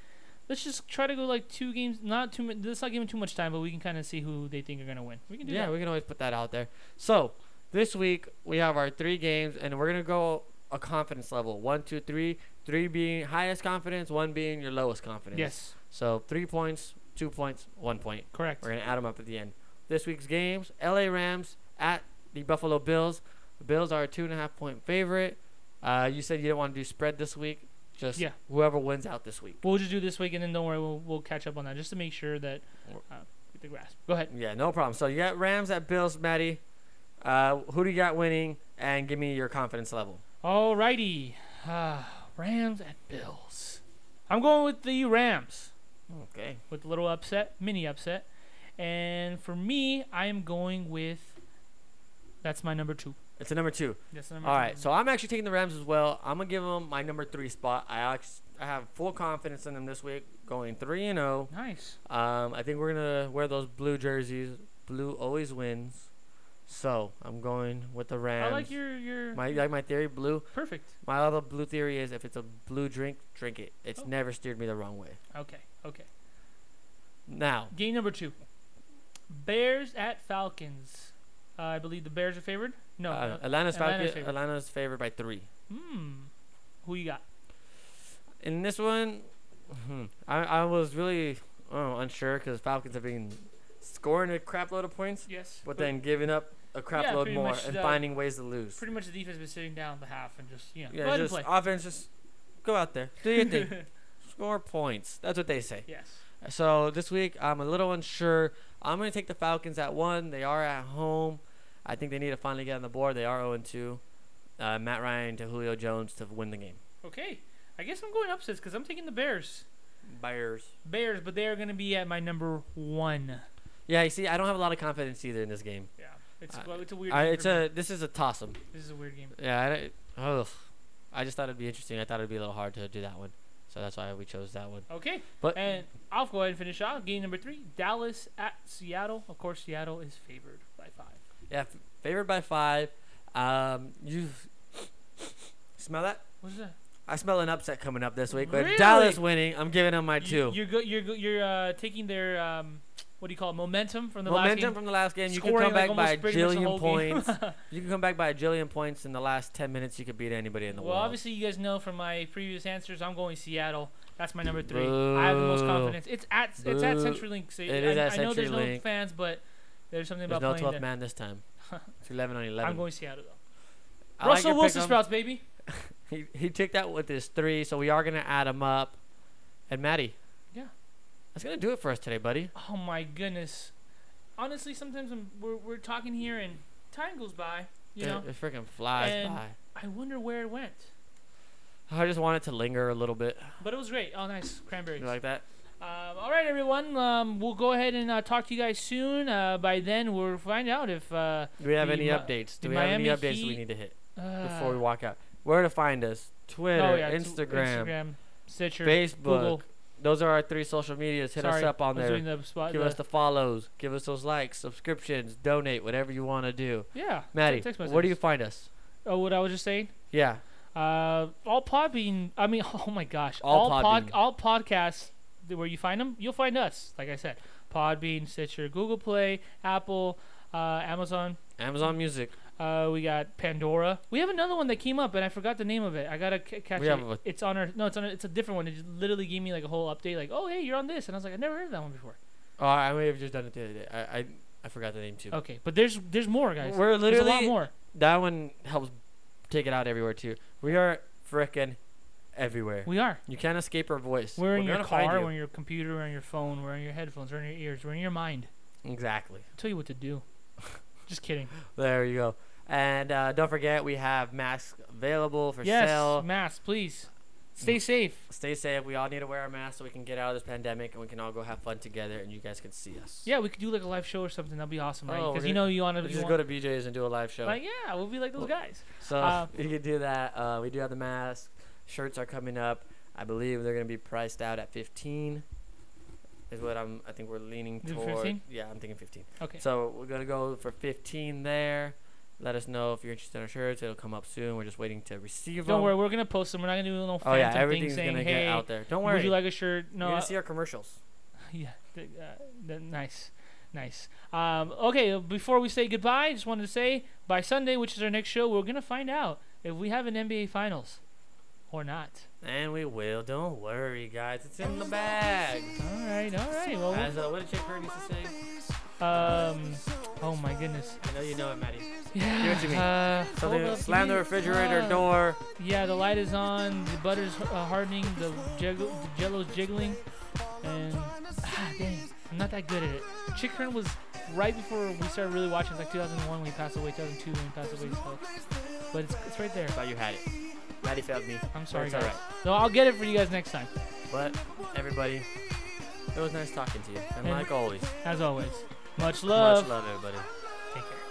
[SPEAKER 2] Let's just try to go like two games. Not too. mu- Let's not give them too much time, but we can kind of see who they think are gonna win. We can do
[SPEAKER 5] yeah,
[SPEAKER 2] that.
[SPEAKER 5] we can always put that out there. So this week we have our three games, and we're gonna go a confidence level one, two, three. Three being highest confidence, one being your lowest confidence.
[SPEAKER 2] Yes.
[SPEAKER 5] So three points, two points, one point.
[SPEAKER 2] Correct.
[SPEAKER 5] We're gonna add them up at the end. This week's games: L.A. Rams at the Buffalo Bills. The Bills are a two and a half point favorite. Uh, you said you didn't want to do spread this week. Just
[SPEAKER 2] Yeah.
[SPEAKER 5] whoever wins out this week.
[SPEAKER 2] We'll just do this week, and then don't worry, we'll we'll catch up on that just to make sure that uh, get the grasp. Go ahead.
[SPEAKER 5] Yeah, no problem. So you got Rams at Bills, Maddie. Uh, who do you got winning? And give me your confidence level.
[SPEAKER 2] Alrighty, uh, Rams at Bills. I'm going with the Rams
[SPEAKER 5] Okay.
[SPEAKER 2] with a little upset, mini upset, and for me, I am going with. That's my number two.
[SPEAKER 5] It's a number two.
[SPEAKER 2] That's the number
[SPEAKER 5] All
[SPEAKER 2] two.
[SPEAKER 5] right. So I'm actually taking the Rams as well. I'm gonna give them my number three spot. I ax- I have full confidence in them this week, going three and zero.
[SPEAKER 2] nice.
[SPEAKER 5] Um, I think we're gonna wear those blue jerseys. Blue always wins. So I'm going with the Rams.
[SPEAKER 2] I like your your
[SPEAKER 5] my like my theory. Blue.
[SPEAKER 2] perfect.
[SPEAKER 5] My other blue theory is if it's a blue drink, drink it. It's
[SPEAKER 2] Oh.
[SPEAKER 5] never steered me the wrong way.
[SPEAKER 2] Okay, okay.
[SPEAKER 5] Now
[SPEAKER 2] Game number two. Bears at Falcons. Uh, I believe the Bears are favored. No.
[SPEAKER 5] uh,
[SPEAKER 2] no. Atlanta's
[SPEAKER 5] Atlanta's, Falcon,
[SPEAKER 2] favored.
[SPEAKER 5] Atlanta's favored by three.
[SPEAKER 2] Hmm. Who you got?
[SPEAKER 5] In this one, hmm, I I was really oh, unsure because Falcons have been scoring a crapload of points,
[SPEAKER 2] Yes.
[SPEAKER 5] but then giving up a crapload
[SPEAKER 2] pretty
[SPEAKER 5] more
[SPEAKER 2] much,
[SPEAKER 5] and
[SPEAKER 2] uh,
[SPEAKER 5] finding ways to lose.
[SPEAKER 2] pretty much the defense was sitting down the half and just you know go
[SPEAKER 5] yeah,
[SPEAKER 2] ahead
[SPEAKER 5] just
[SPEAKER 2] and play.
[SPEAKER 5] offense, just go out there, do your thing. Score points. That's what they say.
[SPEAKER 2] yes.
[SPEAKER 5] So this week, I'm a little unsure. I'm going to take the Falcons at one. They are at home. I think they need to finally get on the board. They are 0 2. Uh, Matt Ryan to Julio Jones to win the game.
[SPEAKER 2] Okay. I guess I'm going upsets because I'm taking the Bears.
[SPEAKER 5] Bears.
[SPEAKER 2] Bears, but they are going to be at my number one.
[SPEAKER 5] Yeah, you see, I don't have a lot of confidence either in this game.
[SPEAKER 2] Yeah, it's
[SPEAKER 5] Uh,
[SPEAKER 2] well, it's a weird.
[SPEAKER 5] I,
[SPEAKER 2] game
[SPEAKER 5] it's
[SPEAKER 2] for me.
[SPEAKER 5] a this is a toss 'em.
[SPEAKER 2] this is a weird game.
[SPEAKER 5] Yeah, I, don't- ugh. I just thought it'd be interesting. I thought it'd be a little hard to do that one, so that's why we chose that one.
[SPEAKER 2] Okay,
[SPEAKER 5] But
[SPEAKER 2] and I'll go ahead and finish off game number three. Dallas at Seattle. Of course, Seattle is favored by five.
[SPEAKER 5] yeah, f- favored by five. Um, you smell that?
[SPEAKER 2] What's that?
[SPEAKER 5] I smell an upset coming up this week. With
[SPEAKER 2] Really?
[SPEAKER 5] Dallas winning, I'm giving them my
[SPEAKER 2] You,
[SPEAKER 5] two.
[SPEAKER 2] you're good. You're go, You're uh, taking their um, what do you call it? Momentum from the
[SPEAKER 5] Momentum
[SPEAKER 2] last game.
[SPEAKER 5] from the last game. You can
[SPEAKER 2] Scoring,
[SPEAKER 5] come
[SPEAKER 2] like,
[SPEAKER 5] back by a
[SPEAKER 2] almost pretty much the
[SPEAKER 5] jillion
[SPEAKER 2] whole game.
[SPEAKER 5] points. you can come back by a jillion points in the last 10 minutes. You could beat anybody in the
[SPEAKER 2] well,
[SPEAKER 5] world.
[SPEAKER 2] obviously, you guys know from my previous answers, I'm going Seattle. That's my number three. I have the most
[SPEAKER 5] Boo.
[SPEAKER 2] confidence. It's at it's at
[SPEAKER 5] Boo.
[SPEAKER 2] CenturyLink. So
[SPEAKER 5] It
[SPEAKER 2] I,
[SPEAKER 5] is at
[SPEAKER 2] I know there's no
[SPEAKER 5] CenturyLink.
[SPEAKER 2] fans, but there's something
[SPEAKER 5] There's no
[SPEAKER 2] about
[SPEAKER 5] 12th
[SPEAKER 2] playing there.
[SPEAKER 5] man this time. It's 11 on 11.
[SPEAKER 2] I'm going Seattle though.
[SPEAKER 5] I like
[SPEAKER 2] Russell
[SPEAKER 5] your
[SPEAKER 2] Wilson
[SPEAKER 5] pick 'em.
[SPEAKER 2] sprouts, baby.
[SPEAKER 5] He, he took that with his three, so we are going to add him up. And Maddie.
[SPEAKER 2] Yeah.
[SPEAKER 5] That's going to do it for us today, buddy.
[SPEAKER 2] Oh my goodness. Honestly, sometimes when we're we're talking here and time goes by. You
[SPEAKER 5] it,
[SPEAKER 2] know,
[SPEAKER 5] it freaking flies
[SPEAKER 2] And-
[SPEAKER 5] by.
[SPEAKER 2] I wonder where it went,
[SPEAKER 5] I just want it to linger a little bit.
[SPEAKER 2] but it was great. Oh, nice cranberries.
[SPEAKER 5] You like that?
[SPEAKER 2] Um, all right, everyone. Um, we'll go ahead and uh, talk to you guys soon. Uh, by then, we'll find out if uh,
[SPEAKER 5] Do we have
[SPEAKER 2] The
[SPEAKER 5] any
[SPEAKER 2] Mi-
[SPEAKER 5] updates?
[SPEAKER 2] the
[SPEAKER 5] Do we have any
[SPEAKER 2] Miami
[SPEAKER 5] updates we
[SPEAKER 2] Heat-
[SPEAKER 5] need to hit
[SPEAKER 2] uh,
[SPEAKER 5] before we walk out? Where to find us? Twitter,
[SPEAKER 2] oh, yeah, it's
[SPEAKER 5] Instagram,
[SPEAKER 2] Instagram, Stitcher,
[SPEAKER 5] Facebook.
[SPEAKER 2] Google.
[SPEAKER 5] Those are our three social medias. Hit us
[SPEAKER 2] Sorry,
[SPEAKER 5] up on
[SPEAKER 2] I was
[SPEAKER 5] there.
[SPEAKER 2] doing the spot-
[SPEAKER 5] give
[SPEAKER 2] the-
[SPEAKER 5] us the follows. Give us those likes, subscriptions, donate, whatever you want to do.
[SPEAKER 2] yeah.
[SPEAKER 5] Maddie,
[SPEAKER 2] text
[SPEAKER 5] where do you
[SPEAKER 2] messages.
[SPEAKER 5] find us?
[SPEAKER 2] Oh, what I was just saying.
[SPEAKER 5] Yeah.
[SPEAKER 2] Uh, all Podbean. I mean, oh my gosh,
[SPEAKER 5] All Podbean.
[SPEAKER 2] all podcasts th- where you find them, you'll find us. Like I said, Podbean, Stitcher, Google Play, Apple, uh, Amazon.
[SPEAKER 5] Amazon Music.
[SPEAKER 2] Uh, we got Pandora. We have another one that came up, and I forgot the name of it. I gotta c- catch
[SPEAKER 5] We
[SPEAKER 2] it.
[SPEAKER 5] have a-
[SPEAKER 2] It's on our. No, it's on. Our, it's a different one. It just literally gave me like a whole update. Like, oh hey, you're on this, and I was like, I never heard of that one before.
[SPEAKER 5] Oh, I may have just done it the other day. I I, I forgot the name too.
[SPEAKER 2] Okay, but there's there's more guys.
[SPEAKER 5] We're
[SPEAKER 2] there's a lot
[SPEAKER 5] literally-
[SPEAKER 2] more.
[SPEAKER 5] That one helps take it out everywhere too. We are frickin' everywhere.
[SPEAKER 2] We are.
[SPEAKER 5] you can't escape our voice.
[SPEAKER 2] We're, in your
[SPEAKER 5] gonna find
[SPEAKER 2] car,
[SPEAKER 5] you.
[SPEAKER 2] we're in your computer, we're in your phone, we're in your headphones, we're in your ears, we're in your mind.
[SPEAKER 5] Exactly.
[SPEAKER 2] I'll tell you what to do. Just kidding.
[SPEAKER 5] There you go. And uh, don't forget, we have masks available for
[SPEAKER 2] yes,
[SPEAKER 5] sale.
[SPEAKER 2] masks, please. Stay
[SPEAKER 5] Mm.
[SPEAKER 2] safe.
[SPEAKER 5] Stay safe. We all need to wear our masks so we can get out of this pandemic and we can all go have fun together and you guys can see us.
[SPEAKER 2] Yeah, we could do like a live show or something. That'd be awesome, right?
[SPEAKER 5] Oh,
[SPEAKER 2] Because
[SPEAKER 5] we're
[SPEAKER 2] you
[SPEAKER 5] gonna-
[SPEAKER 2] know you want to.
[SPEAKER 5] Let's
[SPEAKER 2] You
[SPEAKER 5] just
[SPEAKER 2] want,
[SPEAKER 5] go to BJ's and do a live show.
[SPEAKER 2] like yeah, we'll be like those guys.
[SPEAKER 5] so
[SPEAKER 2] uh,
[SPEAKER 5] you can do that. Uh, we do have the mask. Shirts are coming up. I believe they're gonna be priced out at 15. Is what I'm. I think we're leaning
[SPEAKER 2] Is it
[SPEAKER 5] toward.
[SPEAKER 2] 15?
[SPEAKER 5] Yeah, I'm thinking 15.
[SPEAKER 2] Okay.
[SPEAKER 5] So we're gonna go for 15 there. Let us know if you're interested in our shirts. It'll come up soon. We're just waiting to receive
[SPEAKER 2] Don't
[SPEAKER 5] them.
[SPEAKER 2] worry, we're gonna post them. We're not gonna do no
[SPEAKER 5] Oh
[SPEAKER 2] phantom
[SPEAKER 5] yeah,
[SPEAKER 2] thing
[SPEAKER 5] everything's
[SPEAKER 2] saying,
[SPEAKER 5] gonna
[SPEAKER 2] "Hey,
[SPEAKER 5] get out there. Don't worry.
[SPEAKER 2] would you like a shirt?" No,
[SPEAKER 5] You're
[SPEAKER 2] uh,
[SPEAKER 5] gonna see our commercials.
[SPEAKER 2] yeah, th- uh, th- nice, nice. Um, okay, uh, before we say goodbye, I just wanted to say by Sunday, which is our next show, we're gonna find out if we have an NBA Finals or not.
[SPEAKER 5] And we will. Don't worry, guys. It's in the bag.
[SPEAKER 2] All right, all right. Well,
[SPEAKER 5] As uh, what did Chick Hearn used to say?
[SPEAKER 2] we'll- um, oh my goodness.
[SPEAKER 5] I know you know it, Maddie.
[SPEAKER 2] Yeah.
[SPEAKER 5] Give it to me.
[SPEAKER 2] Uh,
[SPEAKER 5] So
[SPEAKER 2] hold
[SPEAKER 5] they
[SPEAKER 2] up,
[SPEAKER 5] slam the
[SPEAKER 2] please.
[SPEAKER 5] refrigerator
[SPEAKER 2] Uh,
[SPEAKER 5] door.
[SPEAKER 2] Yeah, the light is on. The butter's uh, hardening. The, jiggle, the jello's jiggling. And ah, dang, I'm not that good at it. Chick Hearn was right before we started really watching. It's like 2001 when he passed away, 2002 when he passed away. So. But it's, it's right there.
[SPEAKER 5] Thought you had it. Maddie failed me.
[SPEAKER 2] I'm sorry,
[SPEAKER 5] It's
[SPEAKER 2] guys.
[SPEAKER 5] alright.
[SPEAKER 2] No, I'll get it for you guys next time,
[SPEAKER 5] But everybody, it was nice talking to you. And
[SPEAKER 2] And-
[SPEAKER 5] like always,
[SPEAKER 2] as always. Much
[SPEAKER 5] much
[SPEAKER 2] love.
[SPEAKER 5] love, everybody.
[SPEAKER 2] Take care.